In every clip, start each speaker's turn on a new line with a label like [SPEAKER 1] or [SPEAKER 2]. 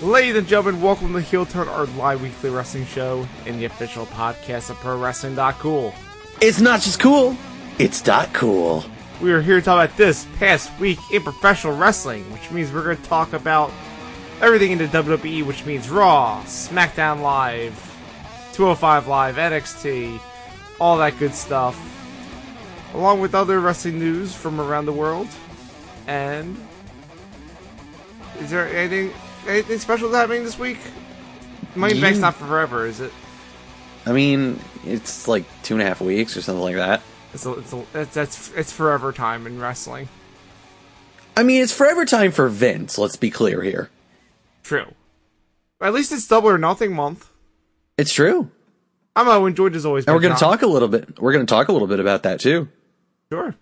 [SPEAKER 1] Ladies and gentlemen, welcome to Heel Turn, our live weekly wrestling show and the official podcast of Pro Wrestling Cool.
[SPEAKER 2] It's not just cool, it's dot cool.
[SPEAKER 1] We are here to talk about this past week in professional wrestling, which means we're going to talk about everything in the WWE, E, which means Raw, SmackDown Live, 205 Live, NXT, all that good stuff, along with other wrestling news from around the world. And is there anything anything special that's happening this week? Money in the Bank's
[SPEAKER 2] Yeah.
[SPEAKER 1] not forever, is it?
[SPEAKER 2] I mean, it's like two and a half weeks or something like that.
[SPEAKER 1] It's a, it's a, it's, that's it's forever time in wrestling.
[SPEAKER 2] I mean, it's forever time for Vince, let's be clear here.
[SPEAKER 1] True. At least it's double or nothing month.
[SPEAKER 2] It's true.
[SPEAKER 1] I'm not enjoyed as always.
[SPEAKER 2] And we're
[SPEAKER 1] been
[SPEAKER 2] going to
[SPEAKER 1] John.
[SPEAKER 2] talk a little bit. We're going to talk a little bit about that too.
[SPEAKER 1] Sure.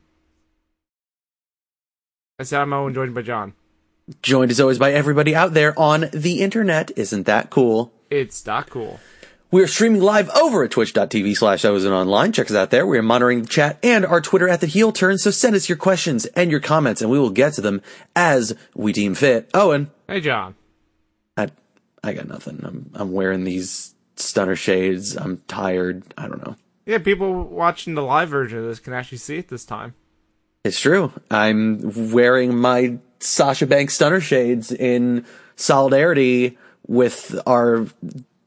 [SPEAKER 1] I said I'm Owen, joined by John.
[SPEAKER 2] Joined as always by everybody out there on the internet. Isn't that cool?
[SPEAKER 1] It's not cool.
[SPEAKER 2] We're streaming live over at twitch.tv slash and online. Check us out there. We are monitoring the chat and our Twitter at the heel turn. So send us your questions and your comments and we will get to them as we deem fit. Owen,
[SPEAKER 1] Hey, John.
[SPEAKER 2] I, I got nothing. I'm, I'm wearing these stunner shades. I'm tired. I don't know.
[SPEAKER 1] Yeah, people watching the live version of this can actually see it this time.
[SPEAKER 2] It's true. I'm wearing my Sasha Banks stunner shades in solidarity with our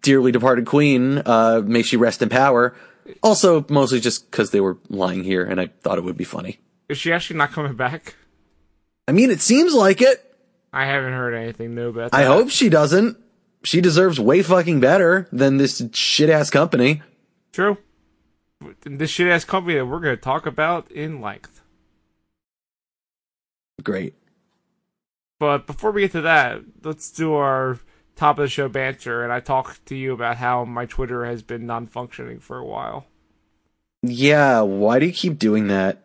[SPEAKER 2] dearly departed queen. Uh, may she rest in power. Also, mostly just because they were lying here and I thought it would be funny.
[SPEAKER 1] Is she actually not coming back?
[SPEAKER 2] I mean, it seems like it.
[SPEAKER 1] I haven't heard anything new about
[SPEAKER 2] I
[SPEAKER 1] that.
[SPEAKER 2] hope she doesn't. She deserves way fucking better than this shit ass company.
[SPEAKER 1] True. This shit ass company that we're going to talk about in length.
[SPEAKER 2] Great.
[SPEAKER 1] But before we get to that, let's do our top of the show banter, and I talked to you about how my Twitter has been non functioning for a while.
[SPEAKER 2] Yeah, why do you keep doing that?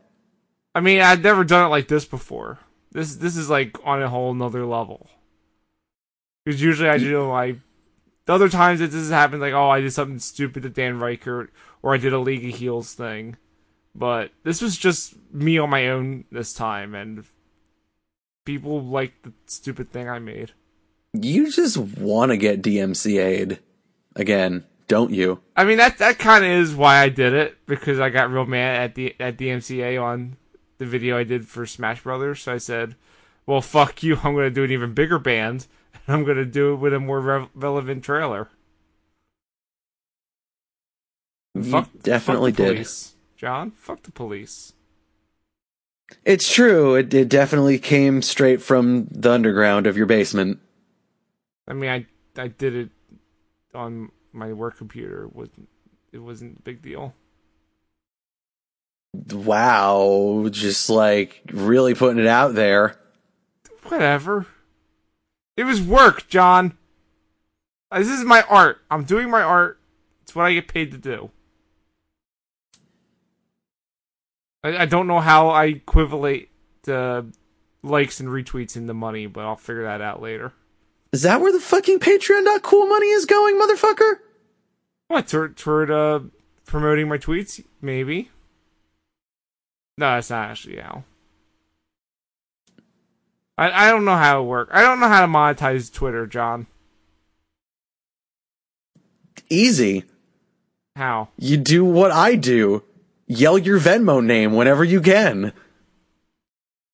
[SPEAKER 1] I mean, I've never done it like this before. This this is like on a whole nother level. Because usually I do like the other times that this has happened, like oh I did something stupid to Dan Reichert or I did a League of Heels thing, but this was just me on my own this time, and people liked the stupid thing I made.
[SPEAKER 2] You just want to get DMCA'd again, don't you?
[SPEAKER 1] I mean that that kind of is why I did it because I got real mad at the at DMCA on the video I did for Smash Brothers. So I said, "Well, fuck you! I'm going to do an even bigger band, and I'm going to do it with a more rev relevant trailer."
[SPEAKER 2] You
[SPEAKER 1] Fuck-
[SPEAKER 2] definitely
[SPEAKER 1] fuck the
[SPEAKER 2] did.
[SPEAKER 1] police, John. Fuck the police.
[SPEAKER 2] It's true. It, it definitely came straight from the underground of your basement.
[SPEAKER 1] I mean, I I did it on my work computer. It wasn't it wasn't a big deal.
[SPEAKER 2] Wow. Just like really putting it out there.
[SPEAKER 1] Whatever. It was work, John. Uh, This is my art. I'm doing my art. It's what I get paid to do. I, I don't know how I equivalate the likes and retweets into money, but I'll figure that out later.
[SPEAKER 2] Is that where the fucking Patreon.cool money is going, motherfucker?
[SPEAKER 1] What toward, toward uh, promoting my tweets? Maybe. No, that's not actually how. I I don't know how it works. I don't know how to monetize Twitter, John.
[SPEAKER 2] Easy.
[SPEAKER 1] How?
[SPEAKER 2] You do what I do. Yell your Venmo name whenever you can.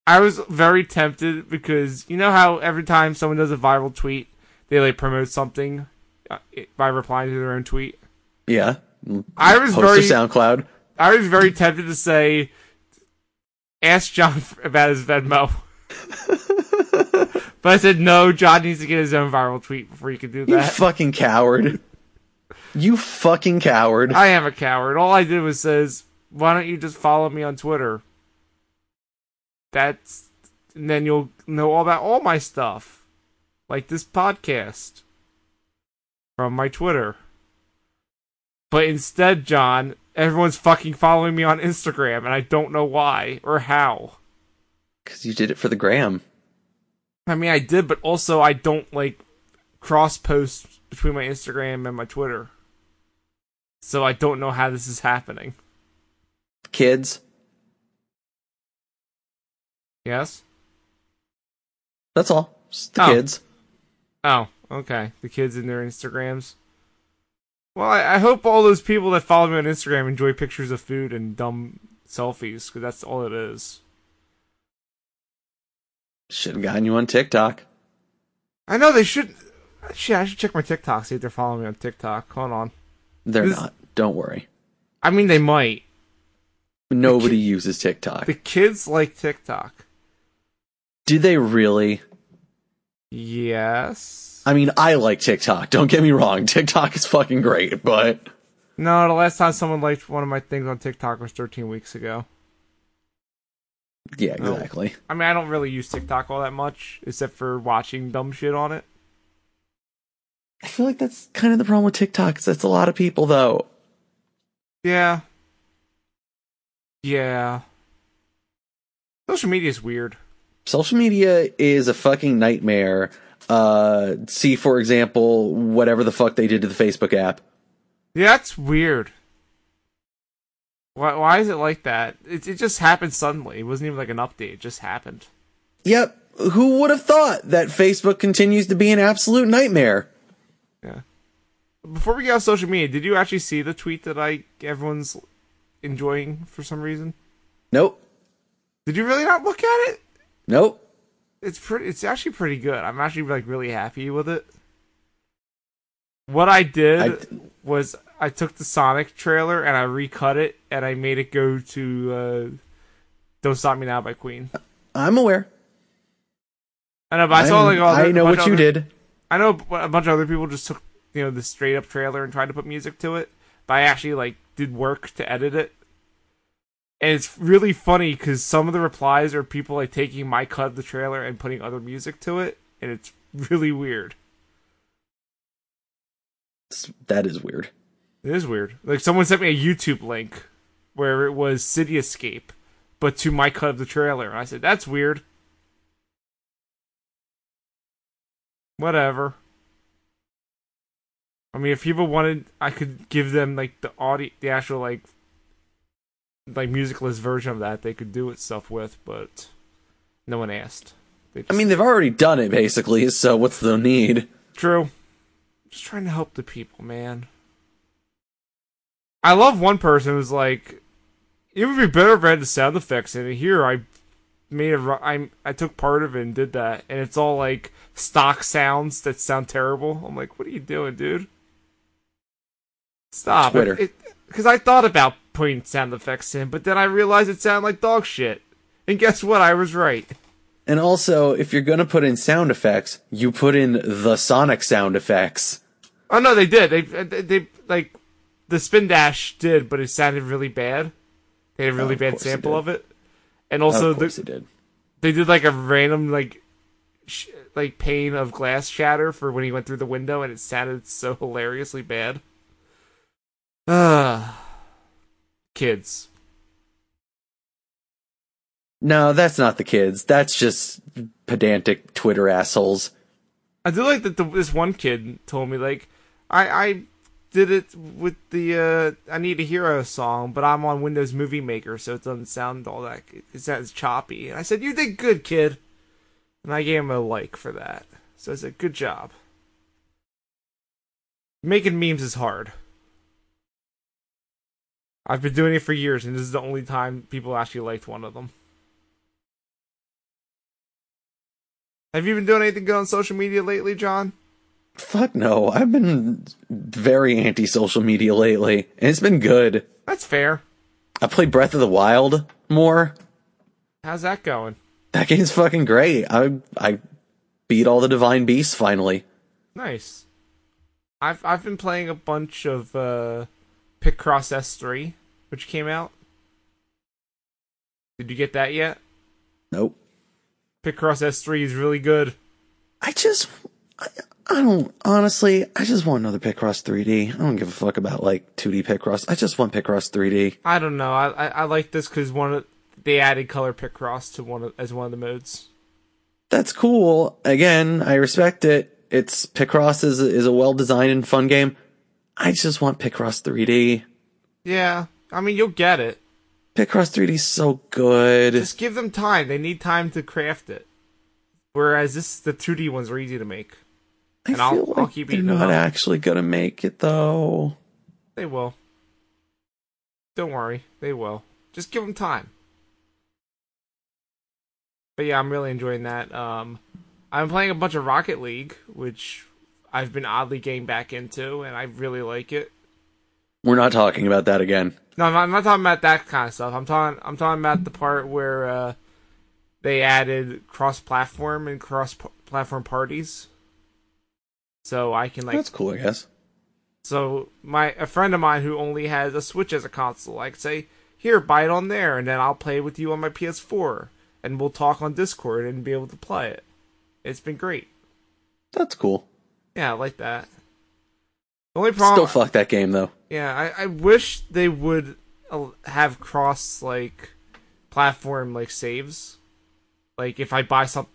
[SPEAKER 1] I was very tempted because you know how every time someone does a viral tweet, they like promote something uh, it- by replying to their own tweet.
[SPEAKER 2] Yeah.
[SPEAKER 1] I was
[SPEAKER 2] Post
[SPEAKER 1] very
[SPEAKER 2] to SoundCloud.
[SPEAKER 1] I was very tempted to say, ask John f- about his Venmo. but I said, no, John needs to get his own viral tweet before you can do
[SPEAKER 2] You
[SPEAKER 1] that.
[SPEAKER 2] fucking coward. You fucking coward.
[SPEAKER 1] I am a coward. All I did was says, why don't you just follow me on Twitter? That's, and then you'll know all about all my stuff, like this podcast from my Twitter. But instead, John, everyone's fucking following me on Instagram, and I don't know why or how.
[SPEAKER 2] Because you did it for the gram.
[SPEAKER 1] I mean, I did, but also I don't like cross post between my Instagram and my Twitter. So I don't know how this is happening.
[SPEAKER 2] Kids,
[SPEAKER 1] Yes?
[SPEAKER 2] that's all. Just the
[SPEAKER 1] Oh.
[SPEAKER 2] kids.
[SPEAKER 1] Oh, Okay, the kids and their Instagrams. Well, I, I hope all those people that follow me on Instagram enjoy pictures of food and dumb selfies, because that's all it is.
[SPEAKER 2] Should have gotten you on TikTok.
[SPEAKER 1] I know they should. Shit, I should check my TikTok, see if they're following me on TikTok. Hold on.
[SPEAKER 2] They're
[SPEAKER 1] This-
[SPEAKER 2] not. Don't worry.
[SPEAKER 1] I mean, they might.
[SPEAKER 2] Nobody uses TikTok.
[SPEAKER 1] The kids like TikTok.
[SPEAKER 2] Do they really?
[SPEAKER 1] Yes.
[SPEAKER 2] I mean, I like TikTok. Don't get me wrong. TikTok is fucking great, but
[SPEAKER 1] No, the last time someone liked one of my things on TikTok was 13 weeks ago.
[SPEAKER 2] yeah,
[SPEAKER 1] Oh.
[SPEAKER 2] exactly.
[SPEAKER 1] I mean, I don't really use TikTok all that much, except for watching dumb shit on it.
[SPEAKER 2] I feel like that's kind of the problem with TikTok. Is that's a lot of people though.
[SPEAKER 1] Yeah. Yeah. Social media is weird.
[SPEAKER 2] Social media is a fucking nightmare. Uh, see, for example, whatever the fuck they did to the Facebook app.
[SPEAKER 1] Yeah, that's weird. Why, why is it like that? It, it just happened suddenly. It wasn't even like an update. It just happened.
[SPEAKER 2] Yep. Who would have thought that Facebook continues to be an absolute nightmare?
[SPEAKER 1] Yeah. Before we get off social media, did you actually see the tweet that I everyone's enjoying for some reason?
[SPEAKER 2] Nope.
[SPEAKER 1] Did you really not look at it?
[SPEAKER 2] Nope.
[SPEAKER 1] It's pretty. It's actually pretty good. I'm actually like really happy with it. What I did
[SPEAKER 2] I d-
[SPEAKER 1] was I took the Sonic trailer and I recut it and I made it go to uh, "Don't Stop Me Now" by Queen.
[SPEAKER 2] I'm aware.
[SPEAKER 1] I know, but I saw like
[SPEAKER 2] I'm-
[SPEAKER 1] all the-
[SPEAKER 2] I know
[SPEAKER 1] a bunch
[SPEAKER 2] what
[SPEAKER 1] of
[SPEAKER 2] you
[SPEAKER 1] other-
[SPEAKER 2] did.
[SPEAKER 1] I know b- a bunch of other people just took you know the straight up trailer and tried to put music to it, but I actually like did work to edit it. And it's really funny because some of the replies are people like taking my cut of the trailer and putting other music to it, and it's really weird.
[SPEAKER 2] That's- That is weird.
[SPEAKER 1] It is weird. Like someone sent me a YouTube link where it was City Escape, but to my cut of the trailer, and I said that's weird. Whatever. I mean, if people wanted, I could give them like the audio, the actual like, like musicless version of that. They could do it stuff with, but no one asked. They
[SPEAKER 2] I
[SPEAKER 1] just-
[SPEAKER 2] mean, they've already done it basically, so what's the need?
[SPEAKER 1] True. Just trying to help the people, man. I love one person who's like, it would be better if I had the sound effects in it. Here, I made a, ru- I, I took part of it and did that, and it's all like stock sounds that sound terrible. I'm like, what are you doing, dude? Stop.
[SPEAKER 2] Twitter.
[SPEAKER 1] Because I thought about putting sound effects in, but then I realized it sounded like dog shit. And guess what? I was right.
[SPEAKER 2] And also, if you're gonna put in sound effects, you put in the Sonic sound effects.
[SPEAKER 1] Oh no, they did. They they, they like the spin dash did, but it sounded really bad. They had a really
[SPEAKER 2] Oh, of
[SPEAKER 1] bad
[SPEAKER 2] course it
[SPEAKER 1] sample
[SPEAKER 2] did.
[SPEAKER 1] of it, and also
[SPEAKER 2] of course
[SPEAKER 1] the,
[SPEAKER 2] it did.
[SPEAKER 1] they did like a random like sh- like pane of glass shatter for when he went through the window, and it sounded so hilariously bad. Ah, kids.
[SPEAKER 2] No, that's not the kids. That's just pedantic Twitter assholes.
[SPEAKER 1] I do like that the, this one kid told me like I I did it with the uh, I Need a Hero song, but I'm on Windows Movie Maker, so it doesn't sound all that it sounds choppy. And I said, "You did good, kid," and I gave him a like for that. So I said, "Good job." Making memes is hard. I've been doing it for years, and this is the only time people actually liked one of them. Have you been doing anything good on social media lately, John?
[SPEAKER 2] Fuck no, I've been very anti social media lately, and it's been good.
[SPEAKER 1] That's fair.
[SPEAKER 2] I play Breath of the Wild more.
[SPEAKER 1] How's that going?
[SPEAKER 2] That game's fucking great. I I beat all the divine beasts finally.
[SPEAKER 1] Nice. I've I've been playing a bunch of uh Picross S3, which came out. Did you get that yet?
[SPEAKER 2] Nope.
[SPEAKER 1] Picross S3 is really good.
[SPEAKER 2] I just I, I don't honestly, I just want another Picross 3D. I don't give a fuck about like 2D Picross. I just want Picross 3D.
[SPEAKER 1] I don't know. I I, I like this because one of they added color Picross to one of, as one of the modes.
[SPEAKER 2] That's cool. Again, I respect it. It's Picross is is a well-designed and fun game. I just want Picross 3D.
[SPEAKER 1] Yeah, I mean you'll get it.
[SPEAKER 2] Picross 3D is so good.
[SPEAKER 1] Just give them time. They need time to craft it. Whereas this the 2D ones are easy to make.
[SPEAKER 2] I
[SPEAKER 1] And I'll-
[SPEAKER 2] feel like
[SPEAKER 1] I'll keep
[SPEAKER 2] they're
[SPEAKER 1] eating it
[SPEAKER 2] not
[SPEAKER 1] up.
[SPEAKER 2] actually gonna make it though.
[SPEAKER 1] They will. Don't worry, they will. Just give them time. But yeah, I'm really enjoying that. Um, I'm playing a bunch of Rocket League, which I've been oddly getting back into, and I really like it.
[SPEAKER 2] We're not talking about that again.
[SPEAKER 1] No, I'm not, I'm not talking about that kind of stuff. I'm talking I'm talking about the part where uh, they added cross-platform and cross-platform parties. So I can like
[SPEAKER 2] That's cool, I guess.
[SPEAKER 1] So my a friend of mine who only has a Switch as a console, I could say, here, buy it on there, and then I'll play with you on my PS4, and we'll talk on Discord and be able to play it. It's been great.
[SPEAKER 2] That's cool.
[SPEAKER 1] Yeah, I like that. The only
[SPEAKER 2] Still
[SPEAKER 1] problem,
[SPEAKER 2] fuck that game though.
[SPEAKER 1] yeah, I, I wish they would uh, have cross like platform like saves. Like if I buy some,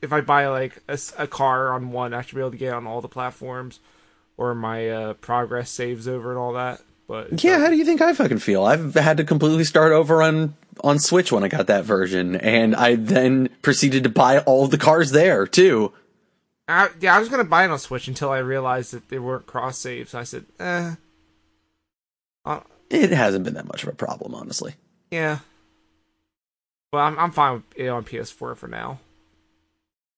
[SPEAKER 1] if I buy like a, s- a car on one, I should be able to get it on all the platforms, or my uh, progress saves over and all that. But it
[SPEAKER 2] Yeah, how do you think I fucking feel? I've had to completely start over on on Switch when I got that version, and I then proceeded to buy all of the cars there too.
[SPEAKER 1] I, yeah, I was gonna buy it on Switch until I realized that they weren't cross saves. I said, eh, uh,
[SPEAKER 2] It hasn't been that much of a problem, honestly.
[SPEAKER 1] yeah. Well, I'm I'm fine with it on PS4 for now.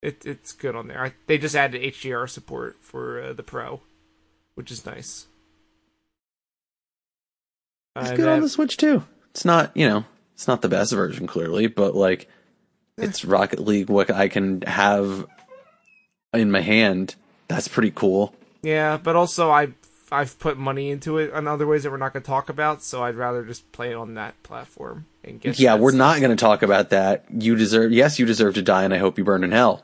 [SPEAKER 1] It it's good on there. I, they just added HDR support for uh, the Pro, which is nice.
[SPEAKER 2] It's
[SPEAKER 1] And
[SPEAKER 2] good on
[SPEAKER 1] that-
[SPEAKER 2] the Switch too. It's not, you know, it's not the best version clearly, but like it's Rocket League what I can have in my hand. That's pretty cool.
[SPEAKER 1] Yeah, but also I I've put money into it on other ways that we're not gonna talk about, so I'd rather just play it on that platform and get.
[SPEAKER 2] Yeah,
[SPEAKER 1] that
[SPEAKER 2] we're not going to talk about that. You deserve Yes, you deserve to die and I hope you burn in hell.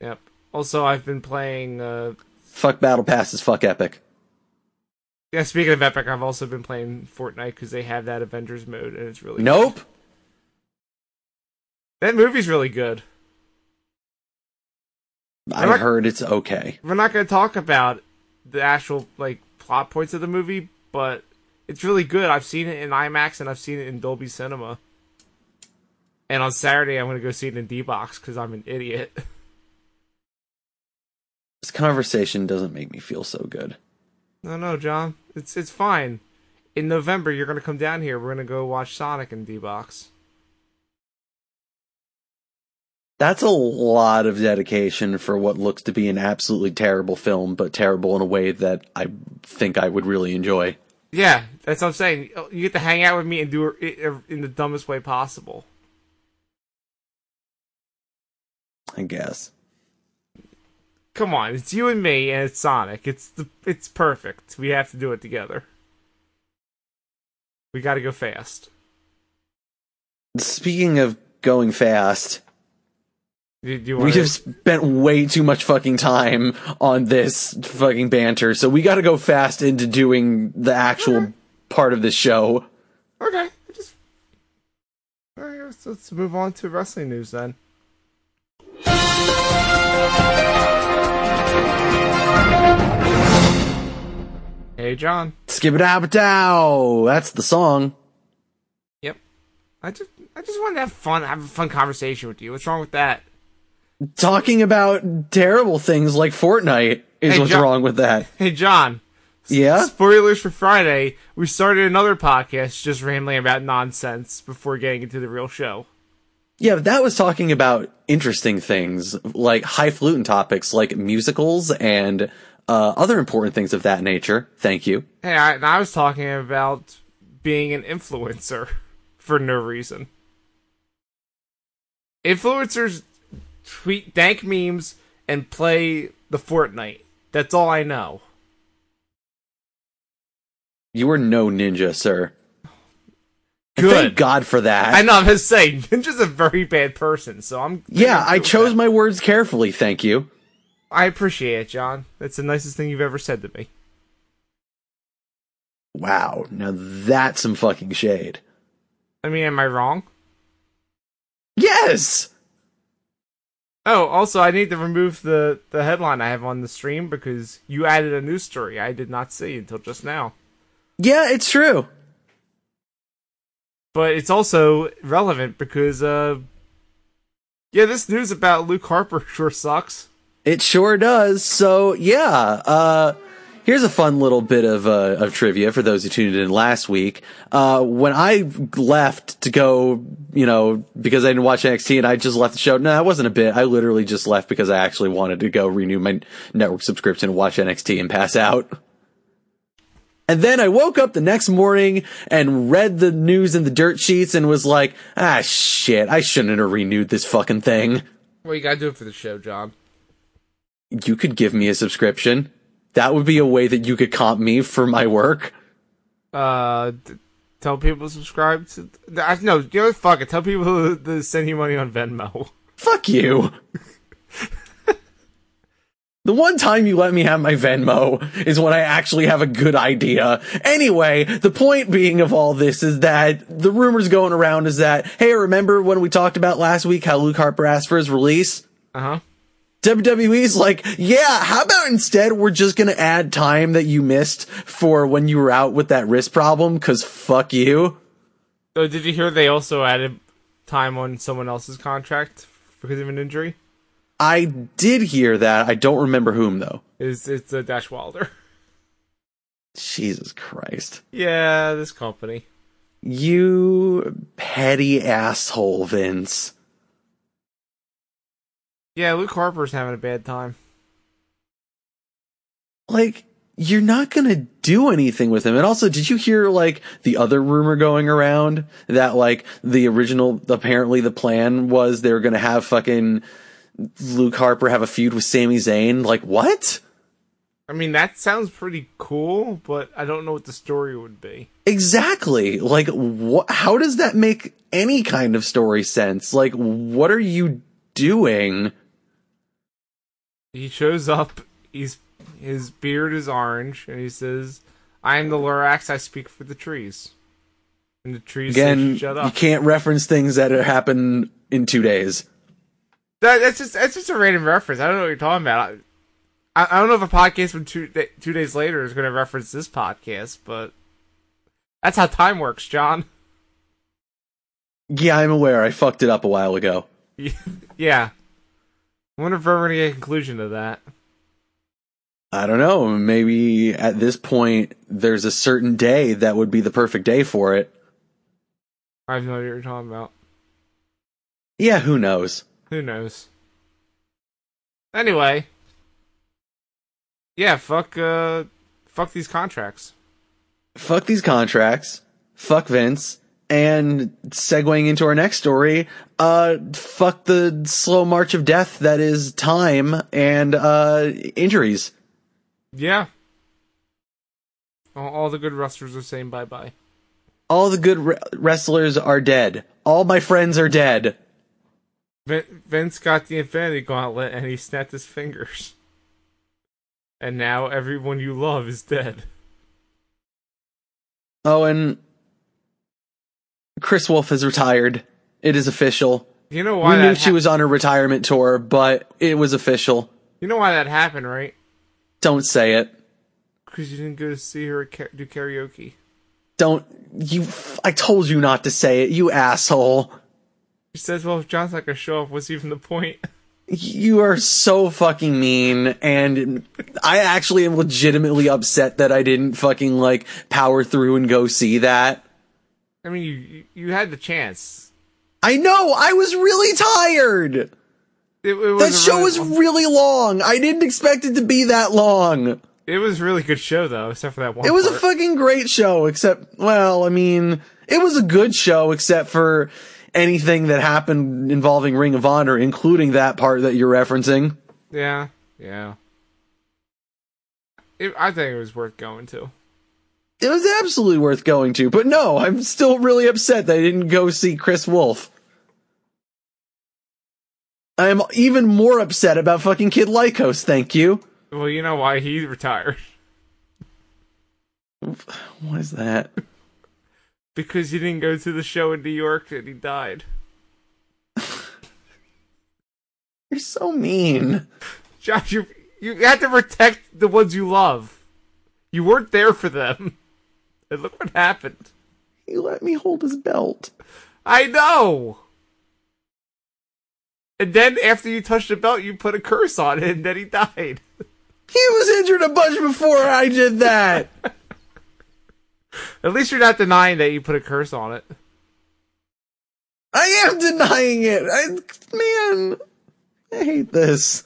[SPEAKER 1] Yep. Also, I've been playing. Uh,
[SPEAKER 2] Fuck Battle Pass is fuck epic.
[SPEAKER 1] yeah, speaking of Epic, I've also been playing Fortnite because they have that Avengers mode, and it's really
[SPEAKER 2] Nope.
[SPEAKER 1] That movie's really good.
[SPEAKER 2] I
[SPEAKER 1] not-
[SPEAKER 2] heard it's okay.
[SPEAKER 1] We're not going to talk about the actual like plot points of the movie, but it's really good. I've seen it in IMAX and I've seen it in Dolby Cinema. And on Saturday, I'm going to go see it in D box because I'm an idiot.
[SPEAKER 2] This conversation doesn't make me feel so good.
[SPEAKER 1] No, no, John, it's it's fine. In November, you're going to come down here. We're going to go watch Sonic in D box.
[SPEAKER 2] That's a lot of dedication for what looks to be an absolutely terrible film, but terrible in a way that I think I would really enjoy.
[SPEAKER 1] Yeah, that's what I'm saying. You get to hang out with me and do it in the dumbest way possible.
[SPEAKER 2] I guess.
[SPEAKER 1] Come on, it's you and me, and it's Sonic. It's the it's perfect. We have to do it together. We got to go fast.
[SPEAKER 2] Speaking of going fast,
[SPEAKER 1] Do, do you
[SPEAKER 2] we
[SPEAKER 1] want?
[SPEAKER 2] have spent way too much fucking time on this fucking banter, so we gotta go fast into doing the actual part of this show.
[SPEAKER 1] okay. I Just all right. Let's, let's move on to wrestling news then. Hey, John.
[SPEAKER 2] Skip it out, That's the song.
[SPEAKER 1] Yep. I just I just wanted to have fun, have a fun conversation with you. What's wrong with that?
[SPEAKER 2] Talking about terrible things like Fortnite is
[SPEAKER 1] Hey,
[SPEAKER 2] what's
[SPEAKER 1] Jo-
[SPEAKER 2] wrong with that.
[SPEAKER 1] Hey, John.
[SPEAKER 2] Yeah?
[SPEAKER 1] Spoilers for Friday. We started another podcast just rambling about nonsense before getting into the real show.
[SPEAKER 2] Yeah, but that was talking about interesting things like highfalutin topics like musicals and uh, other important things of that nature. Thank you.
[SPEAKER 1] Hey, I, and I was talking about being an influencer for no reason. Influencers tweet dank memes and play the Fortnite. That's all I know.
[SPEAKER 2] You are no ninja, sir. And
[SPEAKER 1] Good.
[SPEAKER 2] Thank God for that.
[SPEAKER 1] I know, I'm just saying, Ninja's a very bad person, so I'm.
[SPEAKER 2] yeah, I
[SPEAKER 1] I'm good
[SPEAKER 2] chose
[SPEAKER 1] with
[SPEAKER 2] my words carefully. Thank you.
[SPEAKER 1] that. I appreciate it, John. That's the nicest thing you've ever said to me.
[SPEAKER 2] Wow. Now that's some fucking shade.
[SPEAKER 1] I mean, am I wrong?
[SPEAKER 2] Yes.
[SPEAKER 1] Oh, also, I need to remove the, the headline I have on the stream because you added a news story I did not see until just now.
[SPEAKER 2] Yeah, it's true.
[SPEAKER 1] But it's also relevant because, uh, yeah, this news about Luke Harper sure sucks.
[SPEAKER 2] It sure does. So yeah, uh, here's a fun little bit of uh, of trivia for those who tuned in last week. Uh, when I left to go, you know, because I didn't watch NXT and I just left the show. No, that wasn't a bit. I literally just left because I actually wanted to go renew my network subscription, watch NXT, and pass out. And then I woke up the next morning and read the news in the dirt sheets and was like, ah, shit, I shouldn't have renewed this fucking thing.
[SPEAKER 1] Well, you gotta do it for the show, John.
[SPEAKER 2] You could give me a subscription. That would be a way that you could comp me for my work.
[SPEAKER 1] Uh, d- tell people to subscribe to. th- I- No, you know what? Fuck it. Tell people to, to send you money on Venmo.
[SPEAKER 2] Fuck you. the one time you let me have my Venmo is when I actually have a good idea. Anyway, the point being of all this is that the rumors going around is that, hey, remember when we talked about last week how Luke Harper asked for his release?
[SPEAKER 1] Uh huh.
[SPEAKER 2] WWE's like, yeah, how about instead we're just gonna add time that you missed for when you were out with that wrist problem, cause fuck you.
[SPEAKER 1] So, Oh, did you hear they also added time on someone else's contract because of an injury?
[SPEAKER 2] I did hear that. I don't remember whom though.
[SPEAKER 1] Is it's uh, Dash Wilder?
[SPEAKER 2] Jesus Christ.
[SPEAKER 1] Yeah, this company.
[SPEAKER 2] You petty asshole, Vince.
[SPEAKER 1] Yeah, Luke Harper's having a bad time.
[SPEAKER 2] Like, you're not gonna do anything with him. And also, did you hear, like, the other rumor going around? That, like, the original, apparently the plan was they were gonna have fucking Luke Harper have a feud with Sami Zayn. Like, what?
[SPEAKER 1] I mean, that sounds pretty cool, but I don't know what the story would be.
[SPEAKER 2] Exactly. Like, what, how does that make any kind of story sense? Like, what are you doing?
[SPEAKER 1] He shows up. He's his beard is orange, and he says, "I am the Lorax. I speak for the trees." And the trees
[SPEAKER 2] Again,
[SPEAKER 1] say, "Shut
[SPEAKER 2] you
[SPEAKER 1] up."
[SPEAKER 2] can't reference things that happen in two days.
[SPEAKER 1] That, that's just that's just a random reference. I don't know what you're talking about. I, I, I don't know if a podcast from two da- two days later is going to reference this podcast, but that's how time works, John.
[SPEAKER 2] Yeah, I'm aware. I fucked it up a while ago.
[SPEAKER 1] yeah. I wonder if we're ever going to get a conclusion to that.
[SPEAKER 2] I don't know. Maybe at this point, there's a certain day that would be the perfect day for it.
[SPEAKER 1] I have no idea what you're talking about.
[SPEAKER 2] Yeah, who knows?
[SPEAKER 1] Who knows? Anyway. Yeah, fuck uh fuck these contracts.
[SPEAKER 2] Fuck these contracts. Fuck Vince. And segueing into our next story, uh, fuck the slow march of death that is time and, uh, injuries.
[SPEAKER 1] Yeah. All, all the good wrestlers are saying bye bye.
[SPEAKER 2] All the good re- wrestlers are dead. All my friends are dead.
[SPEAKER 1] Vin- Vince got the Infinity Gauntlet and he snapped his fingers. And now everyone you love is dead.
[SPEAKER 2] Oh, and Chris Wolf has retired. It is official.
[SPEAKER 1] You know why
[SPEAKER 2] we
[SPEAKER 1] that
[SPEAKER 2] knew she
[SPEAKER 1] hap-
[SPEAKER 2] was on her retirement tour, but it was official.
[SPEAKER 1] You know why that happened, right?
[SPEAKER 2] Don't say it.
[SPEAKER 1] Because you didn't go to see her ca- do karaoke.
[SPEAKER 2] Don't you? f- I told you not to say it. You asshole.
[SPEAKER 1] She says, "Well, if John's not gonna show up, what's even the point?"
[SPEAKER 2] You are so fucking mean, and I actually am legitimately upset that I didn't fucking like power through and go see that.
[SPEAKER 1] I mean, you you, you had the chance.
[SPEAKER 2] I know I was really tired.
[SPEAKER 1] It, it was
[SPEAKER 2] That
[SPEAKER 1] a
[SPEAKER 2] show
[SPEAKER 1] really-
[SPEAKER 2] was really long. I didn't expect it to be that long.
[SPEAKER 1] It was a really good show though, except for that one.
[SPEAKER 2] It was a
[SPEAKER 1] part.
[SPEAKER 2] fucking great show, except, well, I mean, it was a good show, except for anything that happened involving Ring of Honor, including that part that you're referencing.
[SPEAKER 1] yeah, yeah. It, I think it was worth going to.
[SPEAKER 2] It was absolutely worth going to, but no, I'm still really upset that I didn't go see Chris Wolf. I'm even more upset about fucking Kid Lycos, thank you.
[SPEAKER 1] Well, you know why he retired
[SPEAKER 2] What is that?
[SPEAKER 1] because he didn't go to the show in New York and he died.
[SPEAKER 2] You're so mean.
[SPEAKER 1] Josh, you you had to protect the ones you love. You weren't there for them, and look what happened.
[SPEAKER 2] He let me hold his belt.
[SPEAKER 1] I know. And then after you touched the belt, you put a curse on it, and then he died.
[SPEAKER 2] He was injured a bunch before I did that.
[SPEAKER 1] At least you're not denying that you put a curse on it.
[SPEAKER 2] I am denying it. I, man, I hate this.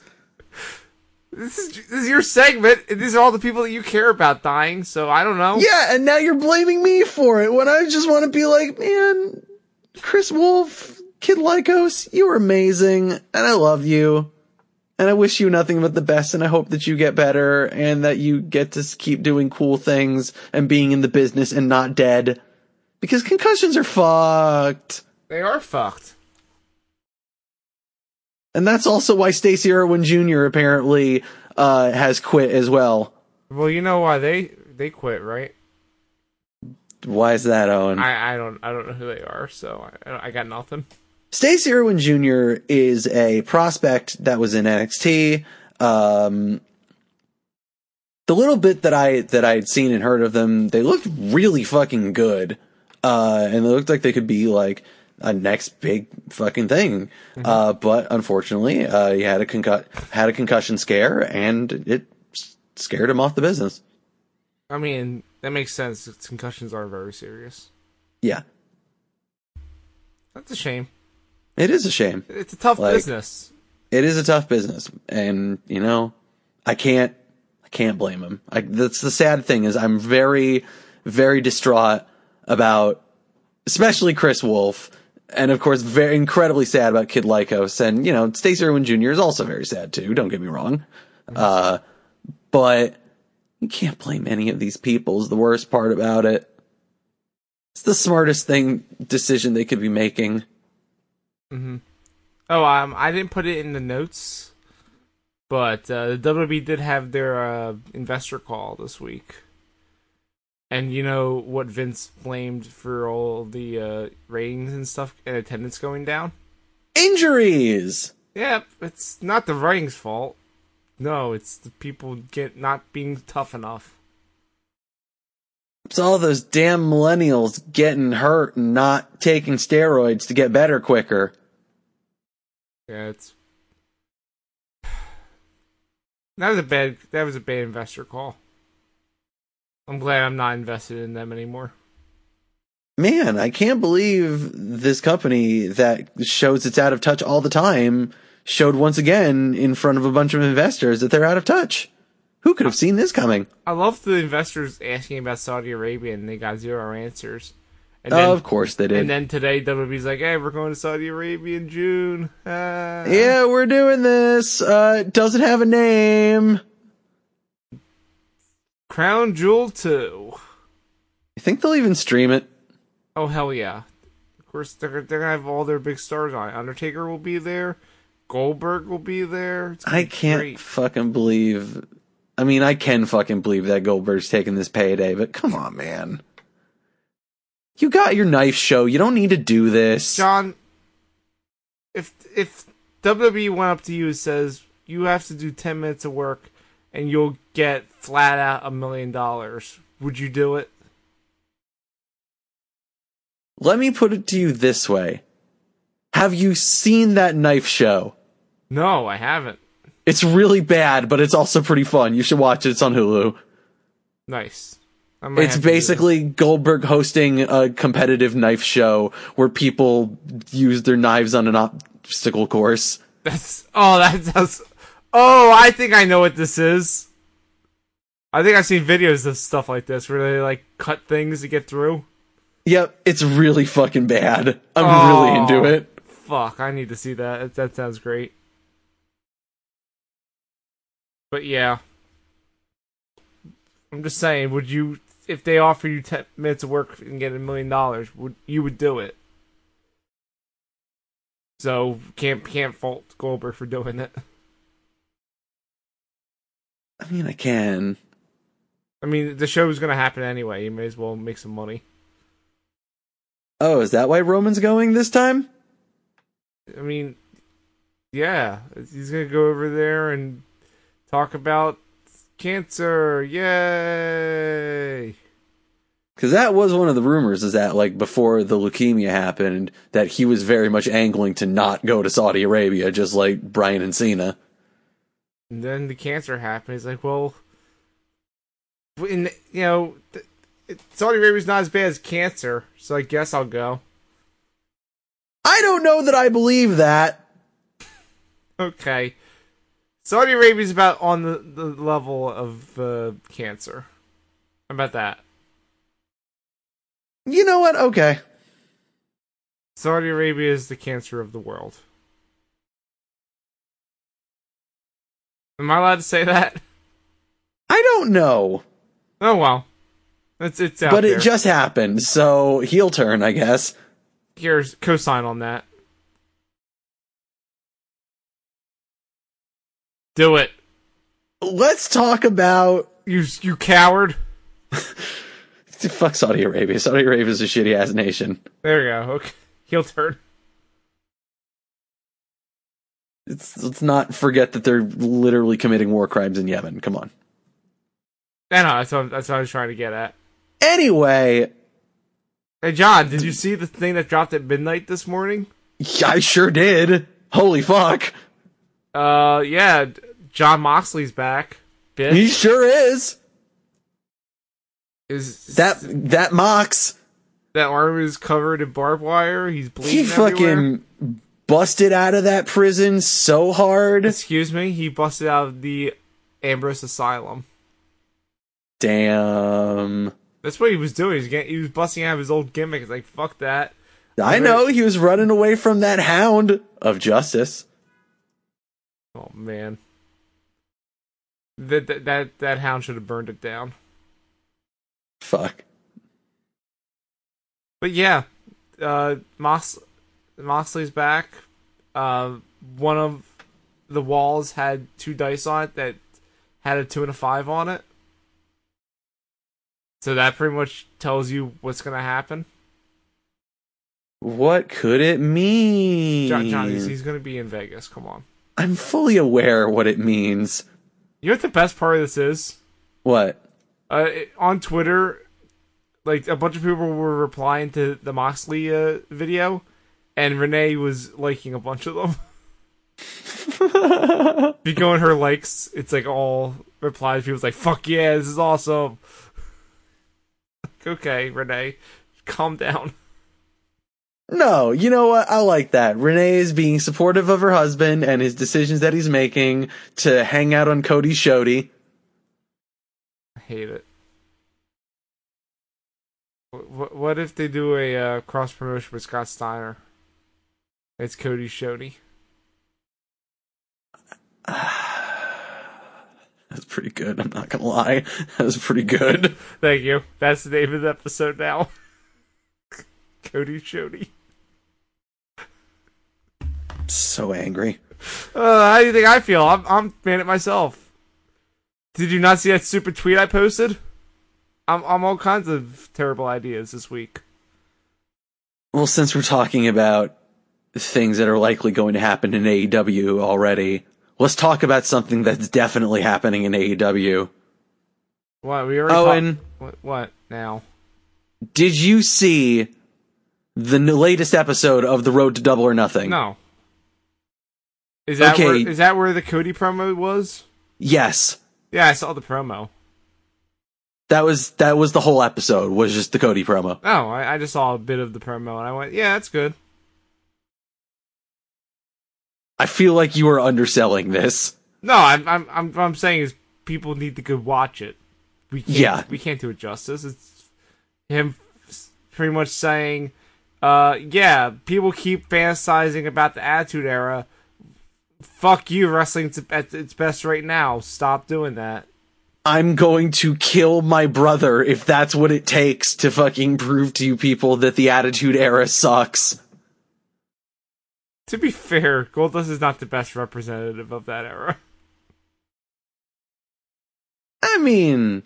[SPEAKER 1] This is, this is your segment. and These are all the people that you care about dying, so I don't know.
[SPEAKER 2] Yeah, and now you're blaming me for it when I just want to be like, man, Chris Wolf, Kid Lycos, you were amazing, and I love you. And I wish you nothing but the best, and I hope that you get better and that you get to s- keep doing cool things and being in the business and not dead. Because concussions are fucked.
[SPEAKER 1] They are fucked.
[SPEAKER 2] And that's also why Stacy Irwin Jr. apparently uh, has quit as well.
[SPEAKER 1] Well, you know why they they quit, right?
[SPEAKER 2] Why is that, Owen?
[SPEAKER 1] I, I don't I don't know who they are, so I, I got nothing.
[SPEAKER 2] Stacey Irwin Jr. is a prospect that was in NXT. Um, the little bit that I that I had seen and heard of them, they looked really fucking good, uh, and they looked like they could be like a next big fucking thing. Uh, but unfortunately, uh, he had a concu- had a concussion scare, and it s- scared him off the business.
[SPEAKER 1] I mean, that makes sense. Concussions are very serious.
[SPEAKER 2] Yeah,
[SPEAKER 1] That's a shame.
[SPEAKER 2] it is a shame.
[SPEAKER 1] It's a tough
[SPEAKER 2] Like-
[SPEAKER 1] business.
[SPEAKER 2] it is a tough business and you know i can't i can't blame him I, that's the sad thing is i'm very very distraught about especially chris wolf and of course very incredibly sad about kid lycos and you know Stacey irwin jr is also very sad too don't get me wrong uh but you can't blame any of these people is the worst part about it it's the smartest thing decision they could be making
[SPEAKER 1] Oh, um, I didn't put it in the notes, but uh, the WWE did have their uh, investor call this week, and you know what Vince blamed for all the uh, ratings and stuff and attendance going down.
[SPEAKER 2] injuries
[SPEAKER 1] Yeah, it's not the writing's fault. No, it's the people get not being tough enough.
[SPEAKER 2] It's all those damn millennials getting hurt and not taking steroids to get better quicker.
[SPEAKER 1] Yeah, it's that was a bad that was a bad investor call. I'm glad I'm not invested in them anymore.
[SPEAKER 2] Man, I can't believe this company that shows it's out of touch all the time showed once again in front of a bunch of investors that they're out of touch. Who could have seen this coming?
[SPEAKER 1] I love the investors asking about Saudi Arabia and they got zero answers. And then,
[SPEAKER 2] Oh, of course they did.
[SPEAKER 1] and then today WWE's like, "Hey, we're going to Saudi Arabia in June." Ah.
[SPEAKER 2] yeah, we're doing this. Uh, it doesn't have a name.
[SPEAKER 1] Crown Jewel 2.
[SPEAKER 2] I think they'll even stream it.
[SPEAKER 1] Oh hell yeah! Of course they're they're gonna have all their big stars on. it. Undertaker will be there. Goldberg will be there. It's gonna
[SPEAKER 2] I
[SPEAKER 1] be
[SPEAKER 2] can't
[SPEAKER 1] great.
[SPEAKER 2] fucking believe. I mean, I can fucking believe that Goldberg's taking this payday, but come on, man. You got your knife show. You don't need to do this.
[SPEAKER 1] John, if if WWE went up to you and says you have to do ten minutes of work and you'll get flat out a million dollars, would you do it?
[SPEAKER 2] Let me put it to you this way Have you seen that knife show?
[SPEAKER 1] No, I haven't.
[SPEAKER 2] It's really bad, but it's also pretty fun. You should watch it. It's on Hulu.
[SPEAKER 1] Nice. I might
[SPEAKER 2] It's
[SPEAKER 1] have to do that.
[SPEAKER 2] basically Goldberg hosting a competitive knife show where people use their knives on an obstacle course.
[SPEAKER 1] That's oh, that sounds. Oh, I think I know what this is. I think I've seen videos of stuff like this where they like cut things to get through.
[SPEAKER 2] Yep, it's really fucking bad. I'm really
[SPEAKER 1] Aw.
[SPEAKER 2] into it.
[SPEAKER 1] Fuck, I need to see that. That- That sounds great. But yeah, I'm just saying. Would you, if they offer you ten minutes of work and get a million dollars, would you would do it? So can't can't fault Goldberg for doing it.
[SPEAKER 2] I mean, I can.
[SPEAKER 1] I mean, the show is gonna happen anyway. You may as well make some money.
[SPEAKER 2] Oh, is that why Roman's going this time?
[SPEAKER 1] I mean, yeah, he's gonna go over there and talk about cancer. Yay!
[SPEAKER 2] Because that was one of the rumors is that like before the leukemia happened, that he was very much angling to not go to Saudi Arabia, just like Brian and Cena.
[SPEAKER 1] And then the cancer happened. He's like, well, in, you know, th- it- Saudi Arabia's not as bad as cancer, so I guess I'll go.
[SPEAKER 2] I don't know that I believe that.
[SPEAKER 1] Okay. Saudi Arabia's about on the, the level of uh, cancer. How about that?
[SPEAKER 2] You know what? Okay.
[SPEAKER 1] Saudi Arabia is the cancer of the world. Am I allowed to say that?
[SPEAKER 2] I don't know.
[SPEAKER 1] Oh well, it's it's out
[SPEAKER 2] but
[SPEAKER 1] there.
[SPEAKER 2] it just happened, so heel turn, I guess.
[SPEAKER 1] Here's cosign on that. Do it,
[SPEAKER 2] Let's talk about
[SPEAKER 1] you you coward.
[SPEAKER 2] fuck Saudi Arabia. Saudi Arabia's a shitty ass nation.
[SPEAKER 1] There you go. Okay, heel turn.
[SPEAKER 2] It's, let's not forget that they're literally committing war crimes in Yemen. Come on.
[SPEAKER 1] I know that's what, that's what I was trying to get at.
[SPEAKER 2] Anyway,
[SPEAKER 1] Hey John, did you see the thing that dropped at midnight this morning?
[SPEAKER 2] I sure did. Holy fuck.
[SPEAKER 1] Uh, yeah, John Moxley's back.
[SPEAKER 2] He
[SPEAKER 1] Bitch
[SPEAKER 2] sure is.
[SPEAKER 1] is
[SPEAKER 2] That that Mox,
[SPEAKER 1] that arm is covered in barbed wire. He's bleeding.
[SPEAKER 2] he fucking
[SPEAKER 1] everywhere.
[SPEAKER 2] busted out of that prison so hard.
[SPEAKER 1] Excuse me. He busted out of the Ambrose Asylum.
[SPEAKER 2] Damn.
[SPEAKER 1] That's what he was doing. He's getting, he was busting out of his old gimmick. It's like fuck that.
[SPEAKER 2] I know he was running away from that hound of justice.
[SPEAKER 1] Oh man. That that that, that hound should have burned it down.
[SPEAKER 2] Fuck.
[SPEAKER 1] But yeah, uh, Mox, Moxley's back. Uh, one of the walls had two dice on it that had a two and a five on it. So that pretty much tells you what's gonna happen.
[SPEAKER 2] What could it mean?
[SPEAKER 1] John, John he's, he's gonna be in Vegas. Come on.
[SPEAKER 2] I'm fully aware what it means.
[SPEAKER 1] You know what the best part of this is?
[SPEAKER 2] What?
[SPEAKER 1] Uh, it- on Twitter, like a bunch of people were replying to the Moxley uh, video, and Renee was liking a bunch of them. if you go in her likes, it's like all replies. People's like, "Fuck yeah, this is awesome." Like, okay, Renee, calm down.
[SPEAKER 2] No, you know what? I like that. Renee is being supportive of her husband and his decisions that he's making to hang out on Cody Shody.
[SPEAKER 1] I hate it. What what if they do a uh, cross promotion with Scott Steiner? It's Cody Shoney.
[SPEAKER 2] That's pretty good. I'm not gonna lie. That was pretty good.
[SPEAKER 1] Thank you. That's the name of the episode now. Cody Shoney.
[SPEAKER 2] So angry.
[SPEAKER 1] Uh, how do you think I feel? I'm, I'm mad at myself. Did you not see that stupid tweet I posted? I'm, I'm all kinds of terrible ideas this week.
[SPEAKER 2] Well, since we're talking about things that are likely going to happen in AEW already, let's talk about something that's definitely happening in E AEW.
[SPEAKER 1] What we already?
[SPEAKER 2] Owen.
[SPEAKER 1] talked- what, what now?
[SPEAKER 2] Did you see the n- latest episode of The Road to Double or Nothing?
[SPEAKER 1] No. Is that where,
[SPEAKER 2] Okay.
[SPEAKER 1] is that where the Cody promo was?
[SPEAKER 2] Yes.
[SPEAKER 1] Yeah, I saw the promo.
[SPEAKER 2] That was that was the whole episode was just the Cody promo.
[SPEAKER 1] Oh, I, I just saw a bit of the promo and I went, yeah, that's good.
[SPEAKER 2] I feel like you are underselling this.
[SPEAKER 1] No, I'm I'm I'm what I'm saying is people need to go watch it. We can't,
[SPEAKER 2] Yeah.
[SPEAKER 1] we can't do it justice. It's him s- pretty much saying, uh, yeah, people keep fantasizing about the Attitude Era. Fuck you, wrestling's at its best right now. Stop doing that.
[SPEAKER 2] I'm going to kill my brother if that's what it takes to fucking prove to you people that the Attitude Era sucks.
[SPEAKER 1] To be fair, Goldust is not the best representative of that era.
[SPEAKER 2] I mean,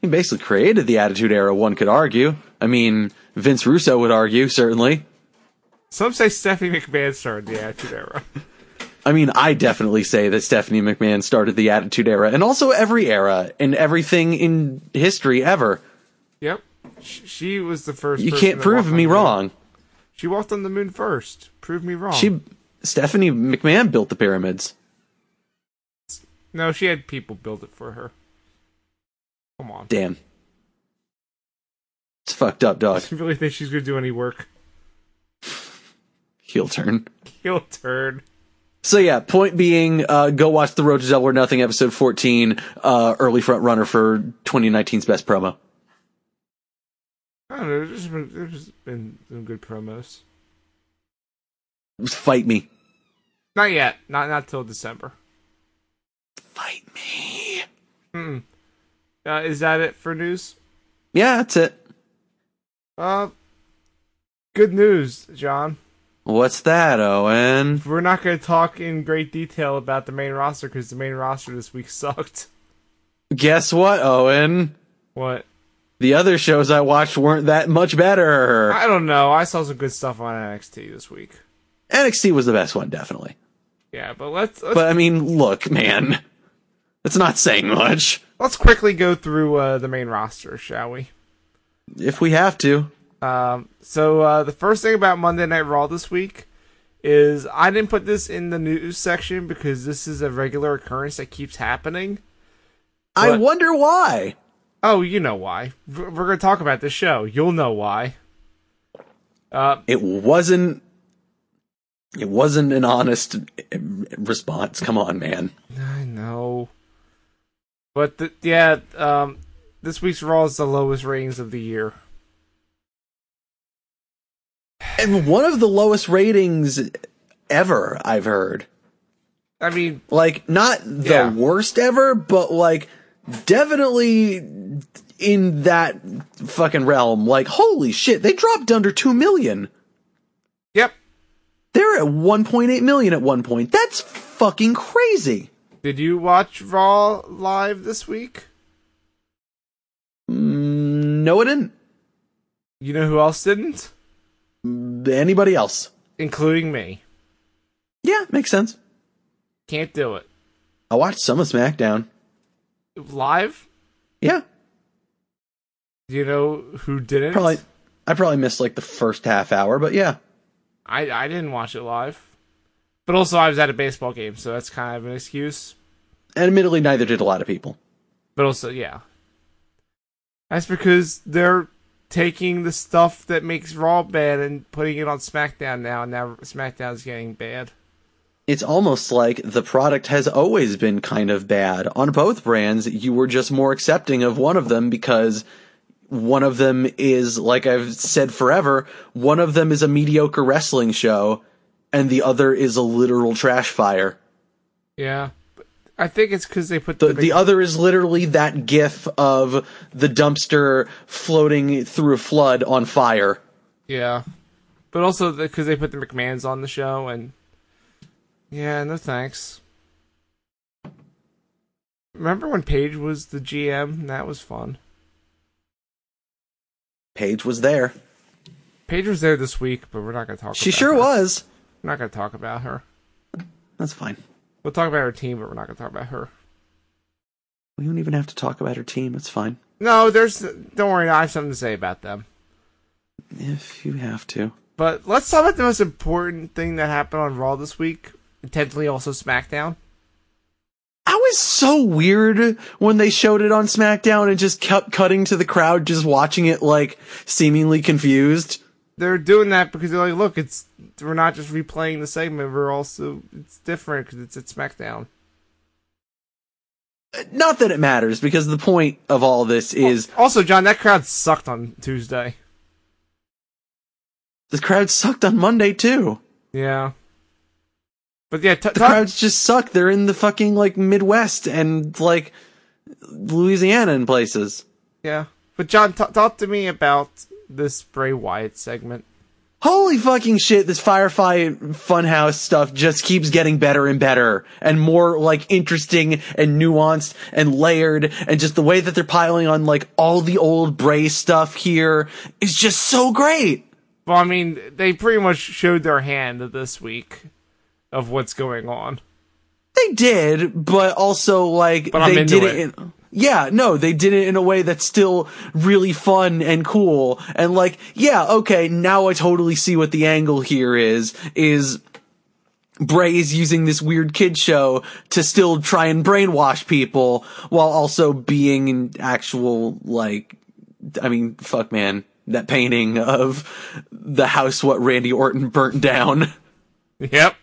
[SPEAKER 2] he basically created the Attitude Era, one could argue. I mean, Vince Russo would argue, certainly.
[SPEAKER 1] Some say Stephanie McMahon started the Attitude Era.
[SPEAKER 2] I mean, I definitely say that Stephanie McMahon started the Attitude Era and also every era and everything in history ever.
[SPEAKER 1] Yep, Sh- She was the first.
[SPEAKER 2] You
[SPEAKER 1] person
[SPEAKER 2] can't
[SPEAKER 1] that
[SPEAKER 2] prove
[SPEAKER 1] walked on
[SPEAKER 2] me
[SPEAKER 1] the moon.
[SPEAKER 2] wrong.
[SPEAKER 1] She walked on the moon first. Prove me wrong.
[SPEAKER 2] She Stephanie McMahon built the pyramids.
[SPEAKER 1] no, she had people build it for her. Come on.
[SPEAKER 2] Damn. It's fucked up, dog.
[SPEAKER 1] you really think she's gonna do any work?
[SPEAKER 2] Heel turn.
[SPEAKER 1] Heel turn.
[SPEAKER 2] So yeah, point being, uh, go watch the Road to Double or Nothing episode 14, uh, early front runner for 2019's best promo.
[SPEAKER 1] I don't know. There's been, there's been some good promos.
[SPEAKER 2] Fight me.
[SPEAKER 1] Not yet. Not not till December.
[SPEAKER 2] Fight me.
[SPEAKER 1] Mm. Uh, is that it for news?
[SPEAKER 2] Yeah, that's it.
[SPEAKER 1] Uh, good news, John.
[SPEAKER 2] What's that, Owen?
[SPEAKER 1] We're not going to talk in great detail about the main roster because the main roster this week sucked.
[SPEAKER 2] Guess what, Owen?
[SPEAKER 1] What?
[SPEAKER 2] The other shows I watched weren't that much better.
[SPEAKER 1] I don't know. I saw some good stuff on NXT this week.
[SPEAKER 2] NXT was the best one, definitely.
[SPEAKER 1] Yeah, but let's let's,
[SPEAKER 2] But I mean, look, man, that's not saying much.
[SPEAKER 1] let's quickly go through uh, the main roster, shall we?
[SPEAKER 2] If we have to,
[SPEAKER 1] Um, so uh, the first thing about Monday Night Raw this week is I didn't put this in the news section because this is a regular occurrence that keeps happening.
[SPEAKER 2] I
[SPEAKER 1] What?
[SPEAKER 2] wonder why.
[SPEAKER 1] Oh, you know why. We're going to talk about this show. You'll know why. Uh,
[SPEAKER 2] It wasn't. It wasn't an honest uh, response. Come on, man.
[SPEAKER 1] I know. But the, yeah, um, this week's Raw is the lowest ratings of the year.
[SPEAKER 2] And one of the lowest ratings ever I've heard.
[SPEAKER 1] I mean,
[SPEAKER 2] Like not the
[SPEAKER 1] Yeah.
[SPEAKER 2] worst ever, but like definitely in that fucking realm. Like holy shit, they dropped under 2 million.
[SPEAKER 1] yep.
[SPEAKER 2] They're at 1.8 million at one point. That's fucking crazy.
[SPEAKER 1] Did you watch Raw live this week?
[SPEAKER 2] Mm, no, it didn't.
[SPEAKER 1] You know who else didn't?
[SPEAKER 2] Anybody else?
[SPEAKER 1] Including me.
[SPEAKER 2] Yeah, makes sense.
[SPEAKER 1] Can't do it.
[SPEAKER 2] I watched some of SmackDown.
[SPEAKER 1] Live?
[SPEAKER 2] Yeah,
[SPEAKER 1] Do you know who didn't?
[SPEAKER 2] probably. I probably missed like the first half hour, but yeah.
[SPEAKER 1] I, I didn't watch it live. But also, I was at a baseball game, so that's kind of an excuse.
[SPEAKER 2] And admittedly, neither did a lot of people.
[SPEAKER 1] But also, yeah. That's because they're taking the stuff that makes Raw bad and putting it on SmackDown now, and now SmackDown's getting bad.
[SPEAKER 2] It's almost like the product has always been kind of bad on both brands. You were just more accepting of one of them because one of them is, like I've said forever, one of them is a mediocre wrestling show and the other is a literal trash fire.
[SPEAKER 1] Yeah. But I think it's because they put
[SPEAKER 2] The,
[SPEAKER 1] the,
[SPEAKER 2] the other is literally that gif of the dumpster floating through a flood on fire.
[SPEAKER 1] yeah, but also because they put the McMahons on the show, and yeah, no thanks. Remember when Paige was the GM? That was fun.
[SPEAKER 2] Paige was there.
[SPEAKER 1] Paige was there this week, but we're not gonna talk.
[SPEAKER 2] She
[SPEAKER 1] about
[SPEAKER 2] sure
[SPEAKER 1] her.
[SPEAKER 2] was.
[SPEAKER 1] We're not gonna talk about her.
[SPEAKER 2] That's fine.
[SPEAKER 1] We'll talk about her team, but we're not gonna talk about her.
[SPEAKER 2] We don't even have to talk about her team. It's fine.
[SPEAKER 1] No, there's. Don't worry, I have something to say about them.
[SPEAKER 2] If you have to.
[SPEAKER 1] But let's talk about the most important thing that happened on Raw this week. Intentionally, also SmackDown.
[SPEAKER 2] I was so weird when they showed it on SmackDown and just kept cutting to the crowd, just watching it like seemingly confused.
[SPEAKER 1] They're doing that because they're like, look, it's we're not just replaying the segment. We're also it's different because it's at SmackDown.
[SPEAKER 2] Not that it matters because the point of all this is
[SPEAKER 1] Oh, Also, John, that crowd sucked on Tuesday.
[SPEAKER 2] the crowd sucked on Monday too.
[SPEAKER 1] Yeah. But yeah, t-
[SPEAKER 2] The
[SPEAKER 1] talk-
[SPEAKER 2] crowds just suck. They're in the fucking like Midwest and like Louisiana and places.
[SPEAKER 1] yeah. But John, t- talk to me about this Bray Wyatt segment.
[SPEAKER 2] Holy fucking shit, this Firefly Funhouse stuff just keeps getting better and better and more like interesting and nuanced and layered and just the way that they're piling on like all the old Bray stuff here is just so great.
[SPEAKER 1] Well, I mean, they pretty much showed their hand this week of what's going on.
[SPEAKER 2] They did, but also like
[SPEAKER 1] But I'm
[SPEAKER 2] they
[SPEAKER 1] into
[SPEAKER 2] did it.
[SPEAKER 1] it.
[SPEAKER 2] in, yeah, no, they did it in a way that's still really fun and cool. And like, yeah, okay, now I totally see what the angle here is, is Bray is using this weird kid show to still try and brainwash people while also being an actual, like, I mean, fuck man, that painting of the house what Randy Orton burnt down
[SPEAKER 1] Yep.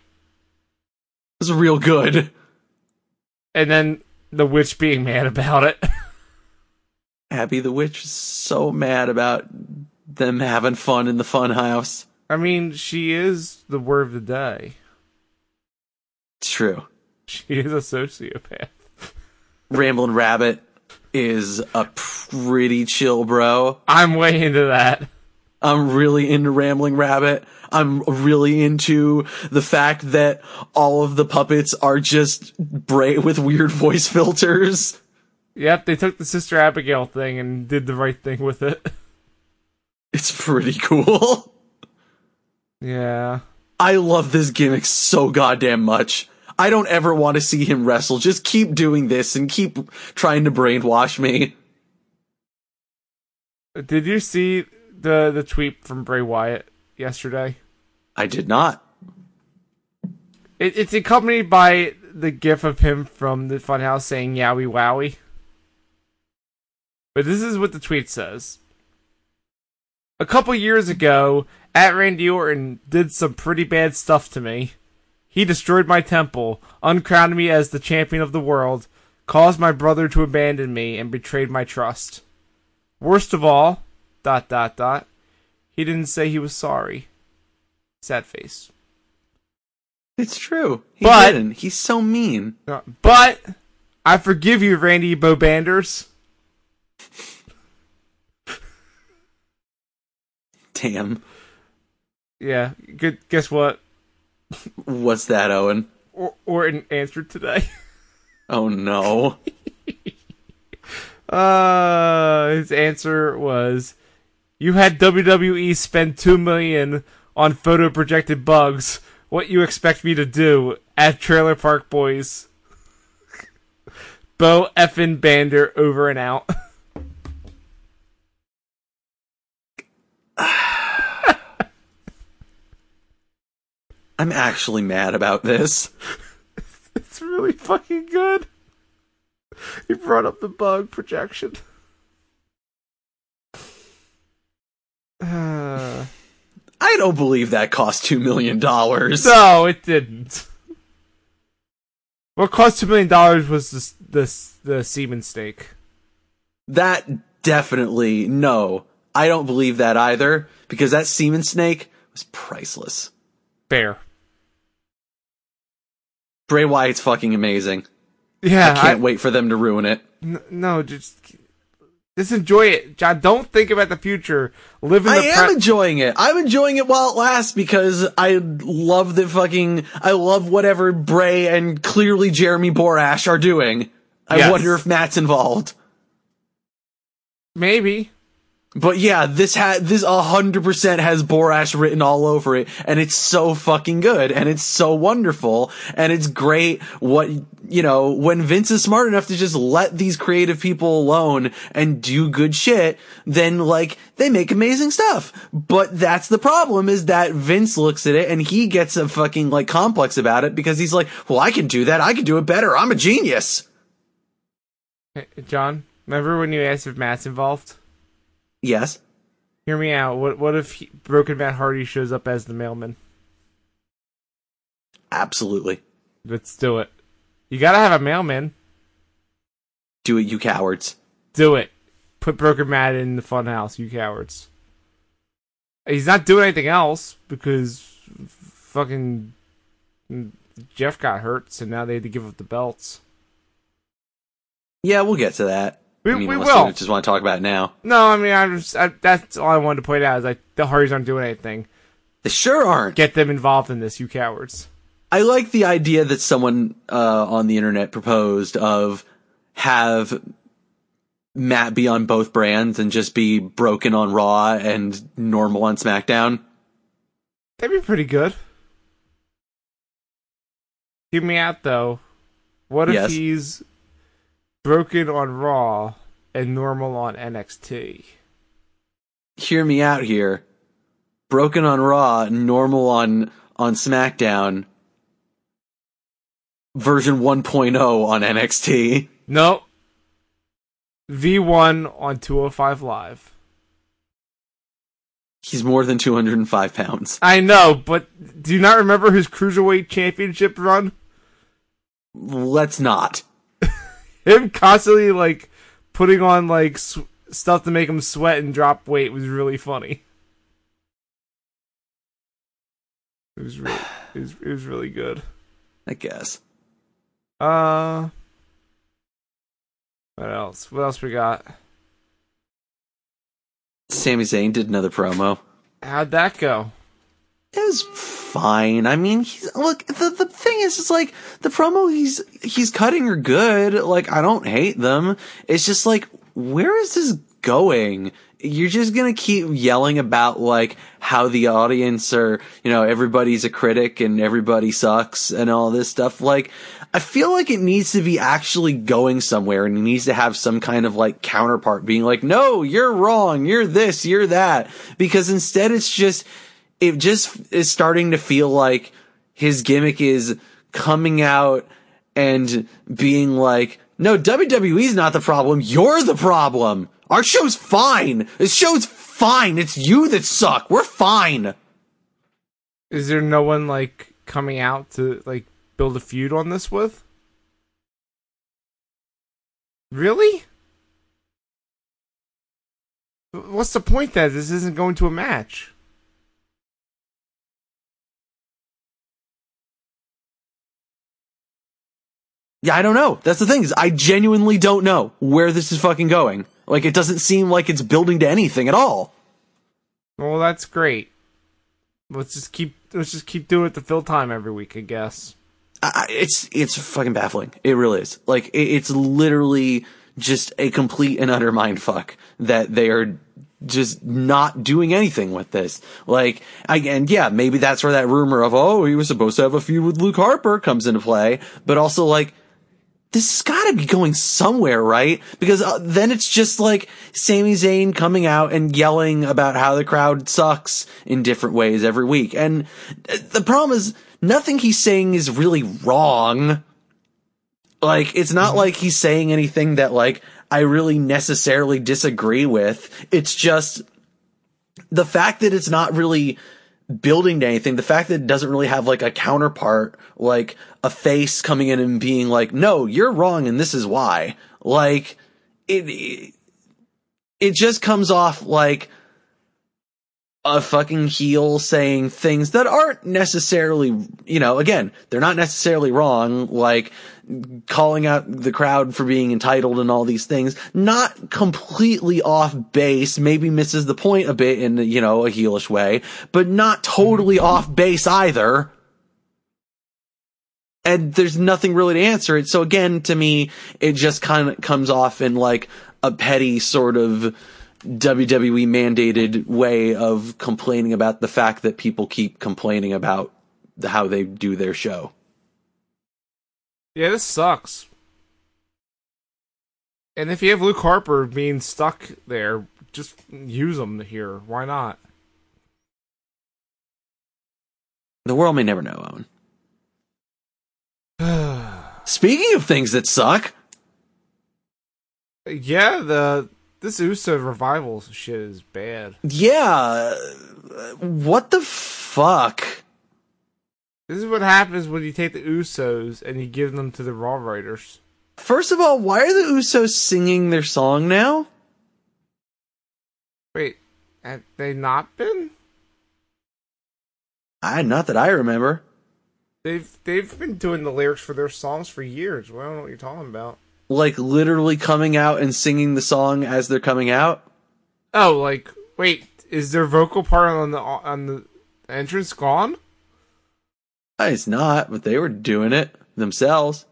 [SPEAKER 2] is real good.
[SPEAKER 1] And then the witch being mad about it.
[SPEAKER 2] Abby the Witch is so mad about them having fun in the fun house.
[SPEAKER 1] I mean, she is the word of the day.
[SPEAKER 2] It's true.
[SPEAKER 1] She is a sociopath.
[SPEAKER 2] Ramblin' Rabbit is a pretty chill bro.
[SPEAKER 1] I'm way into that.
[SPEAKER 2] I'm really into Rambling Rabbit. I'm really into the fact that all of the puppets are just Bray with weird voice filters.
[SPEAKER 1] Yep, they took the Sister Abigail thing and did the right thing with it.
[SPEAKER 2] It's pretty cool.
[SPEAKER 1] Yeah.
[SPEAKER 2] I love this gimmick so goddamn much. I don't ever want to see him wrestle. Just keep doing this and keep trying to brainwash me.
[SPEAKER 1] Did you see the the tweet from Bray Wyatt yesterday?
[SPEAKER 2] I did not.
[SPEAKER 1] It, it's accompanied by the gif of him from the Funhouse saying "Yowie Wowie." But this is what the tweet says: A couple years ago, at Randy Orton did some pretty bad stuff to me. He destroyed my temple, uncrowned me as the champion of the world, caused my brother to abandon me, and betrayed my trust. Worst of all, dot dot dot, he didn't say he was sorry. Sad face.
[SPEAKER 2] It's true. He
[SPEAKER 1] But-
[SPEAKER 2] didn't. He's so mean.
[SPEAKER 1] Uh, But I forgive you, Randy Bobanders.
[SPEAKER 2] Damn.
[SPEAKER 1] Yeah, good. Guess what?
[SPEAKER 2] What's that, Owen?
[SPEAKER 1] Or- Orton answered today.
[SPEAKER 2] Oh no.
[SPEAKER 1] Uh, his answer was, "You had WWE spend two million on photo projected bugs. What you expect me to do at Trailer Park Boys?" Bo effin Bander over and out.
[SPEAKER 2] I'm actually mad about this.
[SPEAKER 1] it's really fucking good. He brought up the bug projection. Uh,
[SPEAKER 2] I don't believe that cost two million dollars.
[SPEAKER 1] no, it didn't. What cost two million dollars was this this the semen steak.
[SPEAKER 2] That definitely no. I don't believe that either because that semen snake was priceless.
[SPEAKER 1] Fair.
[SPEAKER 2] Bray Wyatt's fucking amazing.
[SPEAKER 1] Yeah,
[SPEAKER 2] I can't wait for them to ruin it.
[SPEAKER 1] n- no, just just enjoy it, John. Don't think about the future. Live in
[SPEAKER 2] I
[SPEAKER 1] the
[SPEAKER 2] am
[SPEAKER 1] pre-
[SPEAKER 2] enjoying it. I'm enjoying it while it lasts because I love the fucking, I love whatever Bray and clearly Jeremy Borash are doing. I
[SPEAKER 1] Yes.
[SPEAKER 2] wonder if Matt's involved.
[SPEAKER 1] maybe.
[SPEAKER 2] But yeah, this ha- this 100% has Borash written all over it and it's so fucking good and it's so wonderful and it's great what, you know, when Vince is smart enough to just let these creative people alone and do good shit, then like they make amazing stuff. But that's the problem is that Vince looks at it and he gets a fucking like complex about it because he's like, well, I can do that. I can do it better. I'm a genius.
[SPEAKER 1] Hey, John, remember when you asked if Matt's involved?
[SPEAKER 2] Yes.
[SPEAKER 1] Hear me out. What what if he, Broken Matt Hardy shows up as the mailman?
[SPEAKER 2] Absolutely.
[SPEAKER 1] Let's do it. You gotta have a mailman.
[SPEAKER 2] Do it, you cowards.
[SPEAKER 1] Do it. Put Broken Matt in the funhouse, you cowards. He's not doing anything else because fucking Jeff got hurt, so now they had to give up the belts.
[SPEAKER 2] Yeah, we'll get to that.
[SPEAKER 1] We-
[SPEAKER 2] I mean,
[SPEAKER 1] we
[SPEAKER 2] unless you
[SPEAKER 1] will.
[SPEAKER 2] just want to talk about it now.
[SPEAKER 1] No, I mean I'm just, I, that's all I wanted to point out is like the Hardys aren't doing anything.
[SPEAKER 2] They sure aren't.
[SPEAKER 1] Get them involved in this, you cowards.
[SPEAKER 2] I like the idea that someone uh, on the internet proposed of have Matt be on both brands and just be broken on Raw and normal on SmackDown.
[SPEAKER 1] That'd be pretty good. Hear me out though. What if
[SPEAKER 2] Yes.
[SPEAKER 1] he's broken on Raw and normal on NXT.
[SPEAKER 2] Hear me out here. Broken on Raw, normal on on SmackDown. Version 1.0 on NXT.
[SPEAKER 1] Nope. V1 on 205 Live.
[SPEAKER 2] He's more than 205 pounds.
[SPEAKER 1] I know, but do you not remember his Cruiserweight Championship run?
[SPEAKER 2] Let's not.
[SPEAKER 1] Him constantly, like, putting on, like, s stuff to make him sweat and drop weight was really funny. It was really, it was, it was really good.
[SPEAKER 2] I guess.
[SPEAKER 1] Uh, what else? What else we got?
[SPEAKER 2] Sami Zayn did another promo.
[SPEAKER 1] How'd that go?
[SPEAKER 2] It was fine. I mean, he's, look, the, the thing is, it's like the promo he's, he's cutting are good. Like, I don't hate them. It's just like, where is this going? You're just going to keep yelling about like how the audience are, you know, everybody's a critic and everybody sucks and all this stuff. Like, I feel like it needs to be actually going somewhere and it needs to have some kind of like counterpart being like, no, you're wrong. You're this, you're that. Because instead it's just, it just is starting to feel like his gimmick is coming out and being like, no, WWE's not the problem. You're the problem. Our show's fine. This show's fine. It's you that suck. We're fine.
[SPEAKER 1] Is there no one like coming out to like build a feud on this with? Really? What's the point that this isn't going to a match?
[SPEAKER 2] Yeah, I don't know. That's the thing is I genuinely don't know where this is fucking going. Like it doesn't seem like it's building to anything at all.
[SPEAKER 1] Well, that's great. Let's just keep let's just keep doing it to fill time every week, I guess.
[SPEAKER 2] I, I- it's it's fucking baffling. It really is. Like it, it's literally just a complete and utter mind fuck that they are just not doing anything with this. Like I, and yeah, maybe that's where that rumor of oh he was supposed to have a feud with Luke Harper comes into play. But also like this has got to be going somewhere, right? Because uh, then it's just like Sami Zayn coming out and yelling about how the crowd sucks in different ways every week. And uh, the problem is, nothing he's saying is really wrong. Like, it's not like he's saying anything that, like, I really necessarily disagree with. It's just the fact that it's not really building to anything, the fact that it doesn't really have like a counterpart, like a face coming in and being like, no, you're wrong and this is why. Like, it, it, it just comes off like a fucking heel saying things that aren't necessarily, you know, again, they're not necessarily wrong, like calling out the crowd for being entitled and all these things, not completely off base, maybe misses the point a bit in, you know, a heelish way, but not totally off base either and there's nothing really to answer it. So again, to me, it just kind of comes off in like a petty sort of WWE mandated way of complaining about the fact that people keep complaining about the- how they do their show.
[SPEAKER 1] Yeah, this sucks. And if you have Luke Harper being stuck there, just use him here. Why not?
[SPEAKER 2] The world may never know, Owen. Speaking of things that suck,
[SPEAKER 1] Yeah, the this Uso revival shit is bad.
[SPEAKER 2] yeah, uh, what the fuck?
[SPEAKER 1] This is what happens when you take the Usos and you give them to the Raw writers.
[SPEAKER 2] First of all, why are the Usos singing their song now?
[SPEAKER 1] Wait, have they not been?
[SPEAKER 2] I not that I remember.
[SPEAKER 1] They've they've been doing the lyrics for their songs for years. Well, I don't know what you're talking about.
[SPEAKER 2] like literally coming out and singing the song as they're coming out.
[SPEAKER 1] Oh, like wait, is their vocal part on the on the entrance gone?
[SPEAKER 2] It's not, but they were doing it themselves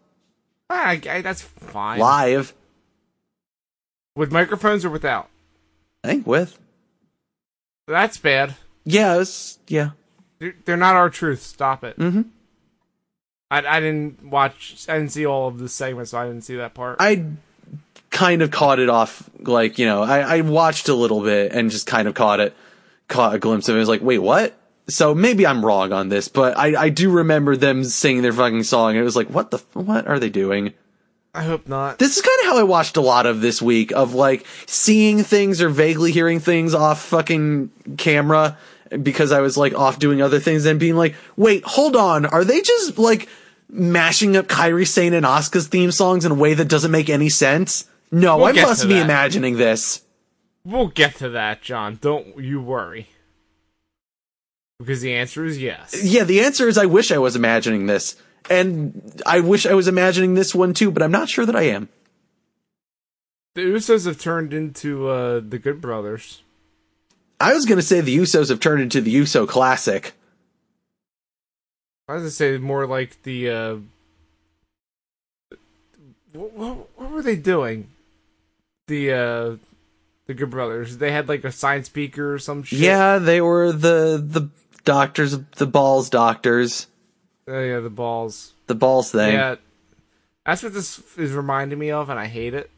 [SPEAKER 1] Ah, I, I- that's fine.
[SPEAKER 2] live.
[SPEAKER 1] With microphones or without?
[SPEAKER 2] I think with
[SPEAKER 1] That's bad.
[SPEAKER 2] yeah, it was, yeah.
[SPEAKER 1] They're, they're not our truth. Stop it.
[SPEAKER 2] Mhm.
[SPEAKER 1] I I didn't watch. I didn't see all of the segments, so I didn't see that part.
[SPEAKER 2] I kind of caught it off. Like you know, I, I watched a little bit and just kind of caught it, caught a glimpse of it. I was like, wait, what? So maybe I'm wrong on this, but I, I do remember them singing their fucking song. And it was like, what the f- what are they doing?
[SPEAKER 1] I hope not.
[SPEAKER 2] This is kind of how I watched a lot of this week of like seeing things or vaguely hearing things off fucking camera because I was like off doing other things and being like, wait, hold on. Are they just like mashing up Kyrie Sane and Asuka's theme songs in a way that doesn't make any sense? No,
[SPEAKER 1] We'll
[SPEAKER 2] I
[SPEAKER 1] get
[SPEAKER 2] must
[SPEAKER 1] to
[SPEAKER 2] be
[SPEAKER 1] that.
[SPEAKER 2] imagining this.
[SPEAKER 1] We'll get to that, John. Don't you worry. Because the answer is yes.
[SPEAKER 2] Yeah, the answer is I wish I was imagining this. And I wish I was imagining this one too, but I'm not sure that I am.
[SPEAKER 1] The Usos have turned into uh, the Good Brothers.
[SPEAKER 2] I was going to say the Usos have turned into the Uso classic.
[SPEAKER 1] I was gonna say more like the. Uh, what, what, what were they doing? The uh, the Good Brothers. They had like a sign speaker or some shit.
[SPEAKER 2] Yeah, they were the the doctors, the balls doctors,
[SPEAKER 1] Uh, yeah, the balls.
[SPEAKER 2] the balls thing.
[SPEAKER 1] Yeah. That's what this is reminding me of, and I hate it.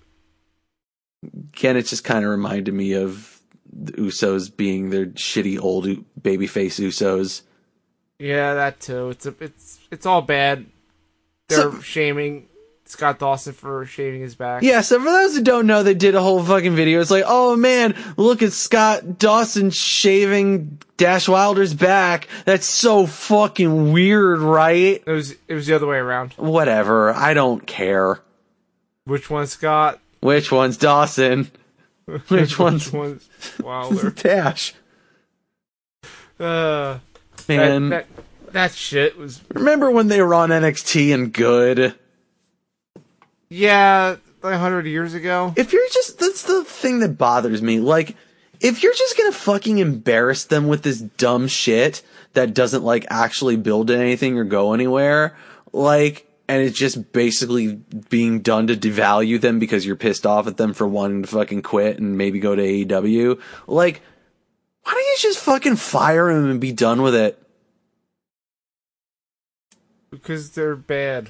[SPEAKER 2] Again, it just kind of reminded me of the Usos being their shitty old u- babyface Usos.
[SPEAKER 1] Yeah, that too. It's a, it's it's all bad. They're
[SPEAKER 2] So-
[SPEAKER 1] shaming Scott Dawson for shaving his back.
[SPEAKER 2] Yeah, so for those who don't know, they did a whole fucking video. It's like, oh man, look at Scott Dawson shaving Dash Wilder's back. That's so fucking weird, right?
[SPEAKER 1] It was it was the other way around.
[SPEAKER 2] Whatever, I don't care.
[SPEAKER 1] Which one, Scott?
[SPEAKER 2] Which one's Dawson? Which
[SPEAKER 1] Which
[SPEAKER 2] one's
[SPEAKER 1] one's Wilder?
[SPEAKER 2] Dash?
[SPEAKER 1] uh,
[SPEAKER 2] Man.
[SPEAKER 1] that, that that shit was
[SPEAKER 2] Remember when they were on NXT and good?
[SPEAKER 1] yeah, like hundred years ago.
[SPEAKER 2] If you're just, that's the thing that bothers me. Like, if you're just gonna fucking embarrass them with this dumb shit that doesn't like actually build to anything or go anywhere, like, and it's just basically being done to devalue them because you're pissed off at them for wanting to fucking quit and maybe go to AEW, like, why don't you just fucking fire him and be done with it?
[SPEAKER 1] Because they're bad.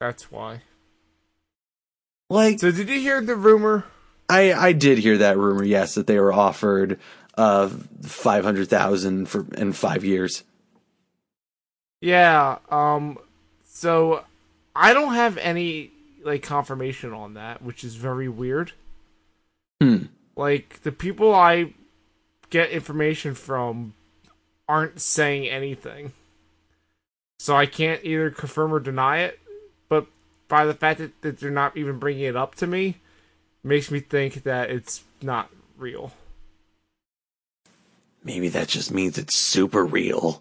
[SPEAKER 1] That's why.
[SPEAKER 2] Like,
[SPEAKER 1] So did you hear the rumor?
[SPEAKER 2] I I did hear that rumor. Yes, that they were offered uh five hundred thousand for in five years.
[SPEAKER 1] Yeah. Um. So I don't have any like confirmation on that, which is very weird.
[SPEAKER 2] Hmm.
[SPEAKER 1] Like the people I get information from aren't saying anything, so I can't either confirm or deny it. But by the fact that, that they're not even bringing it up to me, makes me think that it's not real.
[SPEAKER 2] Maybe that just means it's super real.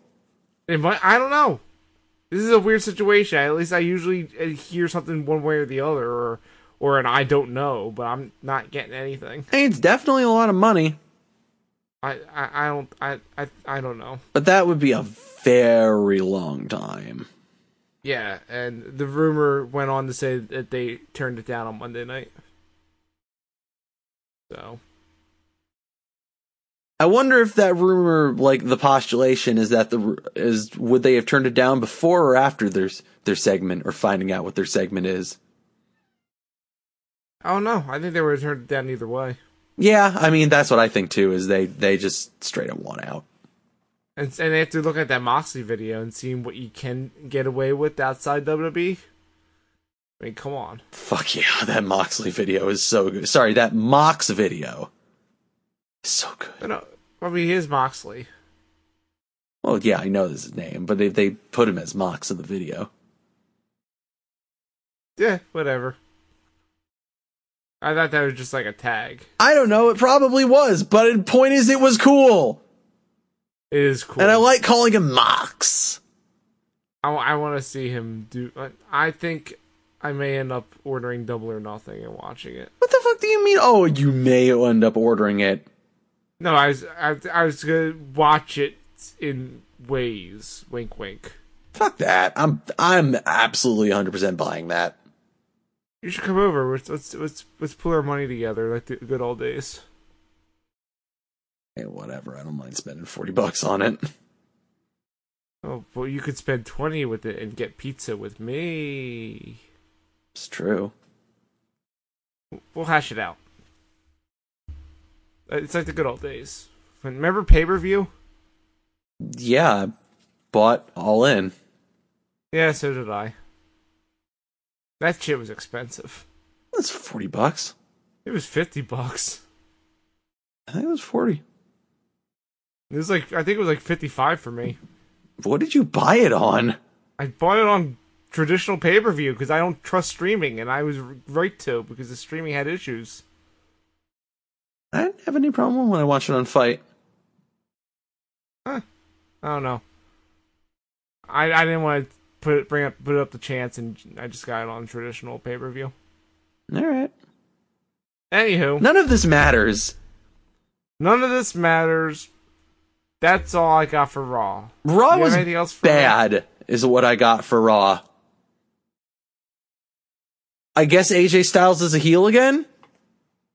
[SPEAKER 1] It might, I don't know. This is a weird situation. At least I usually uh, hear something one way or the other, or or an I don't know, but I'm not getting anything.
[SPEAKER 2] Hey, it's definitely a lot of money,
[SPEAKER 1] I I, I don't I, I I don't know.
[SPEAKER 2] but that would be a very long time.
[SPEAKER 1] Yeah, and the rumor went on to say that they turned it down on Monday night. So
[SPEAKER 2] I wonder if that rumor, like the postulation, is that the ru- is would they have turned it down before or after their s- their segment or finding out what their segment is?
[SPEAKER 1] I don't know. I think they would have turned it down either way.
[SPEAKER 2] Yeah, I mean that's what I think too. Is they they just straight up want out.
[SPEAKER 1] And and after looking at that Moxley video and seeing what you can get away with outside WWE, I mean, come on.
[SPEAKER 2] Fuck yeah, that Moxley video is so good. Sorry, that Mox video. is So good.
[SPEAKER 1] I, don't, I mean, here's Moxley.
[SPEAKER 2] Well, yeah, I know this is his name, but they, they put him as Mox in the video.
[SPEAKER 1] Yeah, whatever. I thought that was just like a tag.
[SPEAKER 2] I don't know, it probably was, but the point is, it was cool.
[SPEAKER 1] It is cool.
[SPEAKER 2] And I like calling him Mox.
[SPEAKER 1] I, want to see him do. I- I think I may end up ordering Double or Nothing and watching it.
[SPEAKER 2] What the fuck do you mean? Oh, you may end up ordering it.
[SPEAKER 1] No, I was I, I was gonna watch it in ways. Wink, wink.
[SPEAKER 2] Fuck that. I'm I'm absolutely 100% buying that.
[SPEAKER 1] You should come over. Let's let's let's, let's pull our money together like the good old days.
[SPEAKER 2] Hey, whatever. I don't mind spending 40 bucks on it.
[SPEAKER 1] Oh, well, you could spend twenty with it and get pizza with me.
[SPEAKER 2] It's true.
[SPEAKER 1] We'll hash it out. Uh, It's like the good old days. Remember pay per view?
[SPEAKER 2] Yeah, I bought all in.
[SPEAKER 1] Yeah, so did I. That shit was expensive.
[SPEAKER 2] That's forty bucks.
[SPEAKER 1] It was fifty bucks.
[SPEAKER 2] I think it was forty.
[SPEAKER 1] It was like I think it was like fifty five for me.
[SPEAKER 2] What did you buy it on?
[SPEAKER 1] I bought it on traditional pay per view because I don't trust streaming, and I was r- right to because the streaming had issues.
[SPEAKER 2] I didn't have any problem when I watched it on Fight.
[SPEAKER 1] I don't know. I I didn't want to put it, bring up put up the chance, and I just got it on traditional pay per view.
[SPEAKER 2] All right.
[SPEAKER 1] Anywho,
[SPEAKER 2] None of this matters.
[SPEAKER 1] none of this matters. That's all I got for Raw.
[SPEAKER 2] Raw
[SPEAKER 1] You have
[SPEAKER 2] was
[SPEAKER 1] anything else for
[SPEAKER 2] bad, is what I got for Raw. I guess AJ Styles is a heel again?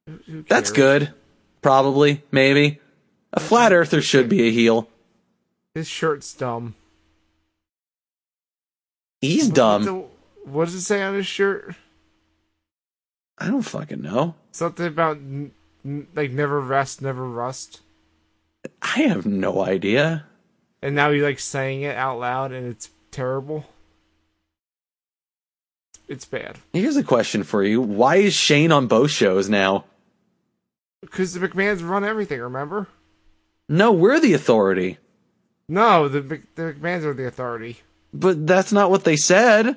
[SPEAKER 1] Who
[SPEAKER 2] That's
[SPEAKER 1] cares?
[SPEAKER 2] good. Probably, maybe. A flat earther should be a heel.
[SPEAKER 1] His shirt's dumb.
[SPEAKER 2] He's dumb.
[SPEAKER 1] So, what does it say on his shirt?
[SPEAKER 2] I don't fucking know.
[SPEAKER 1] Something about n- n- like never rest, never rust.
[SPEAKER 2] I have no idea.
[SPEAKER 1] And now he's like saying it out loud, and it's terrible. It's bad
[SPEAKER 2] Here's a question for you. Why is Shane on both shows now?
[SPEAKER 1] because the McMahon's run everything. Remember?
[SPEAKER 2] No, we're the authority.
[SPEAKER 1] No, the Mc- the McMahon's are the authority.
[SPEAKER 2] But that's not what they said.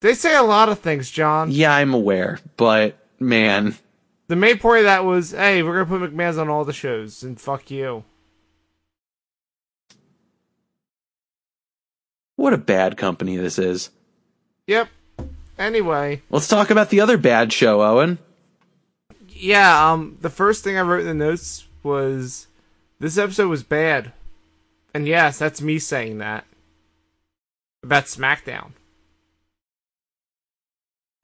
[SPEAKER 1] They say a lot of things, John.
[SPEAKER 2] Yeah, I'm aware, but man.
[SPEAKER 1] The main point of that was, hey, we're gonna put McMahon's on all the shows, and fuck you.
[SPEAKER 2] What a bad company this is.
[SPEAKER 1] Yep. Anyway,
[SPEAKER 2] Let's talk about the other bad show, Owen.
[SPEAKER 1] yeah. Um, the first thing I wrote in the notes was, this episode was bad, and yes, that's me saying that about SmackDown.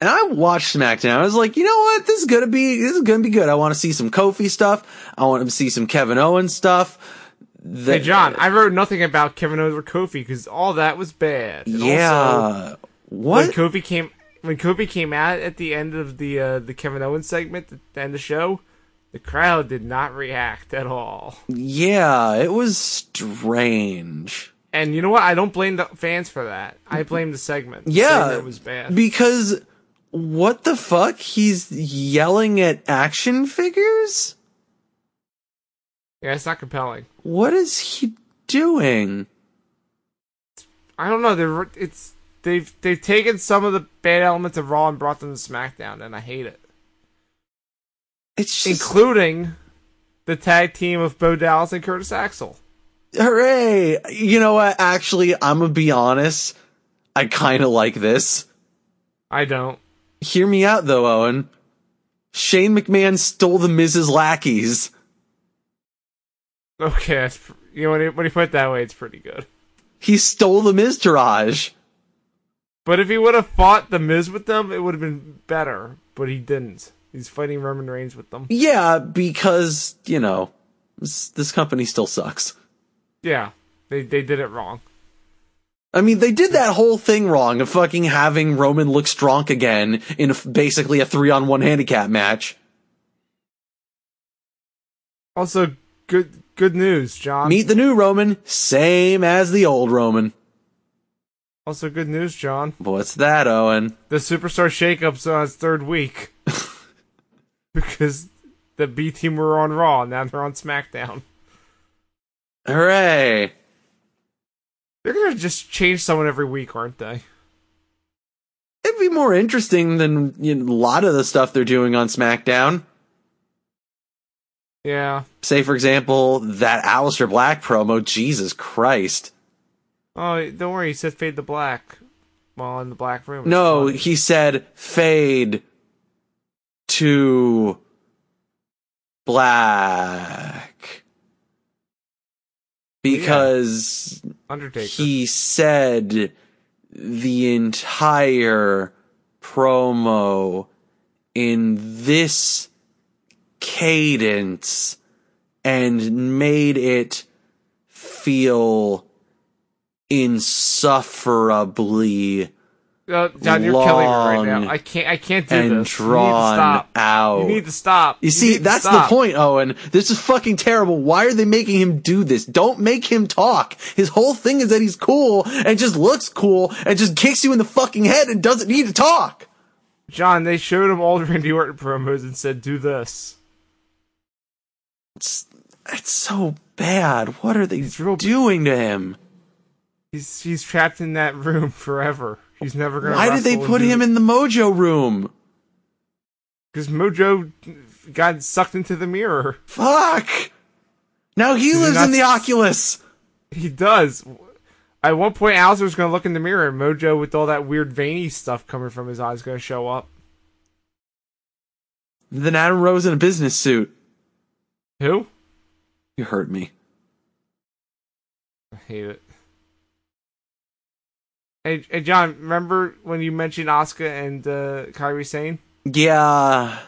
[SPEAKER 2] And I watched SmackDown. I was like, you know what? This is gonna be this is gonna be good. I want to see some Kofi stuff. I want to see some Kevin Owens stuff. The-
[SPEAKER 1] Hey John, I wrote nothing about Kevin Owens or Kofi because all that was bad. And also,
[SPEAKER 2] yeah.
[SPEAKER 1] when
[SPEAKER 2] what?
[SPEAKER 1] Kofi came when Kofi came out at the end of the uh, the Kevin Owens segment, at the end of the show, the crowd did not react at all.
[SPEAKER 2] yeah, it was strange.
[SPEAKER 1] And you know what? I don't blame the fans for that. I blame the segment. The
[SPEAKER 2] Yeah.
[SPEAKER 1] segment was bad.
[SPEAKER 2] Because what the fuck? He's yelling at action figures?
[SPEAKER 1] Yeah, it's not compelling.
[SPEAKER 2] What is he doing?
[SPEAKER 1] I don't know. They're it's they've they've taken some of the bad elements of Raw and brought them to SmackDown, and I hate it.
[SPEAKER 2] It's just
[SPEAKER 1] Including the tag team of Bo Dallas and Curtis Axel.
[SPEAKER 2] Hooray! You know what? Actually, I'm gonna be honest. I kind of like this.
[SPEAKER 1] I don't.
[SPEAKER 2] Hear me out though, Owen. Shane McMahon stole the Miz's lackeys.
[SPEAKER 1] Okay, that's, pr- you know when you, when you put it that way, it's pretty good.
[SPEAKER 2] He stole the Miztourage.
[SPEAKER 1] But if he would have fought the Miz with them, it would have been better. But he didn't. He's fighting Roman Reigns with them.
[SPEAKER 2] Yeah, because, you know, this, this company still sucks.
[SPEAKER 1] Yeah, they they did it wrong.
[SPEAKER 2] I mean, they did that whole thing wrong of fucking having Roman look strong again in a f basically a three on one handicap match.
[SPEAKER 1] Also, good good news, John.
[SPEAKER 2] Meet the new Roman, same as the old Roman.
[SPEAKER 1] also, good news, John.
[SPEAKER 2] What's that, Owen?
[SPEAKER 1] The Superstar Shakeup's on its third week because the B team were on Raw, now they're on SmackDown.
[SPEAKER 2] Hooray!
[SPEAKER 1] They're gonna just change someone every week, aren't they?
[SPEAKER 2] It'd be more interesting than you know, a lot of the stuff they're doing on SmackDown.
[SPEAKER 1] Yeah.
[SPEAKER 2] Say, for example, that Aleister Black promo. Jesus Christ.
[SPEAKER 1] Oh, don't worry. He said fade the black while in the black room. It's
[SPEAKER 2] No,
[SPEAKER 1] fine.
[SPEAKER 2] he said fade to black. Because
[SPEAKER 1] Undertaker.
[SPEAKER 2] he said the entire promo in this cadence and made it feel insufferably
[SPEAKER 1] Uh, John, you're killing me right
[SPEAKER 2] Long
[SPEAKER 1] now. I can't. I can't do
[SPEAKER 2] and
[SPEAKER 1] this. you need to
[SPEAKER 2] drawn
[SPEAKER 1] stop.
[SPEAKER 2] out.
[SPEAKER 1] You need to stop.
[SPEAKER 2] You see,
[SPEAKER 1] need to
[SPEAKER 2] that's the
[SPEAKER 1] stop.
[SPEAKER 2] point, Owen. This is fucking terrible. Why are they making him do this? Don't make him talk. His whole thing is that he's cool and just looks cool and just kicks you in the fucking head and doesn't need to talk.
[SPEAKER 1] John. They showed him all the Randy Orton promos and said, "Do this."
[SPEAKER 2] It's, it's so bad. What are they
[SPEAKER 1] real-
[SPEAKER 2] doing to him?
[SPEAKER 1] He's he's trapped in that room forever. He's never gonna.
[SPEAKER 2] Why did they put him in the mojo room?
[SPEAKER 1] Because Mojo got sucked into the mirror.
[SPEAKER 2] Fuck. Now he
[SPEAKER 1] he
[SPEAKER 2] lives
[SPEAKER 1] not-
[SPEAKER 2] in the Oculus.
[SPEAKER 1] He does. At one point, Alistair's gonna look in the mirror, and Mojo, with all that weird veiny stuff coming from his eyes, gonna show up.
[SPEAKER 2] Then Adam Rose in a business suit.
[SPEAKER 1] Who?
[SPEAKER 2] You hurt me.
[SPEAKER 1] I hate it. Hey, hey John, remember when you mentioned Asuka and uh, Kyrie Sane?
[SPEAKER 2] Yeah.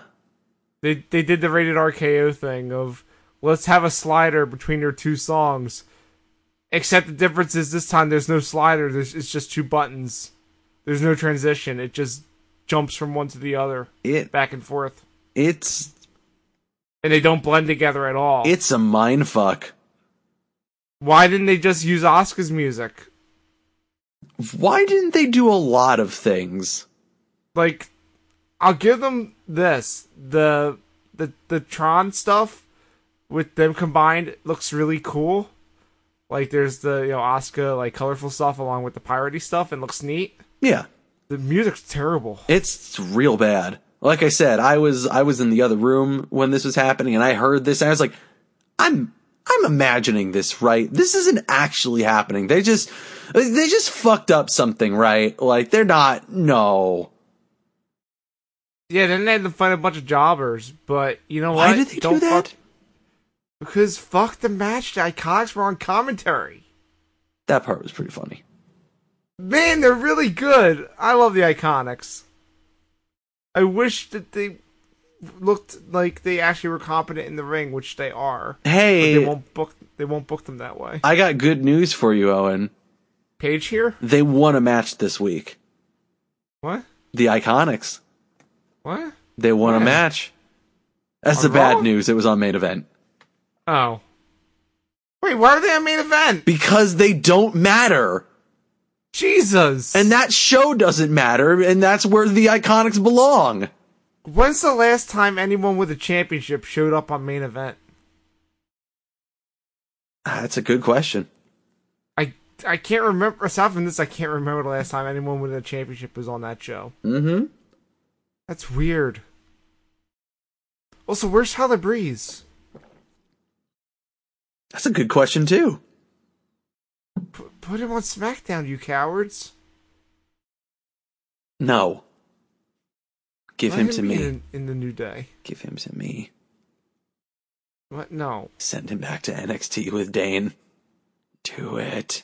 [SPEAKER 1] They they did the rated RKO thing of let's have a slider between your two songs. Except the difference is this time there's no slider. There's it's just two buttons. There's no transition. It just jumps from one to the other,
[SPEAKER 2] It
[SPEAKER 1] back and forth,
[SPEAKER 2] it's
[SPEAKER 1] and they don't blend together at all.
[SPEAKER 2] it's a mind fuck.
[SPEAKER 1] Why didn't they just use Asuka's music?
[SPEAKER 2] Why didn't they do a lot of things?
[SPEAKER 1] like I'll give them this the the the Tron stuff with them combined looks really cool. Like there's the you know Oscar like colorful stuff along with the piratey stuff and looks neat.
[SPEAKER 2] Yeah,
[SPEAKER 1] The music's terrible.
[SPEAKER 2] it's real bad. Like I said, I was I was in the other room when this was happening and I heard this and I was like I'm I'm imagining this, right? This isn't actually happening. They just they just fucked up something, right? Like they're not no.
[SPEAKER 1] Yeah, then they had to find a bunch of jobbers, but you know what?
[SPEAKER 2] Why did they do
[SPEAKER 1] Don't
[SPEAKER 2] that?
[SPEAKER 1] fuck- because fuck the match. The Iconics were on commentary.
[SPEAKER 2] That part was pretty funny.
[SPEAKER 1] Man, they're really good. I love the Iconics. I wish that they looked like they actually were competent in the ring, which they are. But
[SPEAKER 2] Hey,
[SPEAKER 1] they won't book. They won't book them that way.
[SPEAKER 2] I got good news for you, Owen.
[SPEAKER 1] Page here.
[SPEAKER 2] They won a match this week.
[SPEAKER 1] What?
[SPEAKER 2] The Iconics.
[SPEAKER 1] What?
[SPEAKER 2] They won a
[SPEAKER 1] Yeah.
[SPEAKER 2] match. That's
[SPEAKER 1] On
[SPEAKER 2] the bad
[SPEAKER 1] Raw?
[SPEAKER 2] news. It was on main event.
[SPEAKER 1] Oh. Wait, why are they on main event?
[SPEAKER 2] Because they don't matter.
[SPEAKER 1] Jesus.
[SPEAKER 2] And that show doesn't matter, and that's where the iconics belong.
[SPEAKER 1] when's the last time anyone with a championship showed up on main event?
[SPEAKER 2] Ah, That's a good question.
[SPEAKER 1] I I can't remember. Aside from this, I can't remember the last time anyone with a championship was on that show.
[SPEAKER 2] Mm-hmm.
[SPEAKER 1] That's weird. Also, where's Tyler Breeze?
[SPEAKER 2] That's a good question too.
[SPEAKER 1] P- put him on SmackDown, you cowards.
[SPEAKER 2] No. Give
[SPEAKER 1] Let
[SPEAKER 2] him to
[SPEAKER 1] be
[SPEAKER 2] me.
[SPEAKER 1] In, in the new day.
[SPEAKER 2] Give him to me.
[SPEAKER 1] What? No,
[SPEAKER 2] Send him back to NXT with Dane. Do it.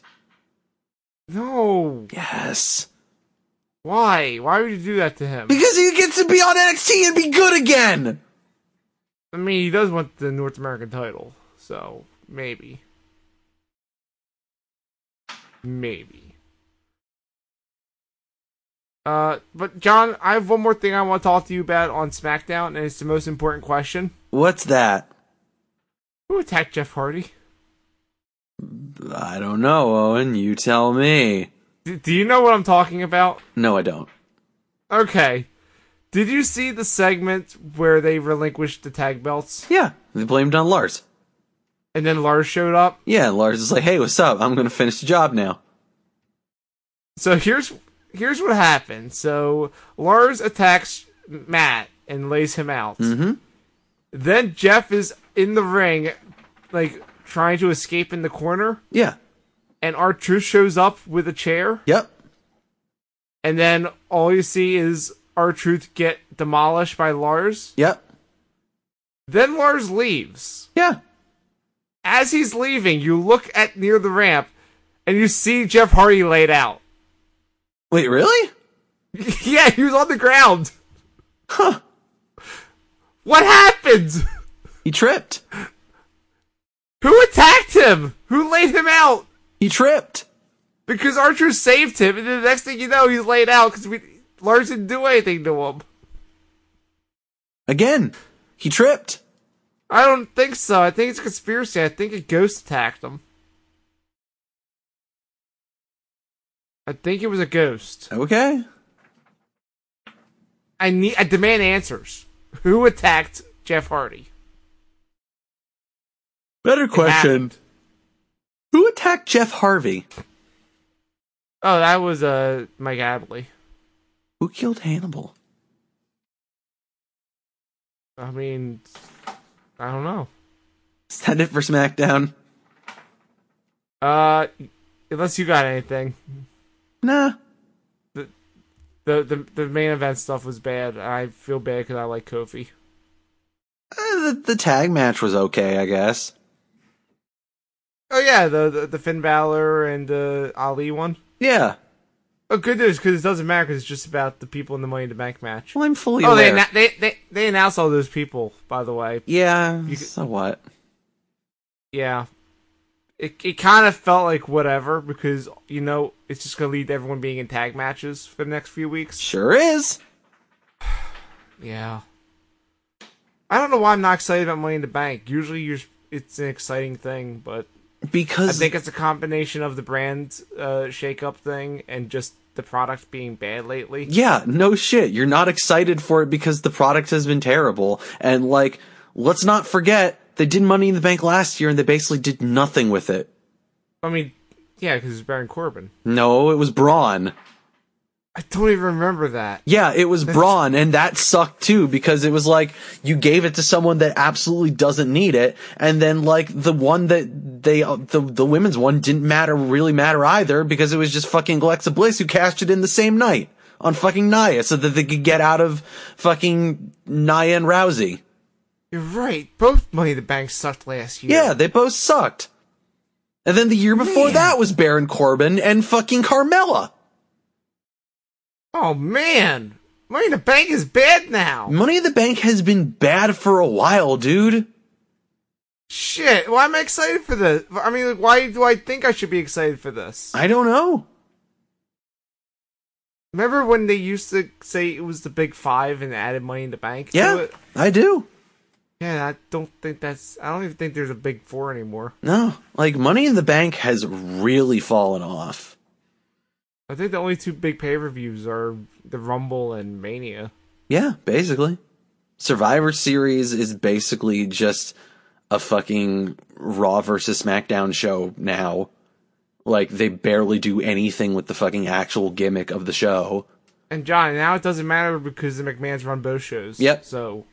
[SPEAKER 1] no.
[SPEAKER 2] Yes.
[SPEAKER 1] Why? Why would you do that to him?
[SPEAKER 2] Because he gets to be on NXT and be good again.
[SPEAKER 1] I mean, he does want the North American title, so maybe, maybe. Uh, but John, I have one more thing I want to talk to you about on SmackDown, and it's the most important question:
[SPEAKER 2] What's that?
[SPEAKER 1] Who attacked Jeff Hardy?
[SPEAKER 2] I don't know, Owen. You tell me.
[SPEAKER 1] D- do you know what I'm talking about?
[SPEAKER 2] No, I don't.
[SPEAKER 1] Okay. Did you see the segment where they relinquished the tag belts
[SPEAKER 2] Yeah. They blamed on Lars.
[SPEAKER 1] and then Lars showed up?
[SPEAKER 2] Yeah, and Lars is like, hey, what's up? I'm going to finish the job now.
[SPEAKER 1] So here's here's what happened. So Lars attacks Matt and lays him out.
[SPEAKER 2] Mhm.
[SPEAKER 1] Then Jeff is in the ring, like trying to escape in the corner,
[SPEAKER 2] Yeah.
[SPEAKER 1] and our truth shows up with a chair,
[SPEAKER 2] Yep.
[SPEAKER 1] and then all you see is our truth get demolished by Lars.
[SPEAKER 2] Yep.
[SPEAKER 1] Then Lars leaves.
[SPEAKER 2] Yeah.
[SPEAKER 1] as he's leaving, you look at near the ramp and you see Jeff Hardy laid out.
[SPEAKER 2] Wait, really?
[SPEAKER 1] yeah, he was on the ground.
[SPEAKER 2] Huh.
[SPEAKER 1] What happened?
[SPEAKER 2] He tripped.
[SPEAKER 1] Who attacked him? Who laid him out?
[SPEAKER 2] He tripped.
[SPEAKER 1] because Archer saved him, and then the next thing you know, he's laid out because we Lars didn't do anything to him.
[SPEAKER 2] Again, he tripped.
[SPEAKER 1] I don't think so. I think it's a conspiracy. I think a ghost attacked him. I think it was a ghost.
[SPEAKER 2] Okay.
[SPEAKER 1] I need. I demand answers. Who attacked Jeff Hardy?
[SPEAKER 2] Better question. Who attacked Jeff Harvey?
[SPEAKER 1] Oh, that was uh Mike Abley.
[SPEAKER 2] Who killed Hannibal?
[SPEAKER 1] I mean, I don't know.
[SPEAKER 2] Is that it for SmackDown?
[SPEAKER 1] Uh, unless you got anything.
[SPEAKER 2] Nah.
[SPEAKER 1] The the the main event stuff was bad. I feel bad because I like Kofi.
[SPEAKER 2] Uh, the, the tag match was okay, I guess.
[SPEAKER 1] Oh yeah, the the, the Finn Balor and uh, Ali one.
[SPEAKER 2] Yeah.
[SPEAKER 1] Oh, good news because it doesn't matter because it's just about the people in the Money in the Bank match.
[SPEAKER 2] Well, I'm fully
[SPEAKER 1] Oh, they,
[SPEAKER 2] aware.
[SPEAKER 1] annou- they they they announced all those people by the way.
[SPEAKER 2] yeah.
[SPEAKER 1] You could-
[SPEAKER 2] so what?
[SPEAKER 1] Yeah, it it kind of felt like whatever because you know it's just gonna lead to everyone being in tag matches for the next few weeks.
[SPEAKER 2] Sure is.
[SPEAKER 1] Yeah, I don't know why I'm not excited about Money in the Bank. Usually, you're, it's an exciting thing, but I
[SPEAKER 2] Because
[SPEAKER 1] think it's a combination of the brand uh, shakeup thing and just the product being bad lately.
[SPEAKER 2] Yeah, no shit. You're not excited for it because the product has been terrible. And like, let's not forget they did Money in the Bank last year and they basically did nothing with it.
[SPEAKER 1] I mean, yeah, because it's Baron Corbin.
[SPEAKER 2] No, it was Braun.
[SPEAKER 1] I don't even remember that.
[SPEAKER 2] Yeah, it was Braun and that sucked too because it was like you gave it to someone that absolutely doesn't need it. And then like the one that they, the, the women's one didn't matter, really matter either because it was just fucking Alexa Bliss who cashed it in the same night on fucking Nia so that they could get out of fucking Nia and Rousey.
[SPEAKER 1] You're right. Both Money in the Bank sucked last year.
[SPEAKER 2] Yeah, they both sucked. And then the year before
[SPEAKER 1] Man.
[SPEAKER 2] that was Baron Corbin and fucking Carmella.
[SPEAKER 1] Oh man, Money in the Bank is bad now.
[SPEAKER 2] Money in the Bank has been bad for a while, dude.
[SPEAKER 1] Shit. Why am I excited for this? I mean, like, why do I think I should be excited for this?
[SPEAKER 2] I don't know.
[SPEAKER 1] Remember when they used to say it was the Big Five and added Money in the Bank? to
[SPEAKER 2] Yeah,
[SPEAKER 1] it?
[SPEAKER 2] I do.
[SPEAKER 1] Yeah. I don't think that's. I don't even think there's a Big Four anymore.
[SPEAKER 2] No, like Money in the Bank has really fallen off.
[SPEAKER 1] I think the only two big pay per views are the Rumble and Mania.
[SPEAKER 2] Yeah, basically. Survivor Series is basically just a fucking Raw versus SmackDown show now. Like, they barely do anything with the fucking actual gimmick of the show.
[SPEAKER 1] And John, now it doesn't matter because the McMahons run both shows.
[SPEAKER 2] Yep.
[SPEAKER 1] So,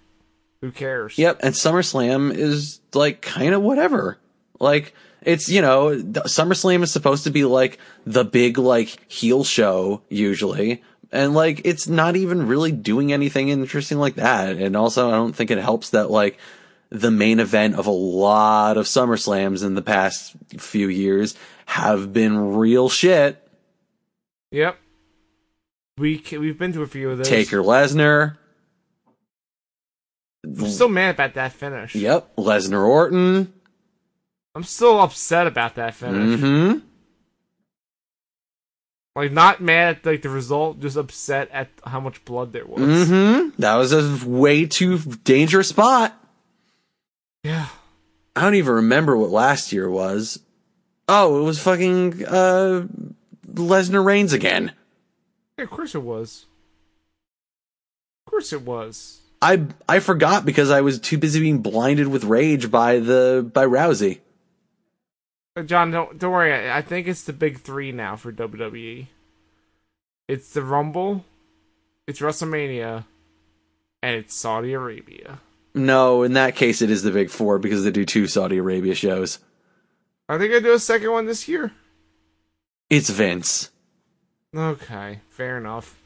[SPEAKER 1] who cares?
[SPEAKER 2] Yep, and SummerSlam is like kind of whatever. Like it's you know th- SummerSlam is supposed to be like the big like heel show usually, and like it's not even really doing anything interesting like that. And also, I don't think it helps that like the main event of a lot of SummerSlams in the past few years have been real shit.
[SPEAKER 1] Yep. We ca- we've been to a few of those.
[SPEAKER 2] Taker Lesnar,
[SPEAKER 1] I'm still mad about that finish.
[SPEAKER 2] yep, Lesnar Orton.
[SPEAKER 1] I'm still upset about that finish.
[SPEAKER 2] hmm
[SPEAKER 1] Like not mad at like the result, just upset at how much blood there was.
[SPEAKER 2] Mm-hmm. That was a way too dangerous spot.
[SPEAKER 1] Yeah.
[SPEAKER 2] I don't even remember what last year was. Oh, it was fucking uh Lesnar Reigns again.
[SPEAKER 1] yeah. Of course it was. Of course it was.
[SPEAKER 2] I I forgot because I was too busy being blinded with rage by the by Rousey.
[SPEAKER 1] Uh, John, don't don't worry. I, I think it's the big three now for WWE. It's the Rumble, it's WrestleMania, and it's Saudi Arabia.
[SPEAKER 2] No, in that case it is the big 4 because they do two Saudi Arabia shows.
[SPEAKER 1] Are they gonna do a second one this year?
[SPEAKER 2] It's Vince.
[SPEAKER 1] Okay, fair enough.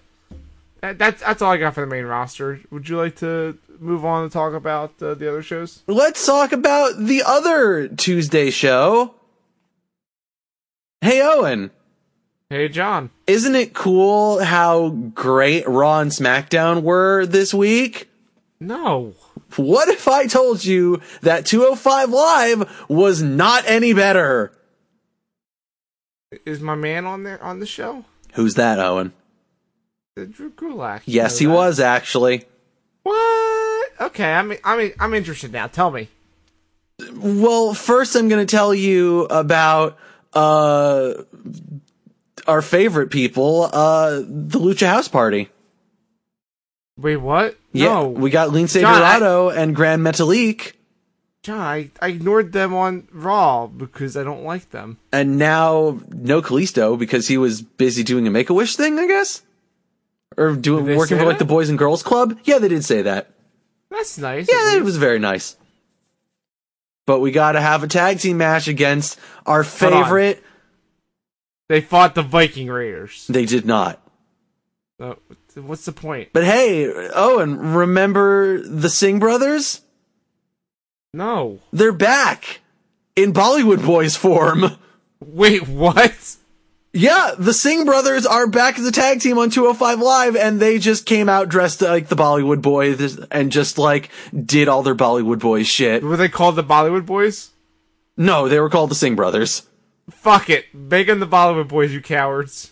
[SPEAKER 1] That, that's that's all I got for the main roster. Would you like to move on and talk about uh, the other shows?
[SPEAKER 2] Let's talk about the other Tuesday show. Hey Owen.
[SPEAKER 1] Hey, John.
[SPEAKER 2] isn't it cool how great Raw and SmackDown were this week?
[SPEAKER 1] No.
[SPEAKER 2] What if I told you oh that 205 Live was not any better?
[SPEAKER 1] Is my man on there on the show?
[SPEAKER 2] Who's that, Owen?
[SPEAKER 1] Uh, Drew Gulak. you
[SPEAKER 2] Yes, he
[SPEAKER 1] know that.
[SPEAKER 2] was actually.
[SPEAKER 1] What? Okay, I'm I'm I'm interested now. Tell me.
[SPEAKER 2] Well, first I'm going to tell you about uh our favorite people, uh the Lucha House Party.
[SPEAKER 1] Wait, what?
[SPEAKER 2] Yeah,
[SPEAKER 1] no,
[SPEAKER 2] we got Lean
[SPEAKER 1] John, I-
[SPEAKER 2] Sagrado and Grand Metalik,
[SPEAKER 1] John, I, I ignored them on Raw because I don't like them.
[SPEAKER 2] and now no Kalisto because he was busy doing a Make a Wish thing, I guess, or doing
[SPEAKER 1] Did they
[SPEAKER 2] working
[SPEAKER 1] say
[SPEAKER 2] for like
[SPEAKER 1] that?
[SPEAKER 2] the Boys and Girls Club. Yeah, they did say that.
[SPEAKER 1] That's nice.
[SPEAKER 2] Yeah, it was very nice. But we got to have a tag team match against our
[SPEAKER 1] Hold on.
[SPEAKER 2] favorite.
[SPEAKER 1] They fought the Viking Raiders.
[SPEAKER 2] They did not.
[SPEAKER 1] Uh, what's the point?
[SPEAKER 2] But hey, Owen, remember the Singh brothers?
[SPEAKER 1] No.
[SPEAKER 2] They're back in Bollywood Boys form.
[SPEAKER 1] Wait, what?
[SPEAKER 2] Yeah, the Singh brothers are back as a tag team on 205 Live, and they just came out dressed like the Bollywood boys and just like did all their Bollywood boys shit.
[SPEAKER 1] Were they called the Bollywood Boys?
[SPEAKER 2] No, they were called the Singh brothers.
[SPEAKER 1] Fuck it. Make them the Bollywood Boys, you cowards.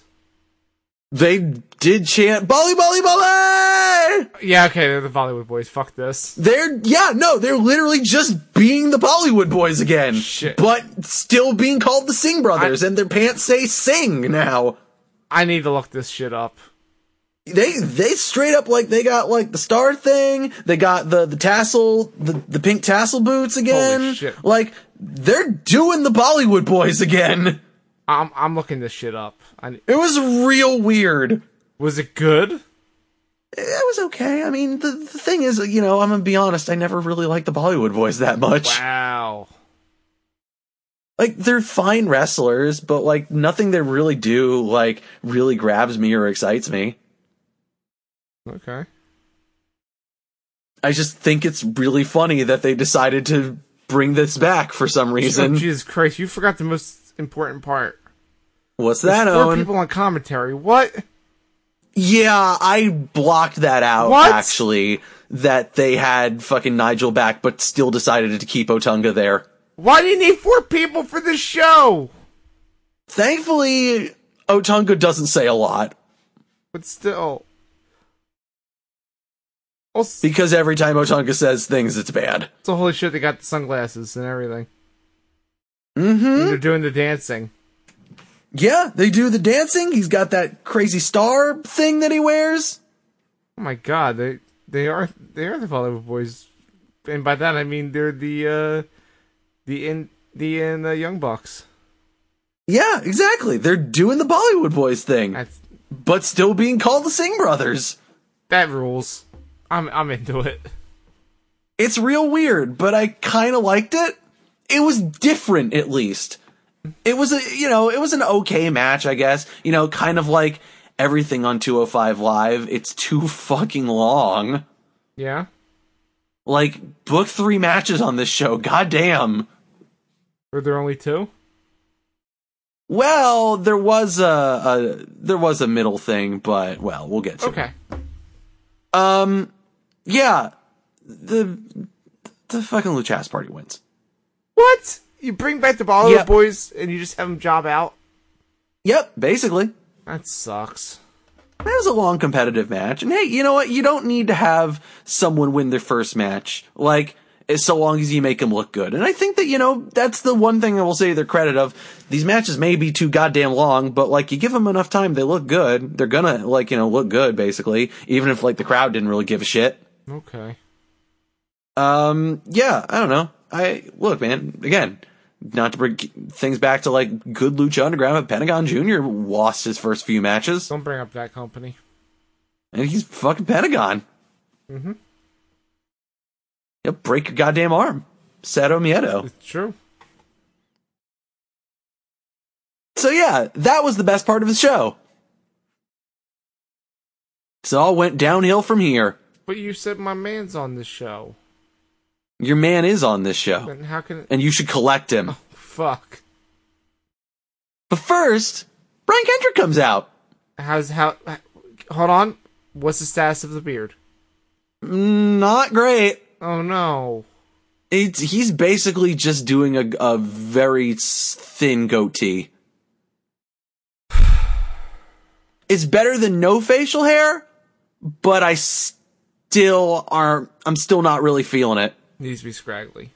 [SPEAKER 2] They did chant Bolly Bolly Bolly!
[SPEAKER 1] Yeah, okay, they're the Bollywood Boys. Fuck this.
[SPEAKER 2] They're yeah, no, they're literally just being the Bollywood boys again.
[SPEAKER 1] Shit.
[SPEAKER 2] But still being called the Singh brothers, and their pants say Singh now.
[SPEAKER 1] I need to look this shit up.
[SPEAKER 2] They they straight up like they got like the star thing, they got the the tassel, the, the pink tassel boots again.
[SPEAKER 1] shit.
[SPEAKER 2] Like they're doing the Bollywood boys again.
[SPEAKER 1] I'm I'm looking this shit up. I,
[SPEAKER 2] It was real weird.
[SPEAKER 1] was it good?
[SPEAKER 2] It was okay. I mean, the, the thing is, you know, I'm gonna be honest. I never really liked the Bollywood boys that much.
[SPEAKER 1] Wow.
[SPEAKER 2] like they're fine wrestlers, but like nothing they really do like really grabs me or excites me.
[SPEAKER 1] Okay.
[SPEAKER 2] I just think it's really funny that they decided to bring this back for some
[SPEAKER 1] Oh,
[SPEAKER 2] reason.
[SPEAKER 1] Jesus Christ, you forgot the most important part.
[SPEAKER 2] What's that,
[SPEAKER 1] There's four
[SPEAKER 2] Owen?
[SPEAKER 1] people on commentary. What?
[SPEAKER 2] Yeah, I blocked that out
[SPEAKER 1] What?
[SPEAKER 2] actually. That they had fucking Nigel back, but still decided to keep Otunga there.
[SPEAKER 1] Why do you need four people for this show?
[SPEAKER 2] Thankfully, Otunga doesn't say a lot
[SPEAKER 1] But still. Also,
[SPEAKER 2] because every time Otunga says things, it's bad.
[SPEAKER 1] holy shit, they got the sunglasses and everything.
[SPEAKER 2] Mm-hmm.
[SPEAKER 1] And they're doing the dancing.
[SPEAKER 2] Yeah, they do the dancing. He's got that crazy star thing that he wears.
[SPEAKER 1] Oh my god, they they are they are the Bollywood boys, and by that I mean they're the uh the in the in uh, Young Bucks.
[SPEAKER 2] Yeah, exactly. They're doing the Bollywood Boys thing,
[SPEAKER 1] That's
[SPEAKER 2] but still being called the Singh Brothers.
[SPEAKER 1] that rules. I'm I'm into it.
[SPEAKER 2] It's real weird, but I kind of liked it. It was different, at least. It was a, you know, it was an okay match, I guess. You know, kind of like everything on 205 Live. It's too fucking long.
[SPEAKER 1] Yeah.
[SPEAKER 2] Like, book three matches on this show. Goddamn.
[SPEAKER 1] Were there only two?
[SPEAKER 2] Well, there was a, a there was a middle thing, but well, we'll get to it.
[SPEAKER 1] Okay.
[SPEAKER 2] Um, yeah, the the fucking Luchas party wins.
[SPEAKER 1] What? You bring back the Bollywood
[SPEAKER 2] Yeah.
[SPEAKER 1] boys and you just have them job out?
[SPEAKER 2] Yep, basically.
[SPEAKER 1] That sucks.
[SPEAKER 2] That was a long competitive match, and hey, you know what? You don't need to have someone win their first match, like as- so long as you make them look good. And I think that you know that's the one thing I will say their credit of these matches may be too goddamn long, but like you give them enough time, they look good. They're gonna like you know look good basically, even if like the crowd didn't really give a shit.
[SPEAKER 1] Okay.
[SPEAKER 2] Um, yeah, I don't know. I look, man. Again, not to bring things back to like good lucha underground, but Pentagon Junior lost his first few matches,
[SPEAKER 1] Don't bring up that company.
[SPEAKER 2] and he's fucking Pentagon. Mm-hmm. Yep, break your goddamn arm, Sato Miedo.
[SPEAKER 1] It's true.
[SPEAKER 2] So yeah, that was the best part of the show. So all went downhill from here.
[SPEAKER 1] But you said my man's on the show.
[SPEAKER 2] Your man is on this show,
[SPEAKER 1] Then how can
[SPEAKER 2] and you should collect him.
[SPEAKER 1] fuck?
[SPEAKER 2] But first, Brian Kendrick comes out.
[SPEAKER 1] How's how? Hold on. What's the status of the beard?
[SPEAKER 2] Not great.
[SPEAKER 1] Oh no.
[SPEAKER 2] It's he's basically just doing a a very s- thin goatee. is better than no facial hair, but I still aren't. I'm still not really feeling it.
[SPEAKER 1] Needs to be scraggly.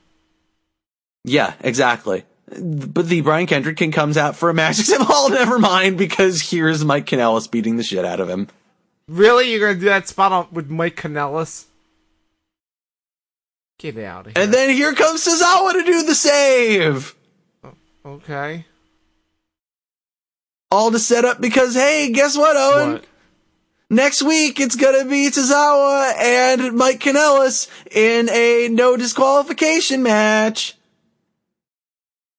[SPEAKER 2] Yeah, exactly. But the Brian Kendrick King comes out for a match, except all never mind because here's Mike Kanellis beating the shit out of him.
[SPEAKER 1] Really, you're gonna do that spot on with Mike Kanellis? Get out of here.
[SPEAKER 2] And then here comes Cesawa to do the save.
[SPEAKER 1] okay.
[SPEAKER 2] All to set up because hey, guess what, Owen?
[SPEAKER 1] What?
[SPEAKER 2] Next week it's gonna be Tozawa and Mike Kanellis in a no disqualification match.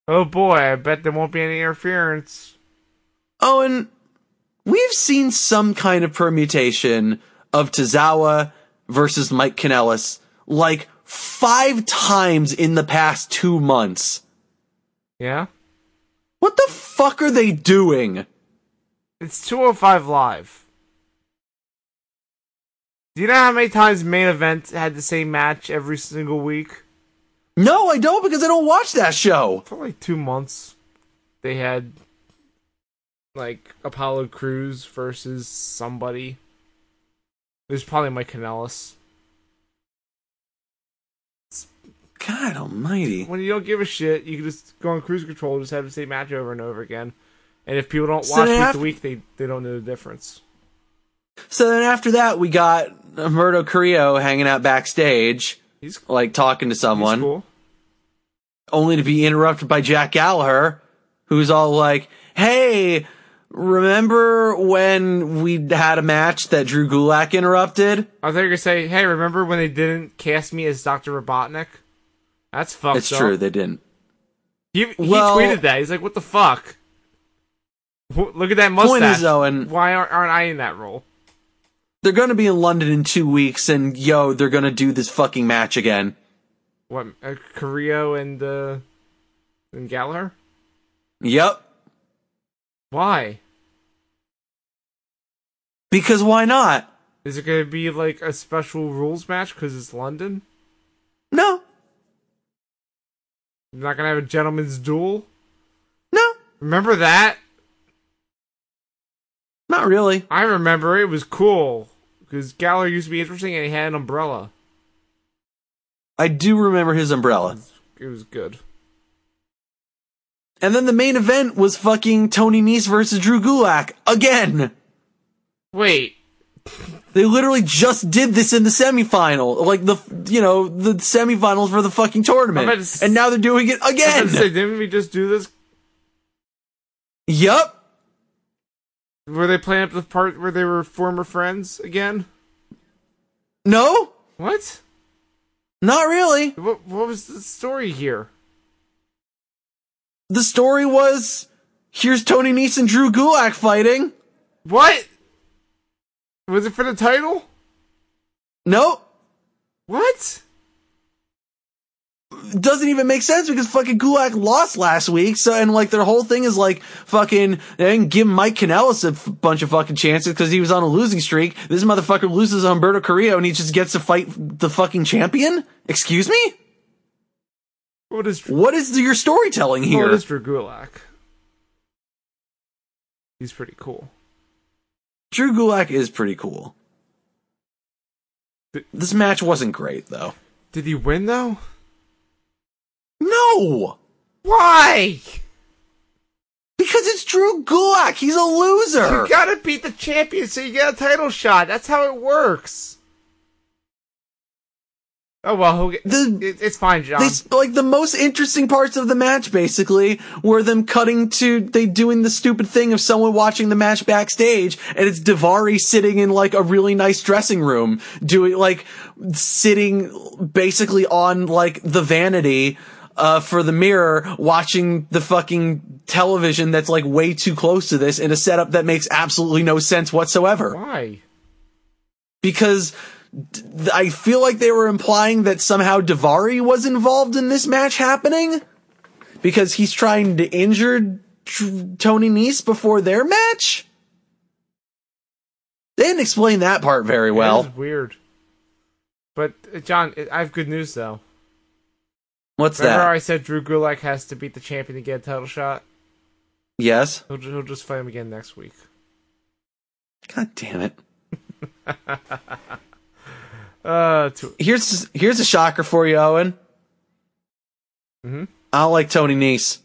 [SPEAKER 1] Oh boy, I bet there won't be any interference.
[SPEAKER 2] Owen, we've seen some kind of permutation of Tozawa versus Mike Kanellis like five times in the past two months.
[SPEAKER 1] Yeah?
[SPEAKER 2] What the fuck are they doing?
[SPEAKER 1] It's 205 Live. Do you know how many times main event had the same match every single week?
[SPEAKER 2] No, I don't because I don't watch that show.
[SPEAKER 1] For like two months, they had like Apollo Crews versus somebody. It was probably Mike Kanellis.
[SPEAKER 2] God almighty.
[SPEAKER 1] When you don't give a shit, you can just go on cruise control and just have the same match over and over again. And if people don't
[SPEAKER 2] So
[SPEAKER 1] watch
[SPEAKER 2] they
[SPEAKER 1] week
[SPEAKER 2] have-
[SPEAKER 1] to week, they, they don't know the difference.
[SPEAKER 2] So then after that, we got Murdo Carrillo hanging out backstage,
[SPEAKER 1] He's, he's
[SPEAKER 2] like talking to someone,
[SPEAKER 1] cool.
[SPEAKER 2] only to be interrupted by Jack Gallagher, who's all like, Hey, remember when we had a match that Drew Gulak interrupted?
[SPEAKER 1] I thought you were gonna say, "Hey, remember when they didn't cast me as Doctor Robotnik?" That's fucked
[SPEAKER 2] It's
[SPEAKER 1] up.
[SPEAKER 2] true, they didn't.
[SPEAKER 1] He, he
[SPEAKER 2] Well-
[SPEAKER 1] tweeted that. He's like, "What the fuck? Wh- Look at that mustache.
[SPEAKER 2] Point is, Owen-
[SPEAKER 1] Why aren't, aren't I in that role?"
[SPEAKER 2] They're gonna be in London in two weeks and yo, they're gonna do this fucking match again.
[SPEAKER 1] What? Uh, Carrillo and uh, and Gallagher?
[SPEAKER 2] Yep.
[SPEAKER 1] Why?
[SPEAKER 2] Because why not?
[SPEAKER 1] Is it gonna be like a special rules match because it's London?
[SPEAKER 2] No.
[SPEAKER 1] You're not gonna have a gentleman's duel.
[SPEAKER 2] No.
[SPEAKER 1] Remember that?
[SPEAKER 2] Not really.
[SPEAKER 1] I remember it was cool because Gallagher used to be interesting and he had an umbrella.
[SPEAKER 2] I do remember his umbrella.
[SPEAKER 1] It was good.
[SPEAKER 2] And then the main event was fucking Tony Nese versus Drew Gulak again.
[SPEAKER 1] Wait,
[SPEAKER 2] They literally just did this in the semifinal, like the you know the semifinals for the fucking tournament,
[SPEAKER 1] I'm about to s-
[SPEAKER 2] and now they're doing it
[SPEAKER 1] I was
[SPEAKER 2] again.
[SPEAKER 1] gonna say, didn't we just do this?
[SPEAKER 2] yep,
[SPEAKER 1] Were they playing up the part where they were former friends again?
[SPEAKER 2] no,
[SPEAKER 1] What?
[SPEAKER 2] not really.
[SPEAKER 1] What, what was the story here?
[SPEAKER 2] The story was here's Tony Nese and Drew Gulak fighting.
[SPEAKER 1] What? Was it for the title?
[SPEAKER 2] Nope,
[SPEAKER 1] What?
[SPEAKER 2] doesn't even make sense because fucking Gulak lost last week. So and like their whole thing is like fucking they didn't give Mike Kanellis a f- bunch of fucking chances because he was on a losing streak. This motherfucker loses to Humberto Carrillo and he just gets to fight the fucking champion. Excuse me.
[SPEAKER 1] What is
[SPEAKER 2] What is your storytelling here?
[SPEAKER 1] what is Dragulak? He's pretty cool.
[SPEAKER 2] Drew Gulak is pretty cool.
[SPEAKER 1] Th-
[SPEAKER 2] This match wasn't great though.
[SPEAKER 1] Did he win though?
[SPEAKER 2] No,
[SPEAKER 1] Why?
[SPEAKER 2] because it's Drew Gulak. He's a loser.
[SPEAKER 1] You gotta beat the champion so you get a title shot. That's how it works. Oh well, he'll get,
[SPEAKER 2] The-
[SPEAKER 1] it, it's fine, John.
[SPEAKER 2] They s- like the most interesting parts of the match basically were them cutting to they doing the stupid thing of someone watching the match backstage and it's Divari sitting in like a really nice dressing room doing like sitting basically on like the vanity uh, for the mirror, watching the fucking television that's like way too close to this in a setup that makes absolutely no sense whatsoever
[SPEAKER 1] Why?
[SPEAKER 2] because d- I feel like they were implying that somehow Davari was involved in this match happening because he's trying to injure Tr- Tony Nese before their match. They didn't explain that part very
[SPEAKER 1] That
[SPEAKER 2] well.
[SPEAKER 1] is weird. But uh, John, I- I have good news though.
[SPEAKER 2] What's
[SPEAKER 1] Remember,
[SPEAKER 2] that?
[SPEAKER 1] I said Drew Gulak has to beat the champion to get a title shot.
[SPEAKER 2] yes.
[SPEAKER 1] He'll, ju- he'll just fight him again next week.
[SPEAKER 2] God damn it.
[SPEAKER 1] Uh, to,
[SPEAKER 2] Here's here's a shocker for you, Owen.
[SPEAKER 1] Mhm.
[SPEAKER 2] I don't like Tony Nese.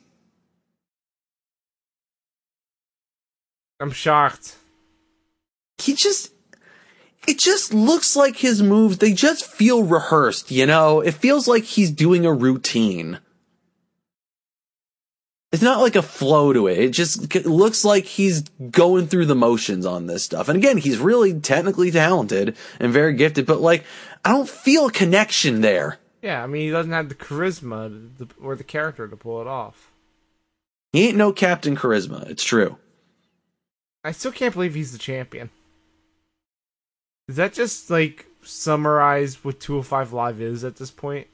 [SPEAKER 1] I'm shocked.
[SPEAKER 2] He just it just looks like his moves, they just feel rehearsed, you know? It feels like he's doing a routine. It's not like a flow to it. It just it looks like he's going through the motions on this stuff. And again, he's really technically talented and very gifted, but like, I don't feel a connection there.
[SPEAKER 1] Yeah, I mean, he doesn't have the charisma to, or the character to pull it off.
[SPEAKER 2] He ain't no Captain Charisma. It's true.
[SPEAKER 1] I still can't believe he's the champion. Does that just like summarize what 205 Live is at this point?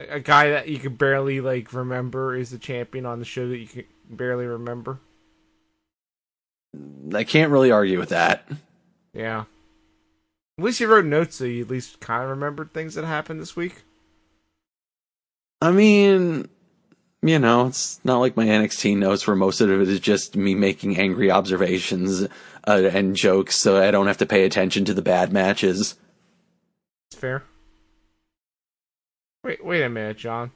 [SPEAKER 1] A a guy that you could barely like remember is the champion on the show that you can barely remember.
[SPEAKER 2] I can't really argue with that.
[SPEAKER 1] Yeah. At least you wrote notes, so you at least kind of remembered things that happened this week.
[SPEAKER 2] I mean, you know, it's not like my NXT notes where most of it is just me making angry observations uh, and jokes, so I don't have to pay attention to the bad matches.
[SPEAKER 1] It's fair. Wait, wait a minute, John.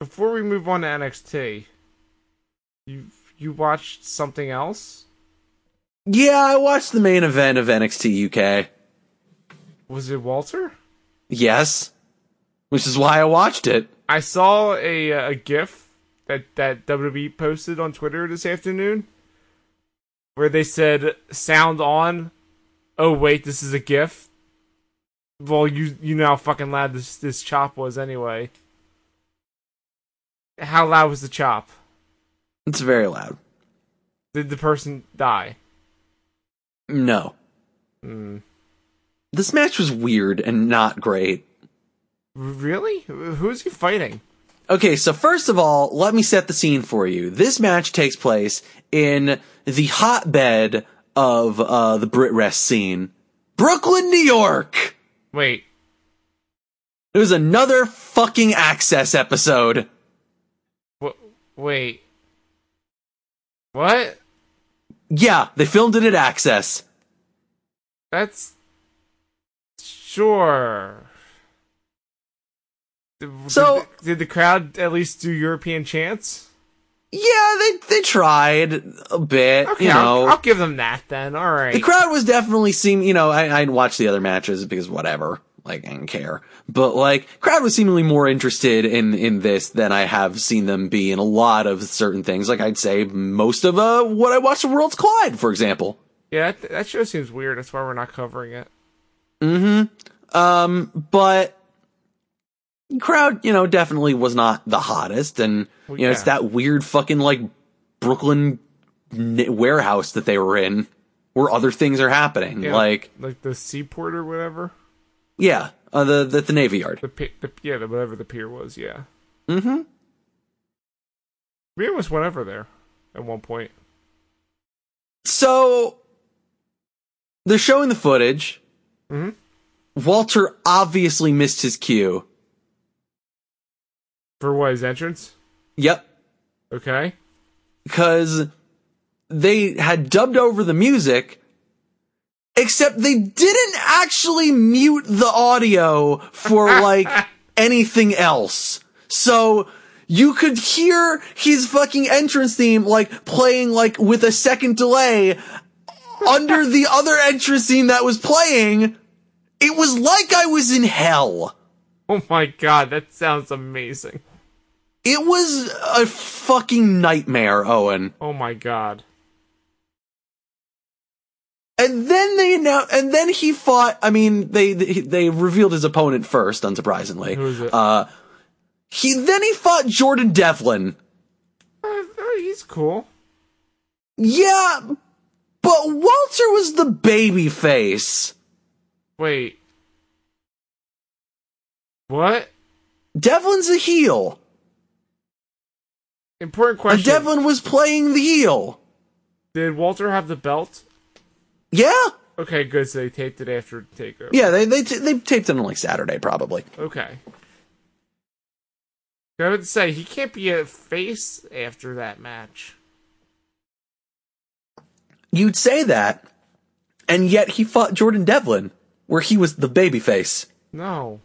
[SPEAKER 1] Before we move on to NXT, you you watched something else?
[SPEAKER 2] Yeah, I watched the main event of NXT UK.
[SPEAKER 1] Was it Walter?
[SPEAKER 2] Yes, which is why I watched it.
[SPEAKER 1] I saw a uh, a GIF that that WWE posted on Twitter this afternoon, where they said "sound on." Oh wait, this is a GIF. Well, you you know how fucking loud this this chop was anyway. How loud was the chop?
[SPEAKER 2] It's very loud.
[SPEAKER 1] Did the person die?
[SPEAKER 2] No,
[SPEAKER 1] Mm.
[SPEAKER 2] this match was weird and not great.
[SPEAKER 1] Really? Who- Who's he fighting?
[SPEAKER 2] Okay, so first of all, let me set the scene for you. This match takes place in the hotbed of uh, the Brit Rest scene, Brooklyn, New York.
[SPEAKER 1] Wait,
[SPEAKER 2] It was another fucking access episode.
[SPEAKER 1] wh- wait, what?
[SPEAKER 2] Yeah, they filmed it at Access.
[SPEAKER 1] That's sure. Did-
[SPEAKER 2] So-
[SPEAKER 1] did, did the crowd at least do European chants?
[SPEAKER 2] Yeah, they they tried a bit,
[SPEAKER 1] Okay,
[SPEAKER 2] you know.
[SPEAKER 1] I'll, I'll give them that then. All
[SPEAKER 2] the
[SPEAKER 1] right.
[SPEAKER 2] crowd was definitely seem you know I, i'd watch the other matches because whatever like i didn't care but like crowd was seemingly more interested in in this than i have seen them be in a lot of certain things like i'd say most of uh what i watched of worlds collide for example
[SPEAKER 1] yeah, that, that show seems weird. That's why we're not covering it.
[SPEAKER 2] um but crowd you know definitely was not the hottest and you know it's
[SPEAKER 1] yeah.
[SPEAKER 2] that weird fucking like brooklyn n- warehouse that they were in where other things are happening
[SPEAKER 1] Yeah,
[SPEAKER 2] like
[SPEAKER 1] like the seaport or whatever.
[SPEAKER 2] yeah uh, the, the the navy yard
[SPEAKER 1] The, pi- the yeah, the, whatever the pier was. Yeah,
[SPEAKER 2] mm-hmm
[SPEAKER 1] we almost went over there at one point.
[SPEAKER 2] So they're showing the footage.
[SPEAKER 1] Mhm.
[SPEAKER 2] Walter obviously missed his cue.
[SPEAKER 1] For what his entrance?
[SPEAKER 2] Yep,
[SPEAKER 1] Okay.
[SPEAKER 2] because they had dubbed over the music, except they didn't actually mute the audio for like anything else. So you could hear his fucking entrance theme like playing like with a second delay under the other entrance theme that was playing. It was like I was in hell.
[SPEAKER 1] Oh my god, that sounds amazing.
[SPEAKER 2] It was a fucking nightmare, Owen.
[SPEAKER 1] Oh my god.
[SPEAKER 2] And then they announced, and then he fought. I mean, they they, they revealed his opponent first, unsurprisingly.
[SPEAKER 1] Who is it?
[SPEAKER 2] Uh, he then he fought Jordan Devlin.
[SPEAKER 1] Uh, uh, he's cool.
[SPEAKER 2] Yeah, but Walter was the baby face.
[SPEAKER 1] Wait. What?
[SPEAKER 2] Devlin's a heel,
[SPEAKER 1] Important
[SPEAKER 2] and
[SPEAKER 1] question.
[SPEAKER 2] Devlin was playing the heel.
[SPEAKER 1] Did Walter have the belt?
[SPEAKER 2] Yeah,
[SPEAKER 1] Okay, good. So they taped it after the takeover.
[SPEAKER 2] yeah. They they t- they taped him on like Saturday, probably.
[SPEAKER 1] Okay. I would say he can't be a face after that match.
[SPEAKER 2] You'd say that, and yet he fought Jordan Devlin, where he was the babyface.
[SPEAKER 1] No.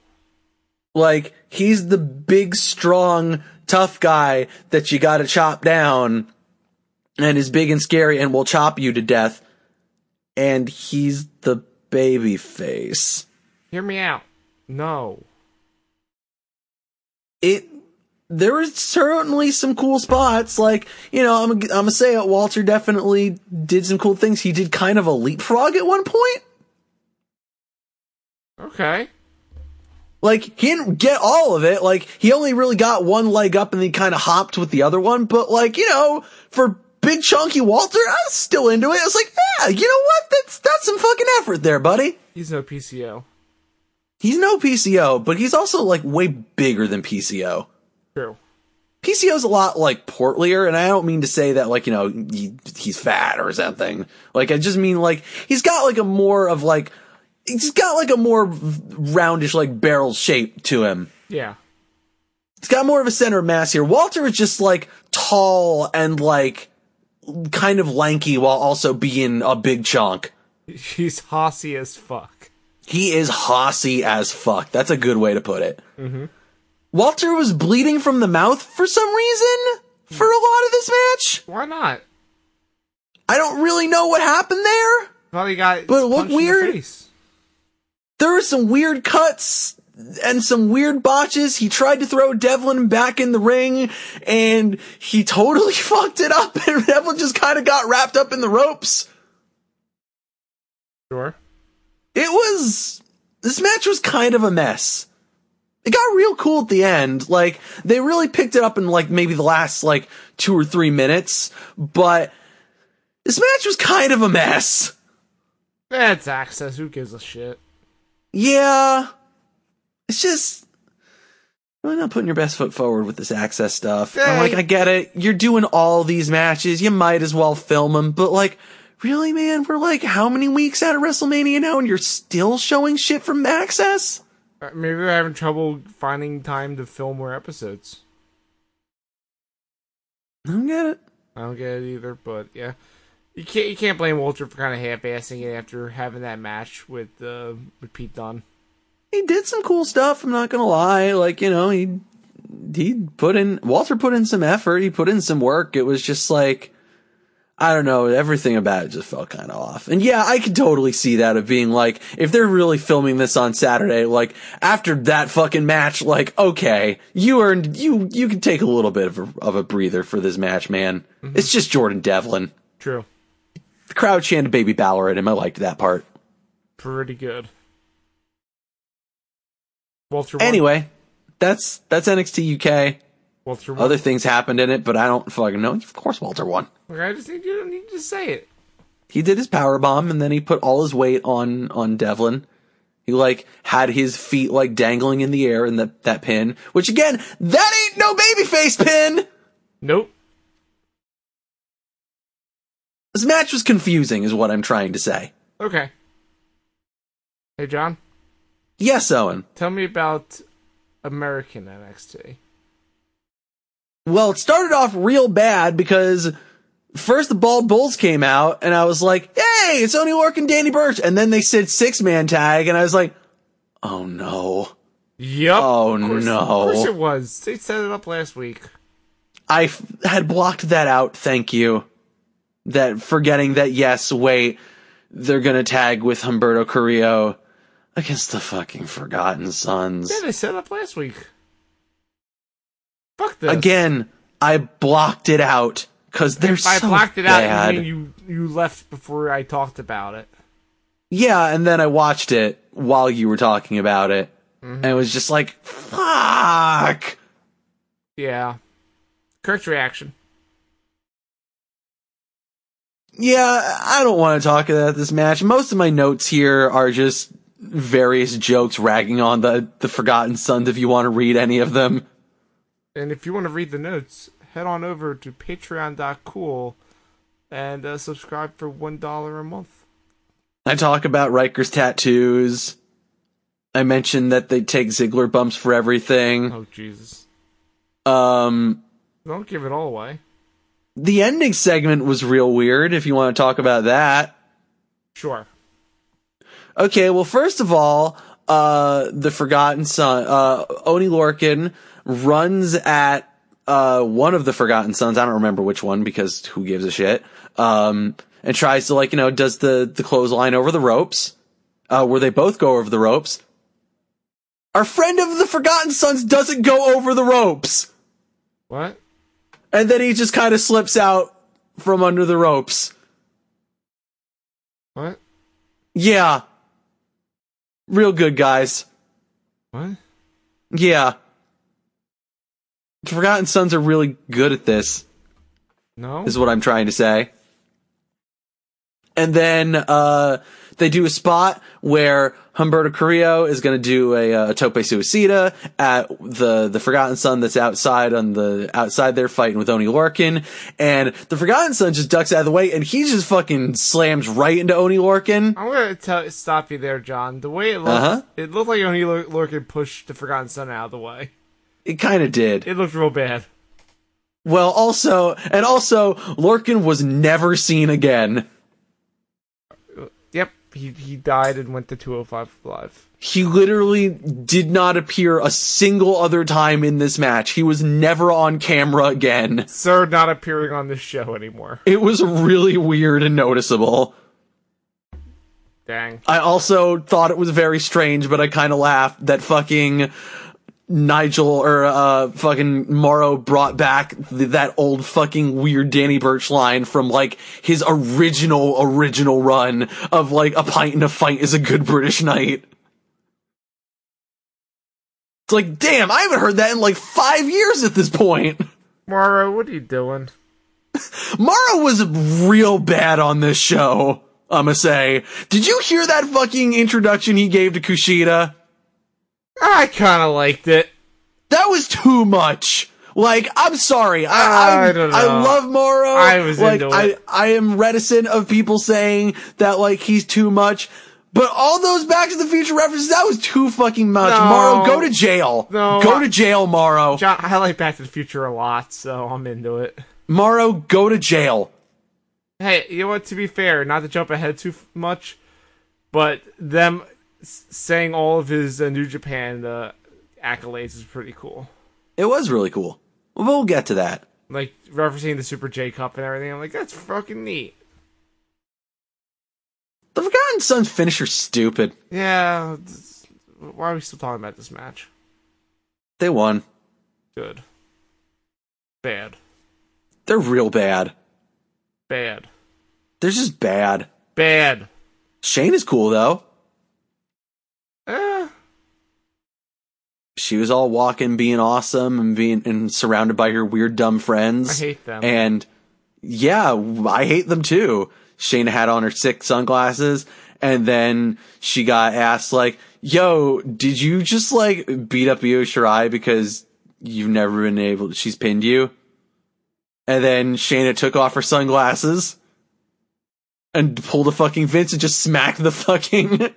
[SPEAKER 2] Like, he's the big, strong, tough guy that you gotta chop down and is big and scary and will chop you to death. And he's the baby face.
[SPEAKER 1] Hear me out. No.
[SPEAKER 2] It, there is certainly some cool spots. Like, you know, I'm, I'm gonna say it, Walter definitely did some cool things. He did kind of a leapfrog at one point.
[SPEAKER 1] Okay.
[SPEAKER 2] Like he didn't get all of it. Like he only really got one leg up and then kind of hopped with the other one. But like you know, for big chunky Walter, I was still into it. I was like, yeah, you know what? That's that's some fucking effort there, buddy.
[SPEAKER 1] He's no PCO.
[SPEAKER 2] He's no PCO, but he's also like way bigger than PCO.
[SPEAKER 1] True.
[SPEAKER 2] PCO's a lot like portlier, and I don't mean to say that like you know he, he's fat or something. Like I just mean like he's got like a more of like he's got like a more roundish like barrel shape to him.
[SPEAKER 1] Yeah.
[SPEAKER 2] He's got more of a center of mass here. Walter is just like tall and like kind of lanky while also being a big chunk.
[SPEAKER 1] He's hossy as fuck.
[SPEAKER 2] He is hossy as fuck. That's a good way to put it. Mm-hmm. Walter was bleeding from the mouth for some reason for a lot of this match.
[SPEAKER 1] Why not?
[SPEAKER 2] I don't really know what happened there.
[SPEAKER 1] Well, he got
[SPEAKER 2] But it looked
[SPEAKER 1] punched in the
[SPEAKER 2] weird.
[SPEAKER 1] face.
[SPEAKER 2] there were some weird cuts and some weird botches. He tried to throw Devlin back in the ring and he totally fucked it up and Devlin just kind of got wrapped up in the ropes.
[SPEAKER 1] Sure.
[SPEAKER 2] It was, this match was kind of a mess. It got real cool at the end. Like they really picked it up in like maybe the last like two or three minutes, but this match was kind of a mess.
[SPEAKER 1] That's access. Who gives a shit?
[SPEAKER 2] Yeah. It's just why not putting your best foot forward with this access stuff? I'm like,
[SPEAKER 1] Hey.
[SPEAKER 2] I get it. You're doing all these matches. You might as well film them. But like, really, man, we're like how many weeks out of WrestleMania now and you're still showing shit from access?
[SPEAKER 1] Uh, Maybe they're having trouble finding time to film more episodes.
[SPEAKER 2] I don't get it.
[SPEAKER 1] I don't get it either, but yeah, you can't you can't blame Walter for kind of half-assing it after having that match with uh, with Pete Dunne.
[SPEAKER 2] He did some cool stuff. I'm not going to lie. Like, you know, he, he put in, Walter put in some effort. He put in some work. It was just like, I don't know, everything about it just felt kind of off. And yeah, I could totally see that of being like, if they're really filming this on Saturday, like after that fucking match, like, okay, you earned, you, you can take a little bit of a, of a breather for this match, man. It's just Jordan Devlin.
[SPEAKER 1] True,
[SPEAKER 2] The crowd chanted baby Balor at him. I liked that part.
[SPEAKER 1] pretty good. Walter won.
[SPEAKER 2] Anyway, that's, that's NXT UK.
[SPEAKER 1] Walter won.
[SPEAKER 2] Other things happened in it, but I don't fucking know. Of course, Walter won.
[SPEAKER 1] Like, I just need you don't need to say it.
[SPEAKER 2] He did his power bomb, and then he put all his weight on on Devlin. He like had his feet like dangling in the air in that that pin, which again, that ain't no babyface pin.
[SPEAKER 1] Nope.
[SPEAKER 2] This match was confusing, is what I'm trying to say.
[SPEAKER 1] Okay. Hey John,
[SPEAKER 2] Yes, Owen.
[SPEAKER 1] tell me about American NXT.
[SPEAKER 2] Well, it started off real bad because first the Bald Bulls came out, and I was like, "Hey, it's Only Lorcan, and Danny Burch," and then they said six man tag, and I was like, "Oh no."
[SPEAKER 1] Yep.
[SPEAKER 2] Oh,
[SPEAKER 1] Of course-
[SPEAKER 2] no.
[SPEAKER 1] Of course it was. They set it up last week.
[SPEAKER 2] I f- had blocked that out. Thank you. That forgetting that yes, wait, they're gonna tag with Humberto Carrillo against the fucking Forgotten Sons
[SPEAKER 1] Yeah, they set it up last week. Fuck this.
[SPEAKER 2] again. I blocked it out because they're
[SPEAKER 1] I
[SPEAKER 2] so
[SPEAKER 1] blocked it out.
[SPEAKER 2] bad.
[SPEAKER 1] You, mean you you left before I talked about it.
[SPEAKER 2] Yeah, and then I watched it while you were talking about it,
[SPEAKER 1] Mm-hmm.
[SPEAKER 2] and it was just like, fuck.
[SPEAKER 1] Yeah. Correct reaction.
[SPEAKER 2] Yeah, I don't want to talk about this match. Most of my notes here are just various jokes ragging on the, the Forgotten Sons if you want to read any of them.
[SPEAKER 1] And if you want to read the notes, head on over to patreon.cool and uh, subscribe for $1 a month.
[SPEAKER 2] I talk about Riker's tattoos. I mentioned that they take Ziggler bumps for everything.
[SPEAKER 1] Oh, Jesus.
[SPEAKER 2] Um,
[SPEAKER 1] Don't give it all away.
[SPEAKER 2] The ending segment was real weird if you want to talk about that.
[SPEAKER 1] Sure.
[SPEAKER 2] Okay, well, first of all, uh, the Forgotten Son, uh, Oni Lorkin runs at, uh, one of the Forgotten Sons. I don't remember which one because who gives a shit? Um, and tries to like, you know, does the, the clothesline over the ropes, uh, where they both go over the ropes. Our friend of the Forgotten Sons doesn't go over the ropes.
[SPEAKER 1] What?
[SPEAKER 2] And then he just kind of slips out from under the ropes.
[SPEAKER 1] What?
[SPEAKER 2] Yeah. Real good, guys.
[SPEAKER 1] What?
[SPEAKER 2] Yeah. The Forgotten Sons are really good at this,
[SPEAKER 1] No.
[SPEAKER 2] is what I'm trying to say. And then uh, they do a spot where Humberto Carrillo is going to do a, uh, a tope suicida at the the Forgotten Son that's outside on the outside there fighting with Oni Lorkin, and the Forgotten Son just ducks out of the way, and he just fucking slams right into Oni Lorkin.
[SPEAKER 1] I'm gonna tell, stop you there, John. The way it looked,
[SPEAKER 2] Uh-huh.
[SPEAKER 1] it looked like Oni Lor- Lorcan pushed the Forgotten Son out of the way.
[SPEAKER 2] It kind of did.
[SPEAKER 1] It looked real bad.
[SPEAKER 2] Well, also, and also, Lorkin was never seen again.
[SPEAKER 1] Yep, he he died and went to 205 Live.
[SPEAKER 2] He literally did not appear a single other time in this match. He was never on camera again.
[SPEAKER 1] Sir, not appearing on this show anymore.
[SPEAKER 2] It was really weird and noticeable.
[SPEAKER 1] Dang.
[SPEAKER 2] I also thought it was very strange, but I kind of laughed that fucking Nigel or uh fucking Morrow brought back th- that old fucking weird Danny Birch line from like his original original run of like a pint and a fight is a good British night. It's like, damn, I haven't heard that in like five years at this point.
[SPEAKER 1] Mara, what are you doing?
[SPEAKER 2] Morrow was real bad on this show. I'ma say. Did you hear that fucking introduction he gave to Kushida?
[SPEAKER 1] I kind of liked it.
[SPEAKER 2] That was too much. Like, I'm sorry. I,
[SPEAKER 1] Ah, I
[SPEAKER 2] I,
[SPEAKER 1] don't know.
[SPEAKER 2] I love Morrow.
[SPEAKER 1] I was
[SPEAKER 2] like,
[SPEAKER 1] into
[SPEAKER 2] I,
[SPEAKER 1] it.
[SPEAKER 2] I am reticent of people saying that, like, he's too much. But all those Back to the Future references, that was too fucking much.
[SPEAKER 1] No.
[SPEAKER 2] Morrow, go to jail.
[SPEAKER 1] No,
[SPEAKER 2] Go
[SPEAKER 1] I-
[SPEAKER 2] to jail, Morrow.
[SPEAKER 1] John, I like Back to the Future a lot, so I'm into it.
[SPEAKER 2] Morrow, go to jail.
[SPEAKER 1] Hey, you know what? To be fair, not to jump ahead too f- much, but them s- saying all of his uh, New Japan uh, accolades is pretty cool.
[SPEAKER 2] It was really cool. We'll get to that.
[SPEAKER 1] Like referencing the Super J Cup and everything. I'm like, that's fucking neat.
[SPEAKER 2] The Forgotten Son's finisher's stupid.
[SPEAKER 1] Yeah. this- Why are we still talking about this match?
[SPEAKER 2] They won.
[SPEAKER 1] Good. Bad.
[SPEAKER 2] They're real bad.
[SPEAKER 1] Bad.
[SPEAKER 2] They're just bad.
[SPEAKER 1] Bad.
[SPEAKER 2] Shane is cool though.
[SPEAKER 1] Eh.
[SPEAKER 2] She was all walking, being awesome, and being and surrounded by her weird dumb
[SPEAKER 1] I
[SPEAKER 2] friends.
[SPEAKER 1] hate them.
[SPEAKER 2] And yeah, I hate them too. Shayna had on her sick sunglasses, and then she got asked like, "Yo, did you just like beat up Io Shirai because you've never been able? She's pinned you." And then Shayna took off her sunglasses and pulled a fucking Vince and just smacked the fucking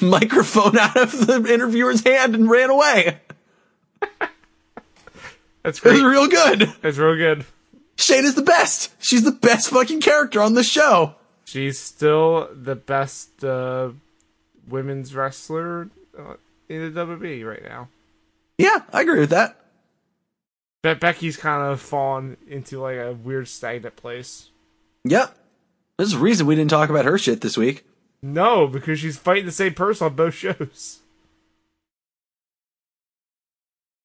[SPEAKER 2] microphone out of the interviewer's hand and ran away.
[SPEAKER 1] That's
[SPEAKER 2] It was
[SPEAKER 1] great.
[SPEAKER 2] real good.
[SPEAKER 1] That's real good.
[SPEAKER 2] Shane is the best. She's the best fucking character on the show.
[SPEAKER 1] She's still the best uh, women's wrestler uh, in the WWE right now.
[SPEAKER 2] Yeah, I agree with that.
[SPEAKER 1] Be- Becky's kind of fallen into like a weird stagnant place.
[SPEAKER 2] Yep. There's a reason we didn't talk about her shit this week.
[SPEAKER 1] No, because she's fighting the same person on both shows.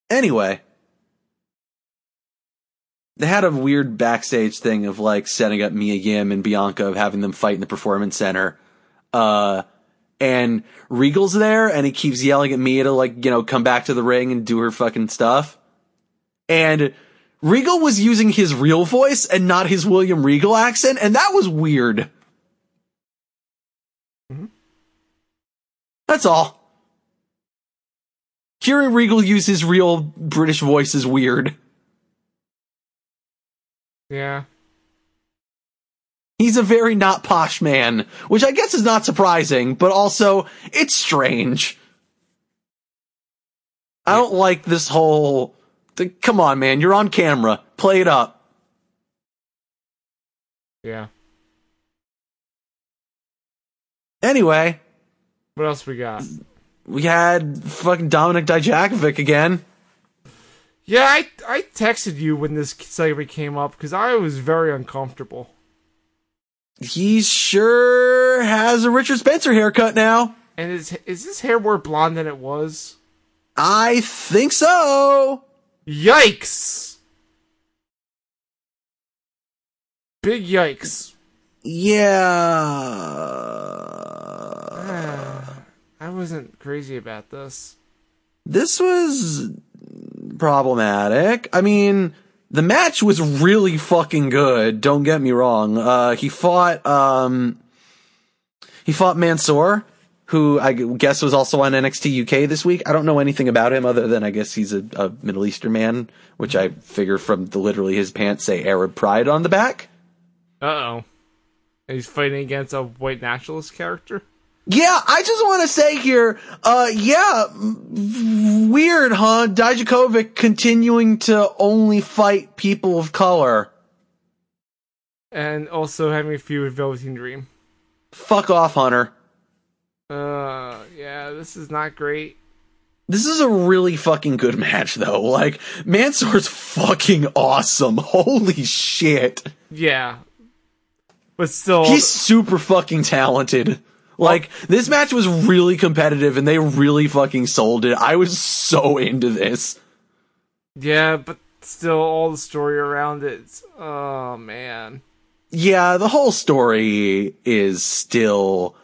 [SPEAKER 2] Anyway, they had a weird backstage thing of like setting up Mia Yim and Bianca of having them fight in the performance center. Uh, and Regal's there and he keeps yelling at Mia to like, you know, come back to the ring and do her fucking stuff. And Regal was using his real voice and not his William Regal accent. And that was weird. That's all. Hearing Regal use his real British voice is weird.
[SPEAKER 1] Yeah,
[SPEAKER 2] He's a very not posh man, which I guess is not surprising, but also it's strange. I don't like this whole. th- Come on, man, you're on camera. Play it up.
[SPEAKER 1] Yeah.
[SPEAKER 2] Anyway,
[SPEAKER 1] What else we got?
[SPEAKER 2] we had fucking Dominic Dijakovic again.
[SPEAKER 1] Yeah, I I texted you when this segment came up because I was very uncomfortable.
[SPEAKER 2] He sure has a Richard Spencer haircut now.
[SPEAKER 1] And is is his hair more blonde than it was?
[SPEAKER 2] I think so.
[SPEAKER 1] Yikes! Big yikes!
[SPEAKER 2] Yeah.
[SPEAKER 1] I wasn't crazy about this.
[SPEAKER 2] This was problematic. I mean, the match was really fucking good. Don't get me wrong. Uh, he fought, um, he fought Mansoor, who I guess was also on NXT UK this week. I don't know anything about him other than I guess he's a, a Middle Eastern man, which I figure from the literally his pants say Arab pride on the back.
[SPEAKER 1] Uh oh. And he's fighting against a white nationalist character?
[SPEAKER 2] Yeah, I just want to say here, uh, yeah, m- weird, huh? Dijakovic continuing to only fight people of color.
[SPEAKER 1] And also having a feud with Velveteen Dream.
[SPEAKER 2] Fuck off, Hunter.
[SPEAKER 1] Uh, yeah, this is not great.
[SPEAKER 2] This is a really fucking good match, though. Like, Mansoor's fucking awesome. Holy shit.
[SPEAKER 1] Yeah. But still.
[SPEAKER 2] He's super fucking talented. Like, this match was really competitive and they really fucking sold it. I was so into this.
[SPEAKER 1] Yeah, but still, all the story around it. Oh, man.
[SPEAKER 2] yeah, the whole story is still.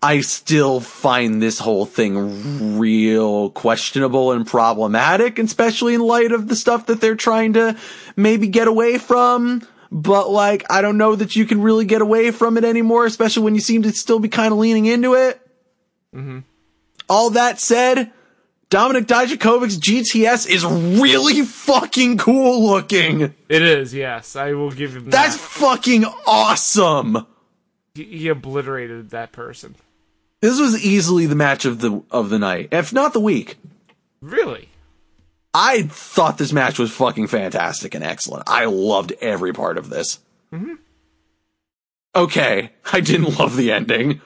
[SPEAKER 2] I still find this whole thing real questionable and problematic, especially in light of the stuff that they're trying to maybe get away from. But like, I don't know that you can really get away from it anymore, especially when you seem to still be kind of leaning into it. All that said, Dominic Dijakovic's GTS is really fucking cool looking.
[SPEAKER 1] It is, yes. I will give him
[SPEAKER 2] That's
[SPEAKER 1] that.
[SPEAKER 2] fucking awesome.
[SPEAKER 1] He, he obliterated that person.
[SPEAKER 2] This was easily the match of the of the night, if not the week.
[SPEAKER 1] Really?
[SPEAKER 2] I thought this match was fucking fantastic and excellent. I loved every part of this.
[SPEAKER 1] Mm-hmm.
[SPEAKER 2] Okay, I didn't love the ending.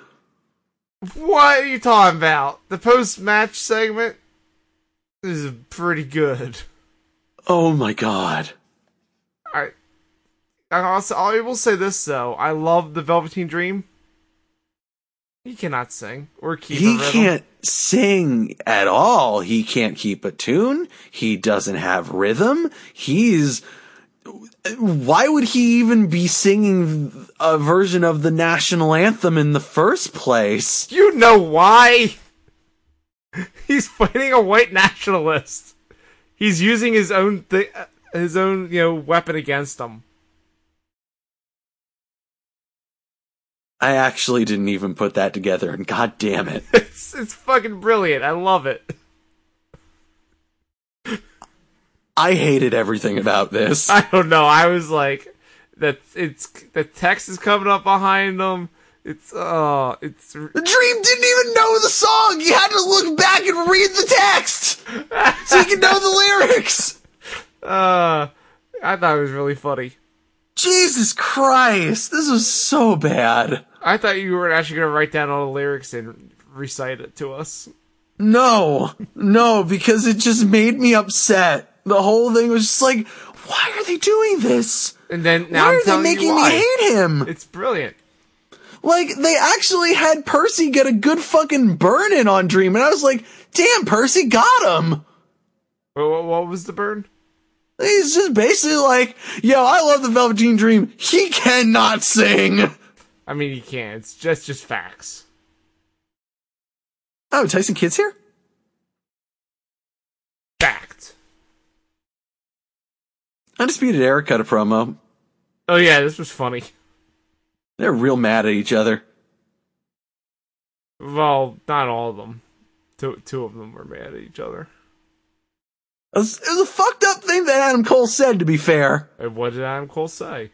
[SPEAKER 1] What are you talking about? The post match segment is pretty good.
[SPEAKER 2] Oh my god.
[SPEAKER 1] I, I also I will say this though. I love the Velveteen Dream. He cannot sing or keep. a
[SPEAKER 2] He
[SPEAKER 1] rhythm.
[SPEAKER 2] can't sing at all. He can't keep a tune. He doesn't have rhythm. He's why would he even be singing a version of the national anthem in the first place?
[SPEAKER 1] You know why? He's fighting a white nationalist. He's using his own thi- uh, his own you know weapon against him.
[SPEAKER 2] I actually didn't even put that together, and god damn it.
[SPEAKER 1] It's it's fucking brilliant. I love it.
[SPEAKER 2] I hated everything about this.
[SPEAKER 1] I don't know. I was like that. It's the text is coming up behind him. It's uh, it's
[SPEAKER 2] Dream didn't even know the song! You had to look back and read the text! So you could know the lyrics!
[SPEAKER 1] uh, I thought it was really funny.
[SPEAKER 2] Jesus Christ, this was so bad.
[SPEAKER 1] I thought you were actually gonna write down all the lyrics and recite it to us.
[SPEAKER 2] No, no, because it just made me upset. The whole thing was just like, why are they doing this?
[SPEAKER 1] And then now
[SPEAKER 2] Why
[SPEAKER 1] I'm
[SPEAKER 2] are they
[SPEAKER 1] telling you
[SPEAKER 2] making me
[SPEAKER 1] why.
[SPEAKER 2] hate him?
[SPEAKER 1] It's brilliant.
[SPEAKER 2] Like, they actually had Percy get a good fucking burn in on Dream, and I was like, damn, Percy got him!
[SPEAKER 1] What, what, what was the burn?
[SPEAKER 2] He's just basically like, yo, I love the Velveteen Dream. He cannot sing.
[SPEAKER 1] I mean, you can't. It's just just facts.
[SPEAKER 2] Oh, Tyson Kidd's here?
[SPEAKER 1] Fact.
[SPEAKER 2] Undisputed Era cut a promo.
[SPEAKER 1] Oh yeah, this was funny.
[SPEAKER 2] They're real mad at each other.
[SPEAKER 1] Well, not all of them. Two two of them were mad at each other.
[SPEAKER 2] It was, it was a fucked up thing that Adam Cole said, to be fair.
[SPEAKER 1] And what did Adam Cole say?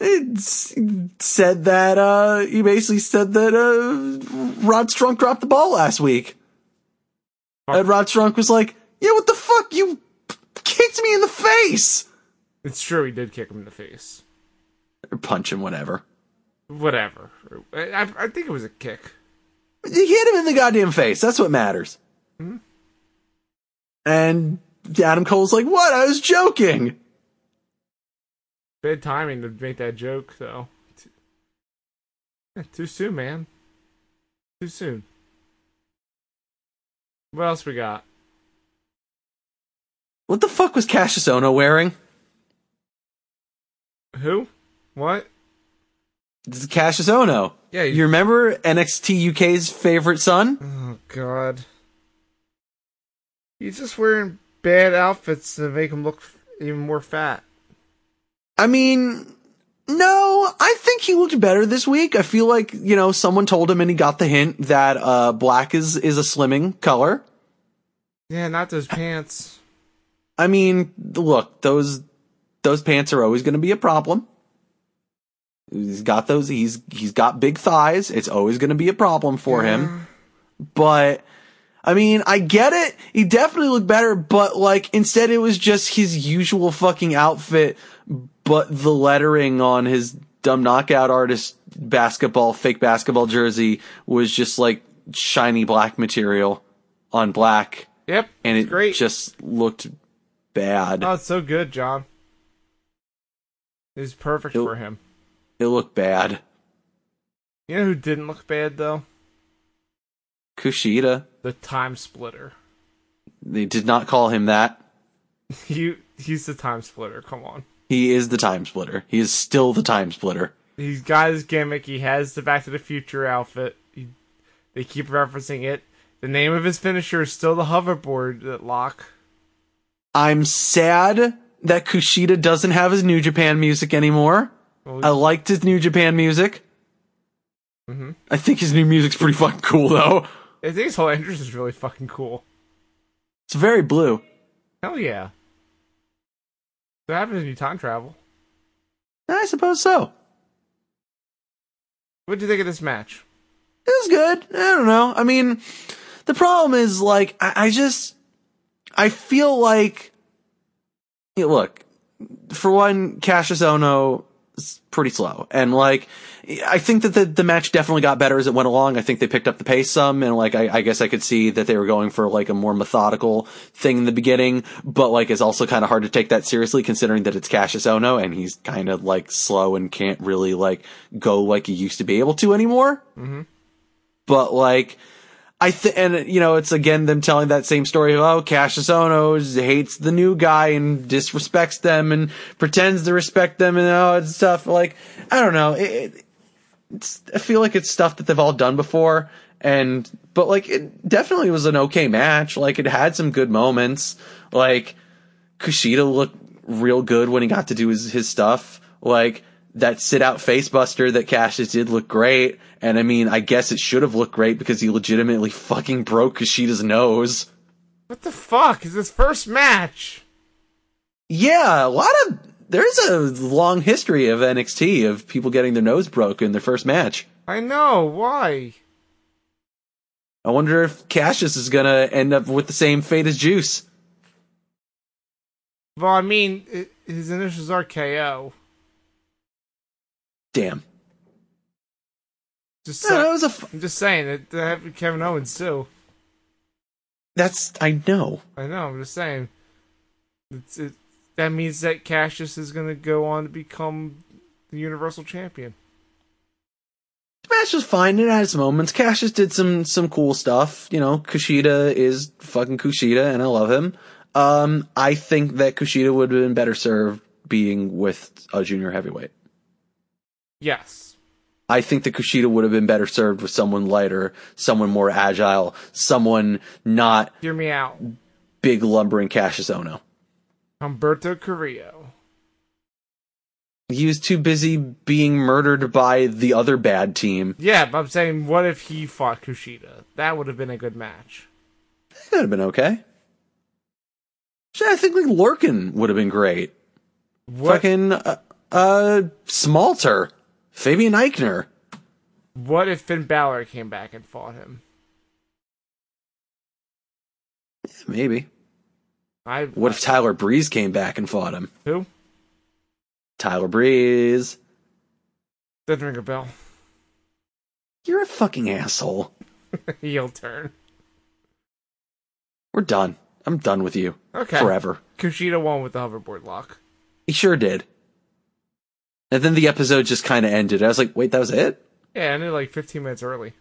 [SPEAKER 2] It s- said that, uh, he basically said that, uh, Rod Strunk dropped the ball last week. And Rod Strunk was like, yeah, what the fuck? You p- kicked me in the face!
[SPEAKER 1] It's true, he did kick him in the face.
[SPEAKER 2] or punch him, whatever.
[SPEAKER 1] Whatever. I, I- I think it was a kick.
[SPEAKER 2] You hit him in the goddamn face. That's what matters. And Adam Cole's like, "What? I was joking."
[SPEAKER 1] Bad timing to make that joke, though. T- yeah, Too soon, man. Too soon. What else we got?
[SPEAKER 2] What the fuck was Cassius Ono wearing?
[SPEAKER 1] Who? What?
[SPEAKER 2] This is Cassius Ono.
[SPEAKER 1] Yeah,
[SPEAKER 2] You remember NXT UK's favorite son?
[SPEAKER 1] Oh God. He's just wearing bad outfits to make him look f- even more fat.
[SPEAKER 2] I mean, no, I think he looked better this week. I feel like, you know, someone told him and he got the hint that uh black is is a slimming color.
[SPEAKER 1] Yeah, not those pants.
[SPEAKER 2] I mean, look, those those pants are always going to be a problem. He's got those he's he's got big thighs. It's always going to be a problem for him. But I mean, I get it. He definitely looked better, but like instead it was just his usual fucking outfit but the lettering on his dumb knockout artist basketball fake basketball jersey was just like shiny black material on black
[SPEAKER 1] Yep,
[SPEAKER 2] and
[SPEAKER 1] it's
[SPEAKER 2] it
[SPEAKER 1] great.
[SPEAKER 2] just looked bad.
[SPEAKER 1] oh, it's so good, John. It's perfect
[SPEAKER 2] Nope.
[SPEAKER 1] for him.
[SPEAKER 2] it looked bad.
[SPEAKER 1] You know who didn't look bad though?
[SPEAKER 2] Kushida,
[SPEAKER 1] The time splitter.
[SPEAKER 2] they did not call him that.
[SPEAKER 1] You, he's the time splitter. Come on.
[SPEAKER 2] He is the time splitter. He is still the time splitter.
[SPEAKER 1] He's got his gimmick. He has the Back to the Future outfit. He, they keep referencing it. The name of his finisher is still the hoverboard that lock.
[SPEAKER 2] I'm sad that Kushida doesn't have his New Japan music anymore.
[SPEAKER 1] Well,
[SPEAKER 2] I liked his New Japan music.
[SPEAKER 1] Mm-hmm.
[SPEAKER 2] I think his new music's pretty fucking cool though.
[SPEAKER 1] I think his whole entrance is really fucking cool.
[SPEAKER 2] It's very blue.
[SPEAKER 1] Hell yeah. What happens when you time travel?
[SPEAKER 2] I suppose so.
[SPEAKER 1] What do you think of this match?
[SPEAKER 2] it was good. I don't know. I mean, the problem is like I, I just I feel like Yeah, look for one, Cassius Ono is pretty slow, and like I think that the the match definitely got better as it went along. I think they picked up the pace some, and like I, I guess I could see that they were going for like a more methodical thing in the beginning, but like it's also kind of hard to take that seriously considering that it's Cassius Ono and he's kind of like slow and can't really like go like he used to be able to anymore but like I th- and you know it's again them telling that same story of oh Cassius Ono is- hates the new guy and disrespects them and pretends to respect them and oh it's stuff like I don't know it, it- it's I feel like it's stuff that they've all done before and but like it definitely was an okay match like it had some good moments like Kushida looked real good when he got to do his, his stuff. Like that sit out face buster that Cassius did look great. And I mean, I guess it should have looked great because he legitimately fucking broke Kushida's nose.
[SPEAKER 1] What the fuck is this first match?
[SPEAKER 2] Yeah, a lot of there's a long history of NXT of people getting their nose broke in their first match.
[SPEAKER 1] I know, why?
[SPEAKER 2] I wonder if Cassius is gonna end up with the same fate as Juice.
[SPEAKER 1] Well, I mean, i his initials are KO.
[SPEAKER 2] Damn.
[SPEAKER 1] Just,
[SPEAKER 2] Yeah, that
[SPEAKER 1] sa-
[SPEAKER 2] was a. F-
[SPEAKER 1] I'm just saying, that that happened to Kevin Owens too.
[SPEAKER 2] that's I know.
[SPEAKER 1] I know, I'm just saying. It's, it, that means that Cassius is gonna go on to become the Universal Champion.
[SPEAKER 2] the match was fine. It had its moments. Cassius did some some cool stuff. You know, Kushida is fucking Kushida, and I love him. Um, I think that Kushida would have been better served being with a junior heavyweight.
[SPEAKER 1] Yes.
[SPEAKER 2] I think that Kushida would have been better served with someone lighter, someone more agile, someone not
[SPEAKER 1] Hear me out.
[SPEAKER 2] big lumbering Cassius Ono.
[SPEAKER 1] Humberto Carrillo.
[SPEAKER 2] He was too busy being murdered by the other bad team.
[SPEAKER 1] Yeah, but I'm saying, what if he fought Kushida? That would have been a good match.
[SPEAKER 2] That would have been okay. Shit, I think like Lorkin would have been great.
[SPEAKER 1] What
[SPEAKER 2] fucking uh, uh Smalter, Fabian Eichner.
[SPEAKER 1] What if Finn Balor came back and fought him?
[SPEAKER 2] Maybe.
[SPEAKER 1] I
[SPEAKER 2] What if Tyler Breeze came back and fought him?
[SPEAKER 1] who?
[SPEAKER 2] Tyler Breeze,
[SPEAKER 1] Doesn't ring a bell.
[SPEAKER 2] You're a fucking asshole.
[SPEAKER 1] Heel turn.
[SPEAKER 2] We're done. I'm done with you
[SPEAKER 1] Okay.
[SPEAKER 2] forever.
[SPEAKER 1] Kushida won with the hoverboard lock.
[SPEAKER 2] He sure did. And then the episode just kind of ended. I was like, wait, that was it?
[SPEAKER 1] Yeah, ended like 15 minutes early.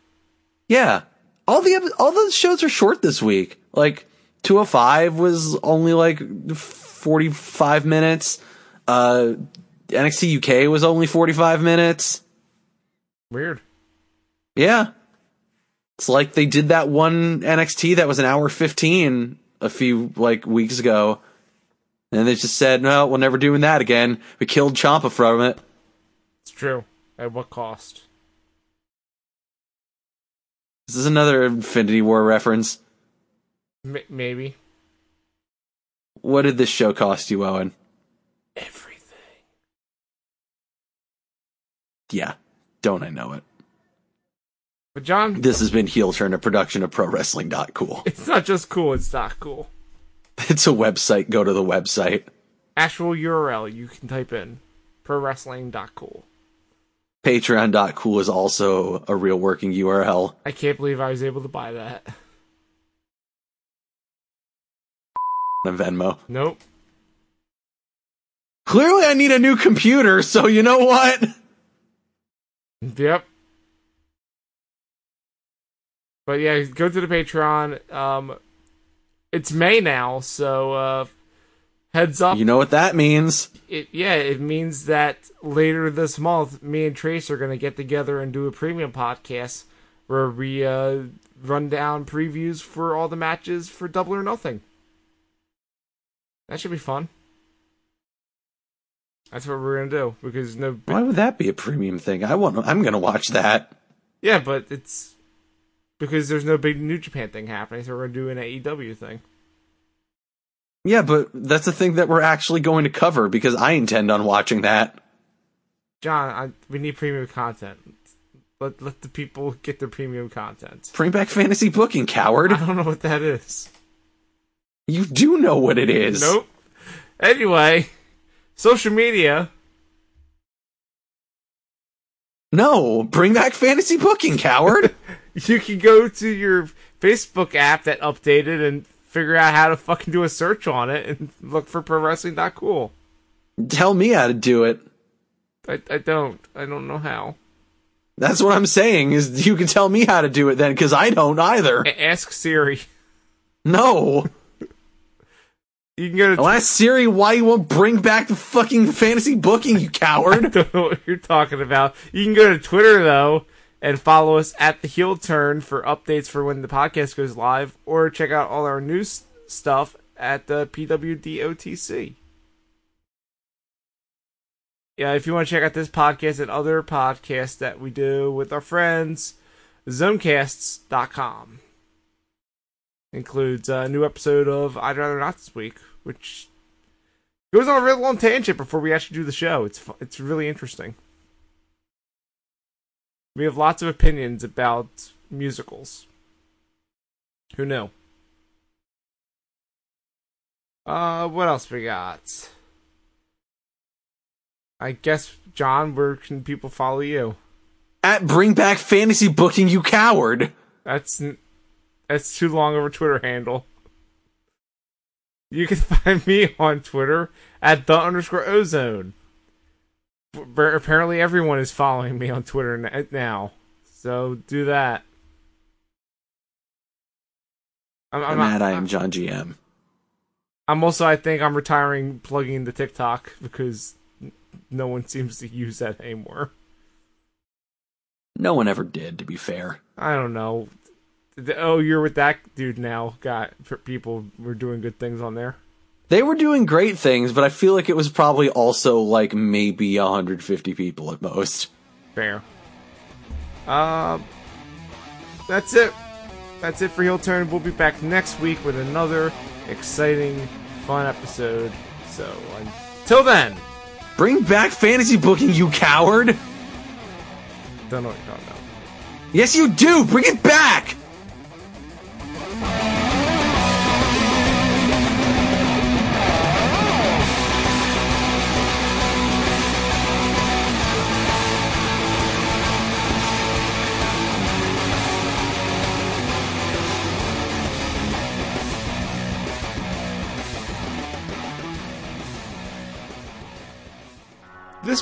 [SPEAKER 2] Yeah. All the epi- all the shows are short this week. Like 205 was only like 45 minutes. Uh NXT UK was only 45 minutes.
[SPEAKER 1] Weird.
[SPEAKER 2] Yeah. It's like they did that one NXT that was an hour 15 a few like weeks ago. And they just said, "No, we're never doing that again. We killed Champa from it."
[SPEAKER 1] It's true. At what cost?
[SPEAKER 2] This is another Infinity War reference.
[SPEAKER 1] M- maybe.
[SPEAKER 2] What did this show cost you, Owen?
[SPEAKER 1] Everything.
[SPEAKER 2] Yeah. Don't I know it?
[SPEAKER 1] But John,
[SPEAKER 2] This has been Heel Turn, a production of ProWrestling.cool.
[SPEAKER 1] it's not just cool, it's not cool.
[SPEAKER 2] It's a website. Go to the website.
[SPEAKER 1] Actual URL you can type in prowrestling.cool.
[SPEAKER 2] Patreon.cool is also a real working URL.
[SPEAKER 1] I can't believe I was able to buy that.
[SPEAKER 2] on Venmo.
[SPEAKER 1] Nope.
[SPEAKER 2] Clearly, I need a new computer, so you know what?
[SPEAKER 1] Yep. But yeah, go to the Patreon. Um, it's May now, so uh, heads up.
[SPEAKER 2] You know what that means.
[SPEAKER 1] it, yeah, it means that later this month, me and Trace are gonna get together and do a premium podcast where we uh, run down previews for all the matches for Double or Nothing. That should be fun. That's what we're gonna do because no,
[SPEAKER 2] Why would that be a premium thing? I want. I'm gonna watch that.
[SPEAKER 1] yeah, but it's because there's no big New Japan thing happening, so we're gonna do an AEW thing.
[SPEAKER 2] Yeah, but that's the thing that we're actually going to cover because I intend on watching that.
[SPEAKER 1] John, I, we need premium content. Let let the people get their premium content.
[SPEAKER 2] Bring back fantasy booking, coward.
[SPEAKER 1] I don't know what that is.
[SPEAKER 2] You do know what it is.
[SPEAKER 1] Nope. Anyway, social media.
[SPEAKER 2] No, bring back fantasy booking, coward.
[SPEAKER 1] You can go to your Facebook app that updated and figure out how to fucking do a search on it and look for pro wrestling cool.
[SPEAKER 2] Tell me how to do it.
[SPEAKER 1] I, I don't. I don't know how.
[SPEAKER 2] That's what I'm saying is you can tell me how to do it then because I don't either.
[SPEAKER 1] A- ask Siri.
[SPEAKER 2] No.
[SPEAKER 1] You can go to.
[SPEAKER 2] I'll ask Siri why you won't bring back the fucking fantasy booking, you
[SPEAKER 1] I
[SPEAKER 2] coward.
[SPEAKER 1] don't know what you're talking about. You can go to Twitter though and follow us at the heel turn for updates for when the podcast goes live, or check out all our new s- stuff at the PWDOTC. Yeah, if you want to check out this podcast and other podcasts that we do with our friends, zonecasts.com includes a new episode of I'd Rather Not this week, which goes on a real long tangent before we actually do the show. It's fu- it's really interesting. We have lots of opinions about musicals. Who knew? Uh, what else we got? I guess John, where can people follow you?
[SPEAKER 2] At bring back fantasy booking, you coward.
[SPEAKER 1] That's n- that's too long of a Twitter handle. You can find me on Twitter at the underscore ozone. Where apparently everyone is following me on Twitter n- now, so do that. I'm,
[SPEAKER 2] I'm,
[SPEAKER 1] I'm,
[SPEAKER 2] at I
[SPEAKER 1] I'm,
[SPEAKER 2] am John GM.
[SPEAKER 1] I'm also I think I'm retiring plugging the TikTok because n- no one seems to use that anymore.
[SPEAKER 2] No one ever did, to be fair.
[SPEAKER 1] I don't know. The, oh, you're with that dude now. Got people were doing good things on there.
[SPEAKER 2] They were doing great things, but I feel like it was probably also like maybe 150 people at most.
[SPEAKER 1] Fair. Uh, that's it. That's it for Heel Turn. We'll be back next week with another exciting, fun episode. So until then,
[SPEAKER 2] Bring back fantasy booking, you coward.
[SPEAKER 1] don't know what you're talking about.
[SPEAKER 2] Yes, you do. Bring it back.
[SPEAKER 1] This